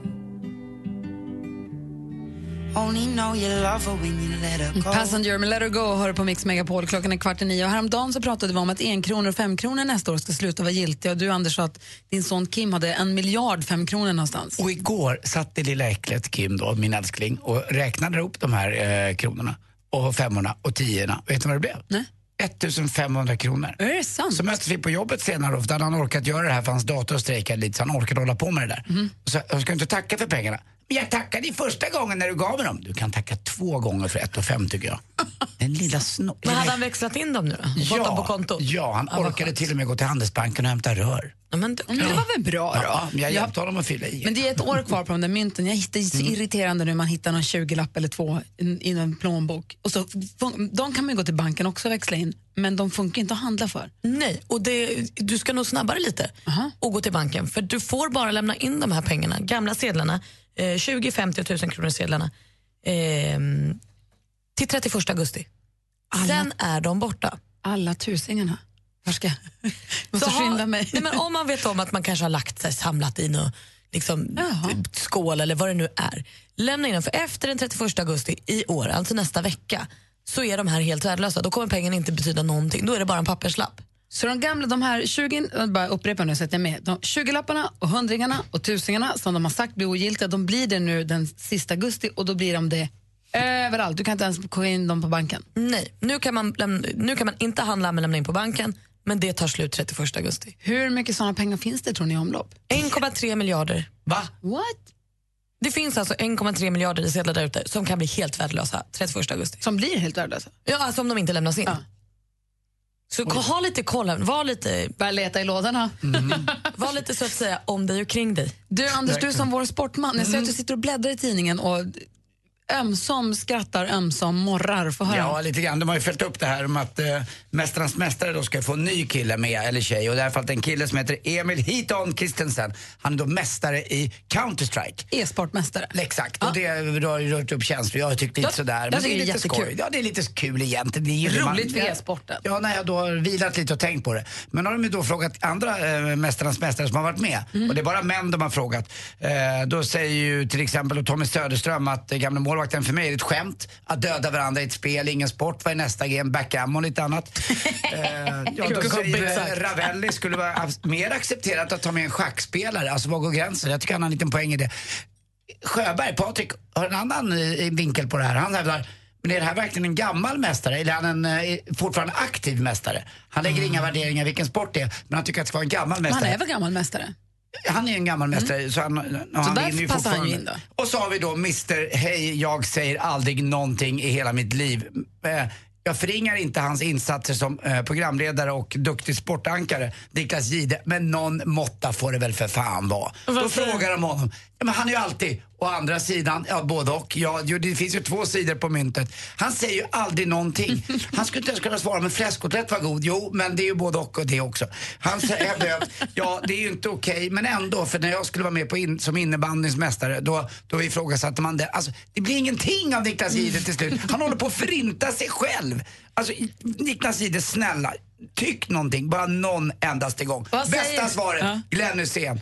Speaker 25: Only know you love her when you let her go.
Speaker 3: Passenger med Let Her Go hör på Mix Megapol. Klockan är kvart i nio. Och häromdagen så pratade vi om att enkronor och femkronor nästa år ska sluta vara giltiga. Och du, Anders, sa att din son Kim hade en miljard femkronor någonstans.
Speaker 4: Och igår satt det lilla äcklet Kim då, min älskling, och räknade ihop de här eh, kronorna och femmorna och tiorna. Vet du vad det blev?
Speaker 3: Nej.
Speaker 4: 1500 kronor.
Speaker 3: Är det sant?
Speaker 4: Så möttes vi på jobbet senare då, för då hade han orkat göra det här för hans dator strejkade lite så han orkade hålla på med det där.
Speaker 2: Mhm.
Speaker 4: Och så, jag ska inte tacka för pengarna. Men jag tackade i första gången när du gav mig dem. Du kan tacka två gånger för ett och fem tycker jag. Den lilla snor...
Speaker 2: Men hade han växlat in dem nu då? Fått dem på kontot?
Speaker 4: Ja, han
Speaker 2: vad
Speaker 4: orkade till och med gå till Handelsbanken och hämta rör.
Speaker 2: Ja, men det,
Speaker 3: det var väl bra då?
Speaker 4: Ja, men jag hjälpte honom att fylla i.
Speaker 3: Men det är ett år kvar på de där mynten. Jag hittar, det är så irriterande nu man hittar någon 20-lapp eller två i- i någon plånbok. Och så, fun- de kan man ju gå till banken också och växla in, men de funkar inte att handla för.
Speaker 2: Nej, och det, du ska nog snabbare lite och gå till banken. För du får bara lämna in de här pengarna, gamla sedlarna, eh, 20, 50 och 1000 kronor sedlarna ehm, till 31 augusti. Sen är de borta.
Speaker 3: Alla tusingarna. Var ska jag? måste
Speaker 2: Så
Speaker 3: skynda mig.
Speaker 2: Nej, men om man vet om att man kanske har lagt sig, samlat in och liksom, typ skål eller vad det nu är. Lämna in dem, för efter den 31 augusti i år, alltså nästa vecka, så är de här helt värdelösa. Då kommer pengarna inte betyda någonting. Då är det bara en papperslapp.
Speaker 3: Så de gamla, de här 20, jag bara upprepar nu så att jag är med. De 20-lapparna och hundringarna och tusingarna som de har sagt blir ogiltiga, de blir det nu den sista augusti och då blir de det överallt. Du kan inte ens gå in dem på banken.
Speaker 2: Nej, nu kan man, lämna, nu kan man inte handla men lämna in på banken, men det tar slut 31 augusti.
Speaker 3: Hur mycket sådana pengar finns det tror ni i omlopp?
Speaker 2: 1,3 miljarder.
Speaker 4: Va?
Speaker 3: What?
Speaker 2: Det finns alltså 1,3 miljarder i sedlar där ute som kan bli helt värdelösa 31 augusti.
Speaker 3: Som blir helt värdelösa?
Speaker 2: Ja, alltså om de inte lämnas in. Så ko- ha lite koll, här. var lite... Mm.
Speaker 3: Börja leta i lådorna.
Speaker 2: var lite så att säga om dig och kring dig.
Speaker 3: Du Anders, du som vår sportman, jag ser att du sitter och bläddrar i tidningen och ömsom skrattar, ömsom morrar. Får höra.
Speaker 4: Ja, lite grann. De har ju följt upp det här om att eh, Mästarnas mästare då ska få en ny kille med, eller tjej. Och därför att en kille som heter Emil Hiton Christensen, han är då mästare i Counter-Strike.
Speaker 3: E-sportmästare.
Speaker 4: Exakt, och det det har ju rört upp känslor. Jag tyckte
Speaker 3: Jag-
Speaker 4: lite sådär.
Speaker 3: jag
Speaker 4: Men
Speaker 3: tycker
Speaker 4: det är
Speaker 3: det är
Speaker 4: lite
Speaker 3: jättekul.
Speaker 4: skoj. Ja, det är lite kul egentligen. Det är ju det man-
Speaker 3: Roligt för e-sporten.
Speaker 4: Ja, när jag då har vilat lite och tänkt på det. Men har de ju då frågat andra eh, Mästarnas mästare som har varit med,
Speaker 3: Mm.
Speaker 4: och det är bara män de har frågat. Eh, då säger ju till exempel då Tommy Söderström att eh, gamla målvakten för mig är ett skämt. Att döda varandra i ett spel, ingen sport. Vad är nästa gren? Backgammon och lite annat. Eh, ja, då
Speaker 8: Exakt.
Speaker 4: säger eh, Ravelli skulle vara abs- mer accepterat att ta med en schackspelare. Alltså var går gränsen? Jag tycker han har en liten poäng i det. Sjöberg, Patrik, har en annan eh, vinkel på det här. Han hävdar, men är det här verkligen en gammal mästare eller är han en eh, fortfarande aktiv mästare? Han lägger inga värderingar vilken sport det är, men han tycker att det ska vara en gammal
Speaker 3: Men Mm. han
Speaker 4: mästare.
Speaker 3: är väl gammal mästare?
Speaker 4: Han är en gammal mästare. Så, han, och
Speaker 3: Så
Speaker 4: han
Speaker 3: därför
Speaker 4: vinner ju
Speaker 3: passar han ju in
Speaker 4: fortfarande.
Speaker 3: då.
Speaker 4: Och så har vi då Mr. Hej, jag säger aldrig någonting i hela mitt liv. Eh, Jag förringar inte hans insatser som eh, programledare och duktig sportankare, Niklas Gide, men någon måtta får det väl för fan vara. Då frågar de honom. Ja, men han är ju alltid, å andra sidan, ja både och. Ja, jo, det finns ju två sidor på myntet. Han säger ju aldrig någonting. Han skulle inte ens kunna svara, men fläskkotlett var god. Jo, men det är ju både och och det också. Han säger hävdar ju att, ja det är ju inte okej, men ändå, för när jag skulle vara med på in, som innebandyns mästare, då, då ifrågasatte man det. Alltså, det blir ingenting av Niklas Jihde till slut. Han håller på att förinta sig själv. Alltså, i- Niklas Jihde, snälla, tyck någonting, bara någon endaste gång.
Speaker 8: Vad säger
Speaker 4: Bästa
Speaker 8: du?
Speaker 4: svaret,
Speaker 8: Ja.
Speaker 4: Glenn Hysén.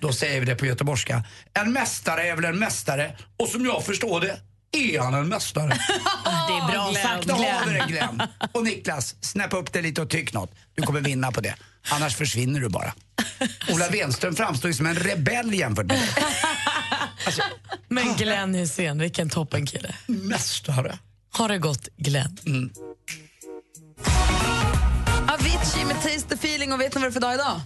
Speaker 4: Då säger vi det på göteborgska. En mästare är väl en mästare och som jag förstår det är han en mästare.
Speaker 2: Det är bra sagt,
Speaker 4: Då har vi
Speaker 2: Glenn.
Speaker 4: det Glenn. Och Niklas, snäppa upp det lite och tyck något. Du kommer vinna på det. Annars försvinner du bara. Ola Wenström framstår ju som en rebell jämfört med dig.
Speaker 2: Men Glenn Hysén, vilken toppenkille.
Speaker 4: Mästare.
Speaker 2: Har det gått Glenn.
Speaker 3: Avicii med Taste the feeling och vet ni vad det är för dag idag?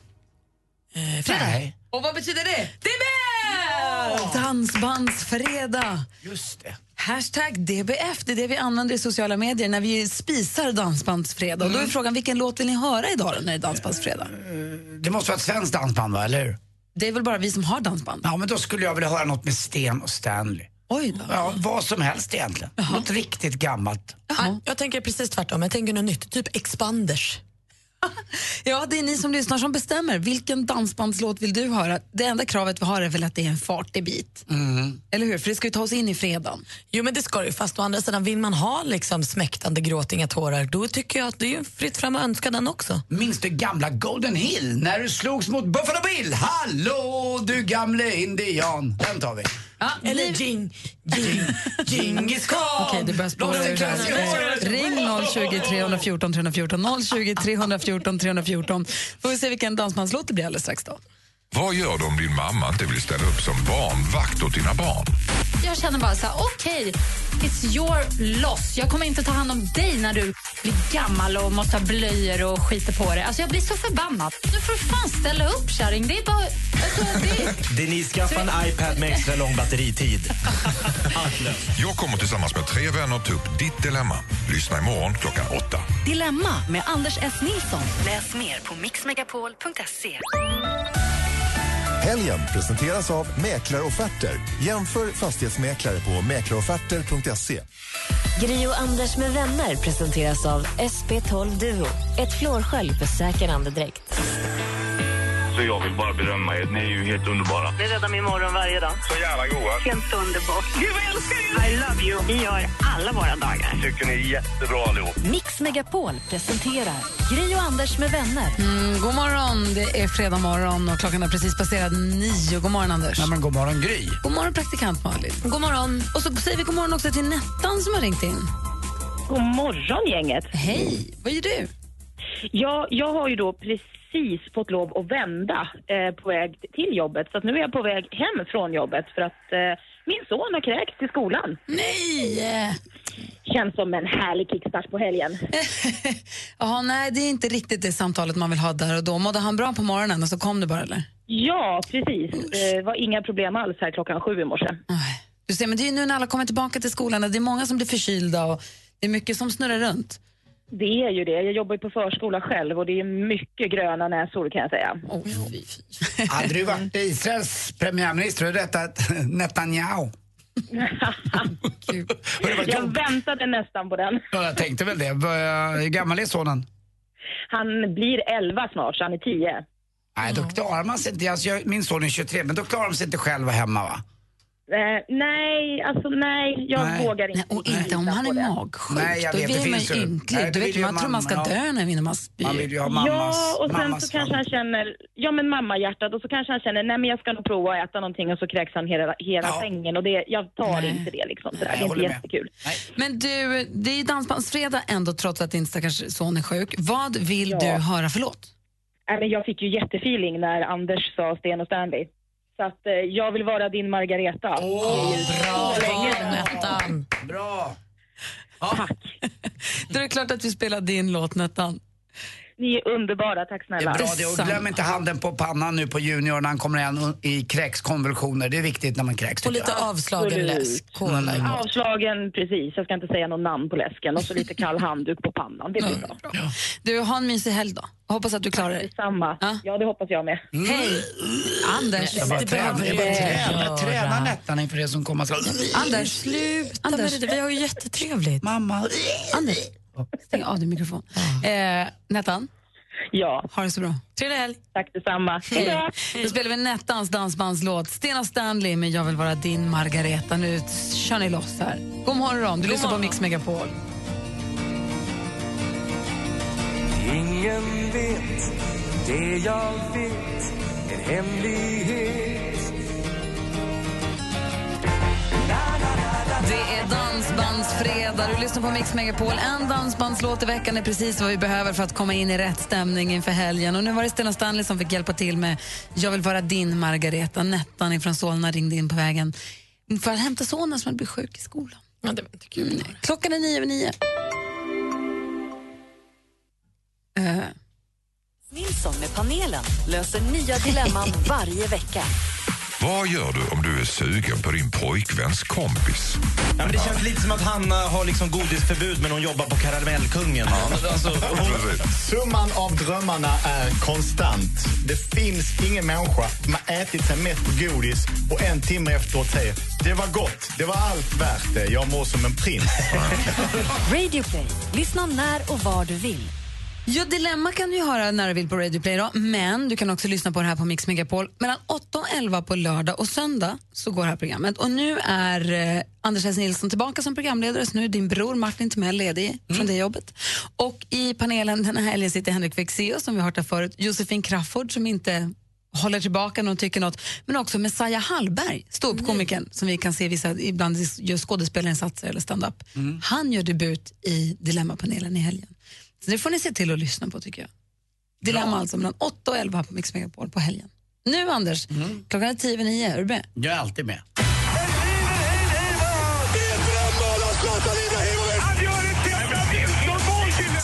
Speaker 4: Eh,
Speaker 3: fredag. Och vad betyder det? DBF! Dansbandsfredag.
Speaker 4: Just det.
Speaker 3: Hashtag DBF, det är det vi använder i sociala medier när vi spisar dansbandsfredag. Och
Speaker 4: Mm.
Speaker 3: Då är frågan, vilken låt vill ni höra idag då, när det är dansbandsfredag?
Speaker 4: Det måste vara ett svenskt dansband va, eller hur?
Speaker 3: Det är väl bara vi som har dansband?
Speaker 4: Ja, men då skulle jag vilja höra något med Sten och Stanley.
Speaker 3: Oj då.
Speaker 4: Ja, vad som helst egentligen. Något riktigt gammalt.
Speaker 2: Nej, jag tänker precis tvärtom. Jag tänker något nytt. Typ Expanders.
Speaker 3: Ja, det är ni som lyssnar som bestämmer. Vilken dansbandslåt vill du höra? Det enda kravet vi har är väl att det är en fartig bit. Eller hur? För det ska ju ta oss in i fredagen.
Speaker 2: Jo, men det ska det ju. Fast å andra sidan, vill man ha liksom smäktande gråt, inga tårar, då tycker jag att det är ju fritt fram att önska den också.
Speaker 4: Minns du gamla Golden Hill när du slogs mot Buffalo Bill? Hallå du gamle indian. Den tar vi.
Speaker 2: Eller jing, jing,
Speaker 4: Djingis khan.
Speaker 3: Okej, det börjar spåra
Speaker 4: Blås en
Speaker 3: ur
Speaker 4: klassisk
Speaker 3: här.
Speaker 4: sång.
Speaker 3: Ring 020 314 314 020 314 314. Får vi se vilken dansbandslåt det blir alldeles strax då.
Speaker 16: Vad gör du om din mamma inte vill ställa upp som barnvakt åt dina barn?
Speaker 17: Jag känner bara så här, okej, it's your loss. Jag kommer inte ta hand om dig när du blir gammal och måste ha blöjor och skiter på dig. Alltså jag blir så förbannad. Nu får du fan ställa upp kärring. Det är bara... Alltså, det är...
Speaker 5: Denise, skaffa en iPad med extra lång batteritid.
Speaker 16: Jag kommer tillsammans med tre vänner ta upp ditt dilemma. Lyssna imorgon klockan åtta.
Speaker 19: Dilemma med Anders S. Nilsson. Läs mer på mixmegapol.se.
Speaker 26: Helgen presenteras av Mäklarofferter. Jämför fastighetsmäklare på mäklarofferter.se.
Speaker 6: Gri och Anders med vänner presenteras av SP12 Duo. Ett flårskölj för säker andedräkt.
Speaker 8: Så jag vill bara berömma er. Ni är ju helt underbara.
Speaker 27: Det räddar min morgon varje dag.
Speaker 8: Så jävla goa.
Speaker 27: Helt underbart. Gud, vad jag älskar er! I love you. Vi gör alla våra dagar.
Speaker 8: Tycker ni är jättebra allihop.
Speaker 19: Mix Megapol presenterar Gri och Anders med vänner.
Speaker 3: Mm, god morgon, det är fredag morgon och klockan har precis passerat nio. God morgon Anders.
Speaker 4: Ja, men god morgon Gry.
Speaker 3: God morgon praktikant Malin. God morgon. Och så säger vi god morgon också till Nettan som har ringt in.
Speaker 27: God morgon, gänget.
Speaker 3: Hej, vad gör du?
Speaker 27: Ja, jag har ju då precis fått lov att vända eh, på väg till jobbet. Så att nu är jag på väg hem från jobbet för att eh, min son har kräkts till skolan.
Speaker 3: Nej!
Speaker 27: Känns som en härlig kickstart på helgen.
Speaker 3: Eh. Jaha, nej, det är inte riktigt det samtalet man vill ha där och då. Mådde han bra på morgonen och så kom du bara eller?
Speaker 27: Ja, precis. Det var inga problem alls här klockan sju i morse.
Speaker 3: Ah. Du ser, men det är ju nu när alla kommer tillbaka till skolan och det är många som blir förkylda och det är mycket som snurrar runt.
Speaker 27: Det är ju det. Jag jobbar ju på förskola själv och det är mycket gröna näsor kan jag säga.
Speaker 4: Hade du varit Israels premiärminister hade du rättat Netanyahu.
Speaker 27: jag väntade nästan på den.
Speaker 4: Ja, Jag tänkte väl det. Vad- Hur gammal är sonen?
Speaker 27: Han blir 11 snart, så han är 10.
Speaker 4: Nej, då klarar man sig inte. Alltså, jag, min son är 23, men då klarar de sig inte själva hemma va?
Speaker 27: Eh, nej, alltså nej, jag
Speaker 4: Nej.
Speaker 27: vågar inte.
Speaker 3: och inte om han är magsjuk.
Speaker 4: Nej, jag
Speaker 3: då
Speaker 4: vet, det
Speaker 3: blir man
Speaker 4: finns ju-
Speaker 3: ju
Speaker 4: Nej,
Speaker 3: ynklig.
Speaker 4: det
Speaker 3: Du
Speaker 4: vill
Speaker 3: vet,
Speaker 4: ju
Speaker 3: man tror man ska
Speaker 4: mamma, ja.
Speaker 3: dö när innan man spyr.
Speaker 4: Man vill ju ha mammas...
Speaker 27: ja, och sen
Speaker 4: mammas
Speaker 27: så kanske
Speaker 4: hand.
Speaker 27: han känner, ja men mammahjärtat och så kanske han känner, nej men jag ska nog prova att äta någonting och så kräks han hela, hela sängen och det, jag tar inte det liksom. Sådär. det är inte
Speaker 3: håller med.
Speaker 27: jättekul.
Speaker 3: Men du, det är ju dansbandsfredag ändå trots att din stackars son är sjuk. Vad vill du höra för låt?
Speaker 27: Nej, men jag fick ju jättefeeling när Anders sa Sten och Stanley. Så att eh, jag vill vara din Margareta.
Speaker 4: Åh,
Speaker 27: bra
Speaker 3: Nettan.
Speaker 4: Bra!
Speaker 3: Då är det klart att vi spelar din låt Nettan.
Speaker 27: Ni är underbara, tack
Speaker 4: Det
Speaker 27: snälla.
Speaker 4: är bra det. Och glöm inte handen på pannan nu på junior när han kommer igen i kräkskonvulsioner. Det är viktigt när man kräks. tycker jag.
Speaker 27: Absolut. Mm. Avslagen, precis. Jag ska inte säga något namn på läsken. Och så lite kall handduk på pannan. Det blir bra.
Speaker 3: Mm. Du, ha en mysig helg då. Hoppas att du klarar dig.
Speaker 27: Samma. Ja, det hoppas jag med.
Speaker 3: Hej! Anders,
Speaker 4: Jag bara
Speaker 3: det
Speaker 4: tränar,
Speaker 3: behöver
Speaker 4: jag bara
Speaker 3: du
Speaker 4: tränar,
Speaker 3: göra.
Speaker 4: tränar Nettan inför det som komma skall.
Speaker 3: Anders, sluta Anders. med det Vi har ju jättetrevligt.
Speaker 4: Mamma.
Speaker 3: Anders, stäng av din mikrofon. Eh, Nettan?
Speaker 27: Ja.
Speaker 3: Ha det så bra.
Speaker 2: Trevlig helg.
Speaker 27: Tack detsamma.
Speaker 3: Hej. Då spelar vi Nettans dansbandslåt Stena Stanley med Jag vill vara din Margareta. Nu kör ni loss här. God morgon, du
Speaker 17: God
Speaker 3: lyssnar på
Speaker 17: morgon.
Speaker 3: Mix Megapol.
Speaker 8: Ingen vet det jag vet, en hemlighet.
Speaker 3: Det är dansbandsfredag. Du lyssnar på Mix Megapol. En dansbandslåt i veckan är precis vad vi behöver för att komma in i rätt stämning inför helgen. Och nu var det Stena Stanley som fick hjälpa till med Jag vill vara din Margareta. Nettan från Solna ringde in på vägen för att hämta sonen som hade blivit sjuk i skolan. Mm. Klockan är nio över nio. Eh,
Speaker 19: Nilsson med panelen löser nya dilemman varje vecka.
Speaker 16: Vad gör du om du är sugen på din pojkväns kompis?
Speaker 5: Ja, men det känns lite som att Hanna har liksom godisförbud men hon jobbar på Karamellkungen. Alltså, hon...
Speaker 10: Summan av drömmarna är konstant. Det finns ingen människa som har ätit sig mätt på godis och en timme efteråt säger det var gott, det var allt värt det, jag mår som en prins.
Speaker 6: Radio Play. Lyssna när och var du vill.
Speaker 3: Ja, Dilemma kan du ju höra när du vill på Radio Play, då, men du kan också lyssna på det här på Mix Megapol. Mellan 8 och 11 på lördag och söndag så går det här programmet. Och nu är eh, Anders S. Nilsson tillbaka som programledare, så nu är din bror Martin Timell ledig från det jobbet. Och i panelen den här helgen sitter Henrik Fexeus som vi har hört här förut, Josefin Crafoord som inte håller tillbaka när hon tycker något, men också Messiah Hallberg, ståuppkomikern som vi kan se vissa ibland gör skådespelarinsatser eller stand-up. Han gör debut i Dilemmapanelen i helgen. Så det får ni se till att lyssna på tycker jag. Dilemma alltså mellan 8 och 11 här på Mix Megapol på helgen. Nu Anders,
Speaker 4: Mm.
Speaker 3: klockan är 10 över 9, är du med?
Speaker 4: Jag är alltid med.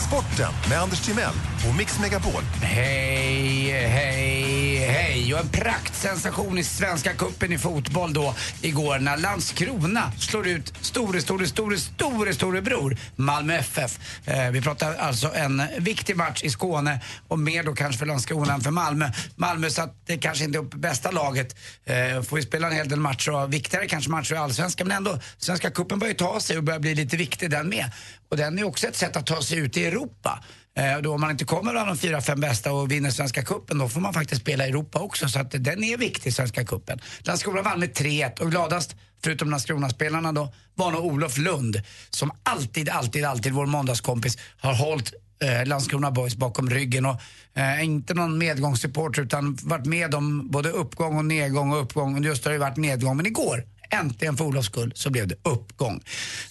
Speaker 26: Sporten med Anders Timell och Mix Megapol.
Speaker 4: Hej, hej, hej. Och en praktsensation i Svenska cupen i fotboll då igår när Landskrona slår ut store, store, store, store, store bror Malmö FF. Eh, vi pratar alltså en viktig match i Skåne och mer då kanske för Landskrona än för Malmö. Malmö satte kanske inte upp bästa laget. Eh, får ju spela en hel del matcher och viktigare kanske matcher i Allsvenskan men ändå Svenska cupen börjar ju ta sig och börjar bli lite viktig den med. Och den är också ett sätt att ta sig ut i Europa. Eh, och då om man inte kommer bland de fyra, fem bästa och vinner Svenska Cupen då får man faktiskt spela i Europa också. Så att den är viktig, Svenska Cupen. Landskrona vann med 3-1 och gladast, förutom Landskronaspelarna då, var nog Olof Lund som alltid, alltid, alltid vår måndagskompis har hållit eh, Landskrona Boys bakom ryggen och eh, inte någon medgångssupporter utan varit med om både uppgång och nedgång och uppgång och just har det varit nedgång. Men igår, äntligen för Olofs skull, så blev det uppgång.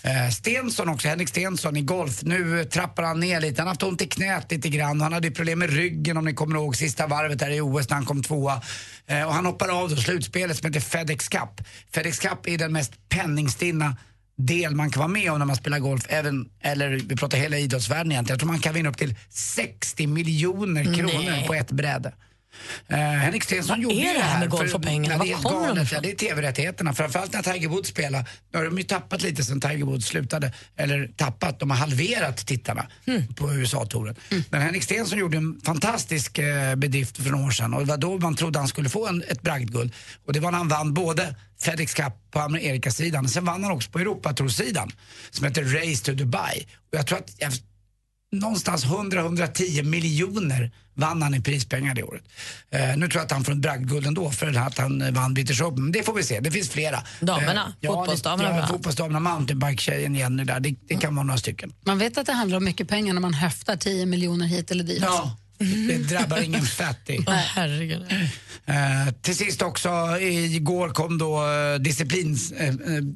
Speaker 4: Eh, Stensson också, Henrik Stensson i golf. Nu eh, trappar han ner lite. Han har haft ont i knät lite grann. Han hade ju problem med ryggen om ni kommer ihåg sista varvet där i OS när han kom tvåa. Eh, och han hoppar av då slutspelet som heter Fedex Cup. Fedex Cup är den mest penningstinna del man kan vara med om när man spelar golf, även, eller vi pratar hela idrottsvärlden egentligen. Jag tror man kan vinna upp till 60 miljoner kronor
Speaker 2: Nej.
Speaker 4: på ett bräde. Eh, Henrik Stensson
Speaker 2: Vad
Speaker 4: gjorde
Speaker 2: är
Speaker 4: ju
Speaker 2: det här med golf
Speaker 4: för-
Speaker 2: och pengar?
Speaker 4: Nej,
Speaker 2: Var
Speaker 4: det är helt
Speaker 2: kommer de
Speaker 4: galet.
Speaker 2: ifrån?
Speaker 4: Ja, det är tv-rättigheterna. Framförallt när Tiger Woods spelar. Nu har de ju tappat lite sen Tiger Woods slutade. Eller tappat, de har halverat tittarna
Speaker 2: Mm.
Speaker 4: på USA-touren. Men Henrik Stenson gjorde en fantastisk eh, bedrift för några år sedan. Och det var då man trodde han skulle få en, ett bragdguld. Och det var när han vann både FedEx Cup på Amerikasidan. Sen vann han också på Europatorsidan som heter Race to Dubai. Och jag tror att jag, någonstans 100-110 miljoner vann han i prispengar det året. Eh, nu tror jag att han får en bragdguld ändå för att han eh, vann British Open. Men det får vi se, det finns flera.
Speaker 2: Damerna,
Speaker 4: Eh, ja,
Speaker 2: fotbollsdamerna
Speaker 4: det-
Speaker 2: bland
Speaker 4: Ja,
Speaker 2: annat.
Speaker 4: fotbollsdamerna, mountainbike-tjejen Jenny där. Det, det kan vara några stycken.
Speaker 3: Man vet att det handlar om mycket pengar när man höftar 10 miljoner hit eller dit.
Speaker 4: Ja, det drabbar ingen fattig.
Speaker 2: Herregud.
Speaker 4: Eh, till sist också, igår kom då eh, disciplins, eh, eh,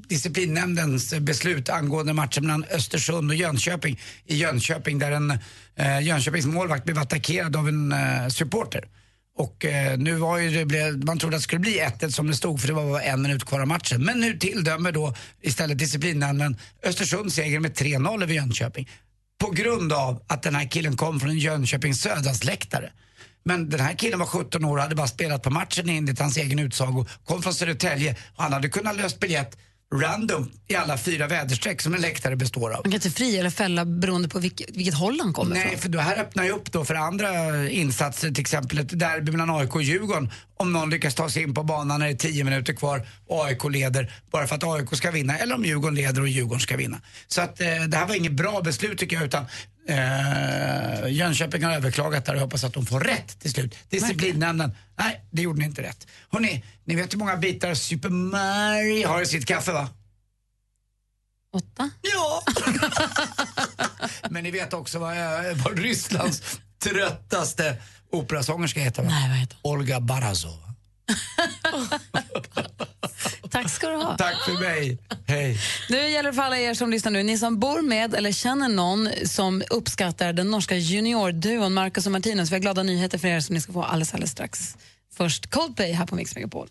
Speaker 4: disciplinnämndens beslut angående matchen mellan Östersund och Jönköping i Jönköping där en eh, Jönköpings målvakt blev attackerad av en eh, supporter. Och eh, nu var ju det, blev- man trodde att det skulle bli 1 som det stod för det var bara en minut kvar av matchen. Men nu tilldömer då istället disciplinnämnden Östersund seger med 3-0 över Jönköping. På grund av att den här killen kom från en Jönköpings Södrasläktare. Men den här killen var 17 år och hade bara spelat på matchen enligt hans egen utsago. Kom från Södertälje och han hade kunnat löst biljett random i alla fyra väderstreck som en läktare består av.
Speaker 3: Man kan inte fria eller fälla beroende på vilket, vilket håll han kommer
Speaker 4: Nej,
Speaker 3: från.
Speaker 4: för det här öppnar ju upp då för andra insatser, till exempel ett derby mellan AIK och Djurgården. Om någon lyckas ta sig in på banan när det är 10 minuter kvar och AIK leder bara för att AIK ska vinna eller om Djurgården leder och Djurgården ska vinna. Så att eh, det här var inget bra beslut tycker jag utan eh, Jönköping har överklagat där och jag hoppas att de får rätt till slut. Disciplinnämnden, nej det gjorde ni inte rätt. Hörrni, ni vet hur många bitar Super Mario har i sitt kaffe va?
Speaker 3: Åtta?
Speaker 4: Ja! Men ni vet också vad, eh, vad Rysslands tröttaste operasångerska heter va? Nej,
Speaker 3: vad heter
Speaker 4: Olga Barazova.
Speaker 3: Tack ska du ha.
Speaker 4: Tack för mig. Hej.
Speaker 3: Nu gäller det för alla er som lyssnar nu, ni som bor med eller känner någon som uppskattar den norska juniorduon Marcus och Martinus. Vi har glada nyheter för er som ni ska få alldeles, alldeles strax. Först Coldplay här på Mix Megapol.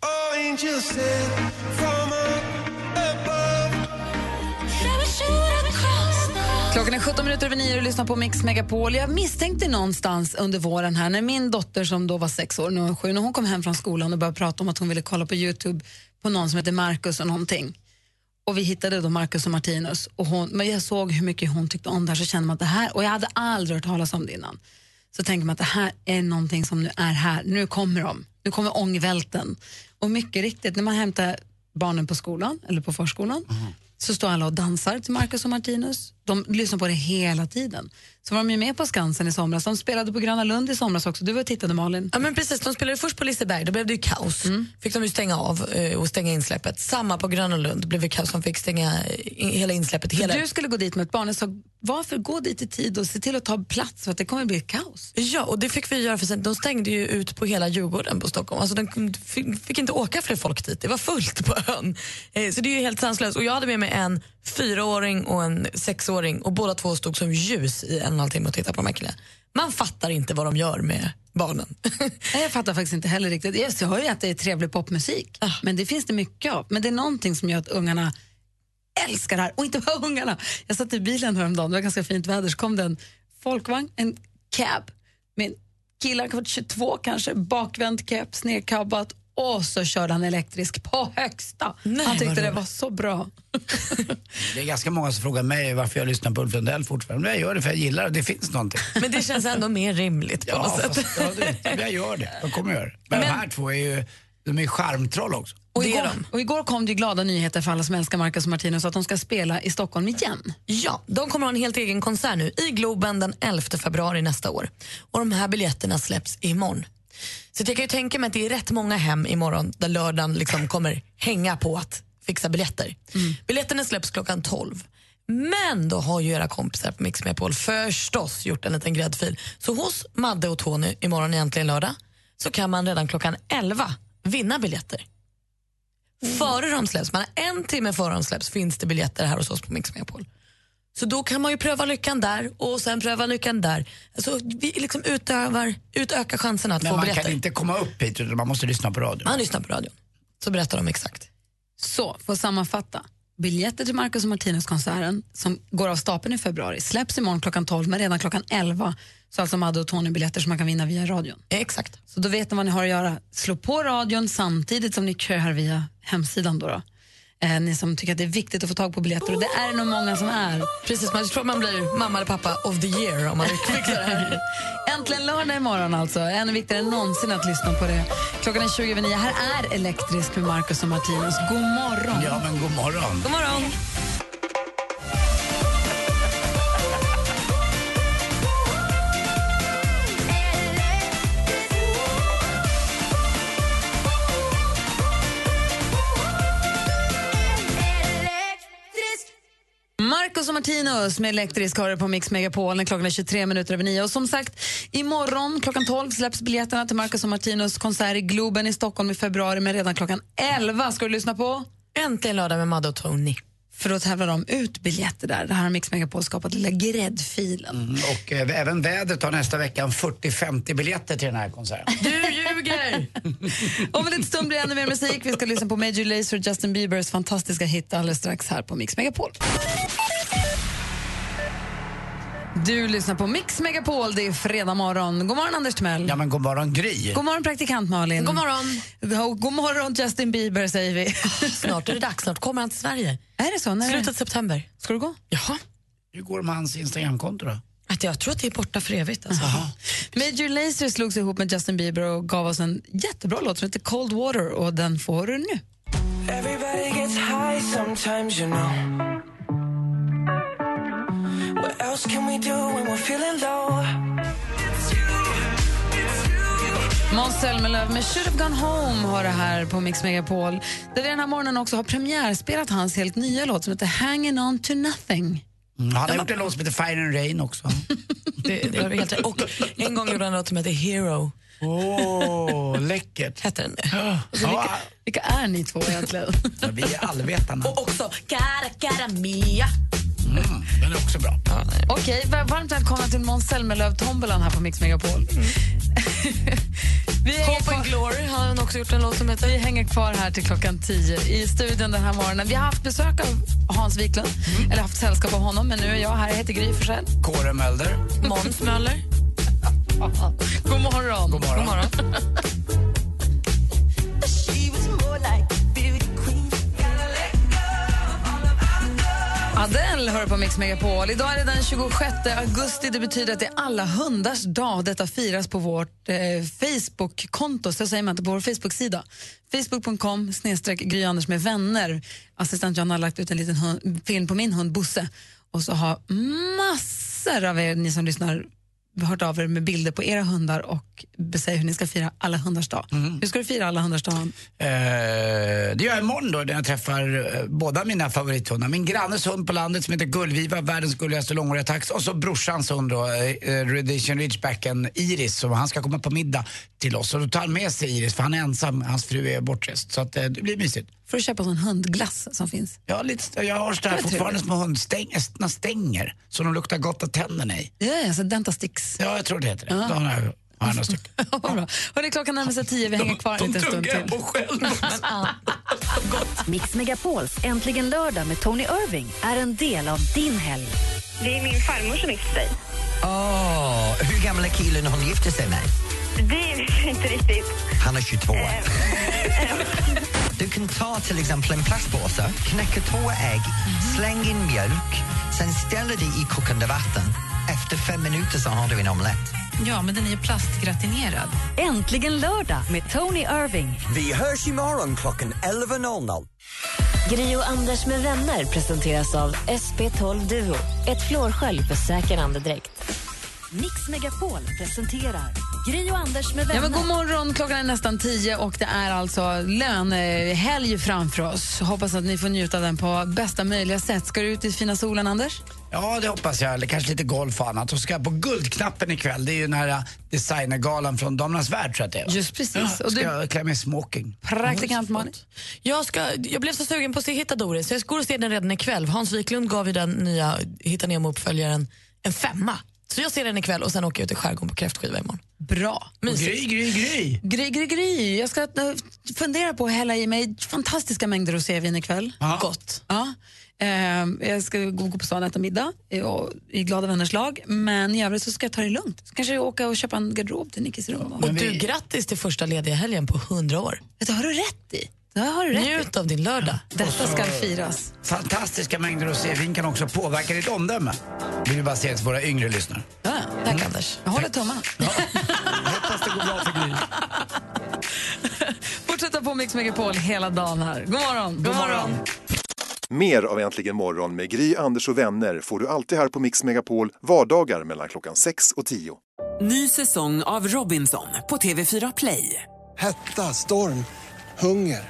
Speaker 3: Klockan är 17 minuter över 9 och du lyssnar på Mix Megapol. Jag misstänkte någonstans under våren här när min dotter som då var sex år, nu är hon sju, när hon kom hem från skolan och började prata om att hon ville kolla på Youtube på någon som heter Marcus och någonting. Och vi hittade då Marcus och Martinus. Och hon, men jag såg hur mycket hon tyckte om det här så kände man att det här, och jag hade aldrig hört talas om det innan. Så tänker man att det här är någonting som nu är här, nu kommer de, nu kommer ångvälten. Och mycket riktigt, när man hämtar barnen på skolan eller på förskolan så står alla och dansar till Marcus och Martinus. De lyssnar på det hela tiden. Så var de ju med på Skansen i somras. De spelade på Gröna Lund i somras också. Du var och tittade Malin. Mm.
Speaker 2: Ja, men precis, de spelade först på Liseberg, då blev det ju kaos. Fick de ju stänga av eh, och stänga insläppet. Samma på Gröna Lund blev det kaos, de fick stänga eh, in, hela insläppet.
Speaker 3: För
Speaker 2: Hela...
Speaker 3: Du skulle gå dit med ett barn. Jag sa, varför gå dit i tid och se till att ta plats för att det kommer bli kaos?
Speaker 2: Ja, och det fick vi göra för sen, de stängde ju ut på hela Djurgården på Stockholm. Alltså de fick, fick inte åka fler folk dit, det var fullt på ön. Eh, så det är ju helt sanslöst. Och jag hade med mig en fyraåring och en sexåring och båda två stod som ljus i en och en halv timme och tittade på de här killarna. Man fattar inte vad de gör med barnen.
Speaker 3: Nej, jag fattar faktiskt inte heller riktigt. Yes, jag hör ju att det är trevlig popmusik,
Speaker 2: Ah.
Speaker 3: men det finns det mycket av. Men det är någonting som gör att ungarna älskar det här, och inte bara ungarna. Jag satt i bilen häromdagen, det var ganska fint väder, så kom det en folkvagn, en cab med killar, kanske 22 kanske, bakvänd keps, nedkabbat och så körde han elektrisk på högsta. han tyckte
Speaker 4: vad
Speaker 3: det
Speaker 4: roligt.
Speaker 3: var så bra.
Speaker 4: Det är ganska många som frågar mig varför jag lyssnar på Ulf Lundell fortfarande. Men jag gör det för jag gillar det, det finns någonting.
Speaker 2: Men det känns ändå mer rimligt på
Speaker 4: Ja,
Speaker 2: något sätt.
Speaker 4: fast, ja det, jag gör det. Jag kommer göra det. Men, de här två är ju, de är ju charmtroll också.
Speaker 3: Och igår, och igår kom det ju glada nyheter för alla som älskar Marcus och Martinus att de ska spela i Stockholm igen.
Speaker 2: Ja, de kommer ha en helt egen konsert nu i Globen den 11 februari nästa år. Och de här biljetterna släpps imorgon. Så att jag kan ju tänka mig att det är rätt många hem imorgon där lördagen liksom kommer hänga på att fixa biljetter. Biljetterna släpps klockan 12. Men då har ju era kompisar på Mix Megapol förstås gjort en liten gräddfil. Så hos Madde och Tony imorgon egentligen lördag så kan man redan klockan 11 vinna biljetter.
Speaker 4: Mm.
Speaker 2: Före de släpps, man har en timme före de släpps finns det biljetter här hos oss på Mix Megapol. Så då kan man ju pröva lyckan där och sen pröva lyckan där. Alltså, vi liksom utövar, utökar chansen att
Speaker 4: Men
Speaker 2: få
Speaker 4: man
Speaker 2: biljetter.
Speaker 4: kan inte komma upp hit utan man måste lyssna på radio.
Speaker 2: Man lyssnar på radion. Så berättar de exakt.
Speaker 3: Så, för att sammanfatta. Biljetter till Marcus och Martinus-konserten som går av stapeln i februari släpps imorgon klockan 12 men redan klockan 11 så alltså Madde och Tony biljetter som man kan vinna via radion.
Speaker 2: Exakt.
Speaker 3: Så då vet ni vad ni har att göra. Slå på radion samtidigt som ni köar via hemsidan. Då då. Eh, ni som tycker att det är viktigt att få tag på biljetter och det är det nog många som är.
Speaker 2: Precis, man tror man blir mamma eller pappa of the year om man fixar det här.
Speaker 3: Äntligen lördag imorgon alltså. Ännu viktigare än någonsin att lyssna på det. Klockan är 20 över nio. Här är Elektrisk med Marcus och Martinus. God morgon.
Speaker 4: Ja, men god morgon.
Speaker 2: God morgon.
Speaker 3: Marcus och Martinus med Elektrisk har det på Mix Megapol när klockan är 23 minuter över 9. Och som sagt, imorgon klockan 12 släpps biljetterna till Marcus och Martinus konsert i Globen i Stockholm i februari, men redan klockan 11 ska du lyssna på
Speaker 2: Äntligen lördag med Madde och Tony.
Speaker 3: För då tävlar de ut biljetter där. Det här har Mix Megapol skapat, lilla gräddfilen.
Speaker 4: Mm, Och eh, även vädret har nästa vecka en 40-50 biljetter till den här konserten.
Speaker 2: Du ljuger!
Speaker 3: Om en liten stund blir det ännu mer musik. Vi ska lyssna på Major Lazer och Justin Biebers fantastiska hit alldeles strax här på Mix Megapol. Du lyssnar på Mix Megapol, det är fredag morgon. God morgon Anders Timell.
Speaker 4: Ja, men god morgon Gry.
Speaker 3: God morgon praktikant Malin.
Speaker 2: God morgon.
Speaker 3: Ja, God morgon Justin Bieber säger vi.
Speaker 2: Snart är det dags, snart kommer han till Sverige.
Speaker 3: Är det så? När är det?
Speaker 2: Slutet september.
Speaker 3: Ska du gå?
Speaker 2: Ja.
Speaker 4: Hur går det med hans Instagramkonto då? Mm,
Speaker 2: Att jag tror att det är borta för evigt. Alltså.
Speaker 3: Major Lazer slogs ihop med Justin Bieber och gav oss en jättebra låt som heter Cold Water och den får du nu.
Speaker 7: Everybody gets high sometimes, you know. What else can we do when we're feeling low?
Speaker 3: Måns Zelmerlöw med Should have gone home har det här på Mix Megapol. Där vi den här morgonen också har premiärspelat hans helt nya låt som heter Hanging on to nothing.
Speaker 4: Mm, han har gjort en låt som heter Fire and Rain också.
Speaker 2: Det, det har du helt rätt. Och en gång gjorde han en låt som hette Hero.
Speaker 4: Åh, läckert.
Speaker 2: Hette den det?
Speaker 3: Alltså, vilka, vilka är ni två egentligen?
Speaker 4: Vi är allvetarna.
Speaker 2: Och också Cara Cara Mia.
Speaker 4: Mm, den är också bra.
Speaker 3: Okej, var- varmt välkomna till Måns Zelmerlöw-tombolan här på Mix Megapol. Vi är Mm. Hope
Speaker 2: and Glory har han
Speaker 3: också gjort en låt som heter Vi hänger kvar här till klockan 10 i studion den här morgonen. Vi har haft besök av Hans Wiklund, eller haft sällskap av honom, men nu är jag här. Jag heter Gry Forssell.
Speaker 4: Kåre Mölder.
Speaker 3: Måns Möller. God morgon. God morgon. God morgon. Adele hör på Mix Megapol. Idag är det den 26 augusti. Det betyder att det är alla hundars dag. Detta firas på vårt eh, Facebook-konto, så säger man inte, på vår Facebook-sida. Facebook.com snedstreck Gry Anders med vänner. Assistent John har lagt ut en liten hund, film på min hund Bosse. Och så har massor av er, ni som lyssnar, hört av er med bilder på era hundar och säger hur ni ska fira alla hundars dag. Hur ska du fira alla hundars dag?
Speaker 4: Eh, Mm. det gör jag imorgon då när jag träffar eh, båda mina favorithundar. Min grannes hund på landet som heter Gullviva, världens gulligaste långhåriga tax. Och så brorsans hund då, eh, Rhodesian Ridgebacken Iris. Så han ska komma på middag till oss. Och då tar han med sig Iris för han är ensam, hans fru är bortrest. Så att, eh, det blir mysigt.
Speaker 3: Får du köpa sån hundglass som finns?
Speaker 4: Jag har, lite, jag har
Speaker 3: Det
Speaker 4: sådär
Speaker 3: var
Speaker 4: fortfarande
Speaker 3: trevligt.
Speaker 4: små hundstänger, såna stänger. Så de luktar gott av tänderna i.
Speaker 3: Ja, ja, så Dentasticks.
Speaker 4: Ja, jag tror det heter det.
Speaker 3: Ja.
Speaker 4: Då har jag, har jag några stycken.
Speaker 3: Hörrni, klockan närmar sig tio. Vi hänger kvar en liten stund till.
Speaker 1: Mix Megapols Äntligen lördag med Tony Irving är en del av din helg.
Speaker 15: Det är min farmor som gifte sig.
Speaker 22: Åh, Ah. hur gammal är killen hon gifter sig med?
Speaker 15: Det vet jag inte riktigt.
Speaker 22: Han är 22. Du kan ta till exempel en plastpåse, knäcka två ägg, släng in mjölk, sen ställer det i kokande vatten. Efter fem minuter så har du en omelett.
Speaker 28: Ja, men den är ju plastgratinerad.
Speaker 1: Äntligen lördag med Tony Irving.
Speaker 26: Vi hörs imorgon klockan 11.00.
Speaker 6: Gri och Anders med vänner presenteras av SP12 Duo. Ett flårskölj för säker andedräkt.
Speaker 1: Mix Megapol presenterar Gri och Anders med vänner.
Speaker 3: Ja, men god morgon, klockan är nästan tio och det är alltså lönehelg framför oss. Hoppas att ni får njuta av den på bästa möjliga sätt. Ska du ut i fina solen, Anders?
Speaker 4: Ja, det hoppas jag. Eller kanske lite golf och annat. Och så ska jag på Guldknappen ikväll. Det är ju den här äh, designergalan från Damernas Värld tror jag att det är. va?
Speaker 3: Just precis.
Speaker 4: Ja,
Speaker 3: Och
Speaker 4: ska
Speaker 3: du-
Speaker 4: jag klä mig i smoking.
Speaker 3: Praktikant Malin?
Speaker 2: Jag, ska, jag blev så sugen på att se Hitta Doris, så jag går och ser den redan ikväll. Hans Wiklund gav ju den nya Hitta Nemo-uppföljaren en femma. Så jag ser den ikväll och sen åker jag ut i skärgården på kräftskiva imorgon.
Speaker 3: Bra.
Speaker 2: Mysigt.
Speaker 4: Gry, gry, gry.
Speaker 3: Gry, gry, gry. Jag ska eh, fundera på att hälla i mig fantastiska mängder rosévin ikväll.
Speaker 2: Ja. Gott.
Speaker 3: Ja. Ehm, jag ska gå gå på stan och äta middag eh, och i glada vänners lag. Men i övrigt så ska jag ta det lugnt. Så kanske jag åka och köpa en garderob till Nickis rum.
Speaker 2: Och du, grattis till första lediga helgen på 100 år.
Speaker 3: Det har du rätt i. Det har du rätt i.
Speaker 2: Njut av din lördag.
Speaker 3: Detta ska firas.
Speaker 4: Fantastiska mängder rosévin kan också påverka ditt omdöme. Vill ju bara säga till våra yngre lyssnare. Mm.
Speaker 3: Ja, tack, Anders. Jag håller tummarna.
Speaker 4: Hoppas det går bra för Gry.
Speaker 3: Fortsätta på Mix Megapol hela dagen här. God morgon. God, morgon.
Speaker 26: Mer av Äntligen morgon med Gry, Anders och vänner får du alltid här på Mix Megapol vardagar mellan klockan 6 och 10.
Speaker 5: Ny säsong av Robinson på TV4 Play.
Speaker 29: Hetta, storm, hunger.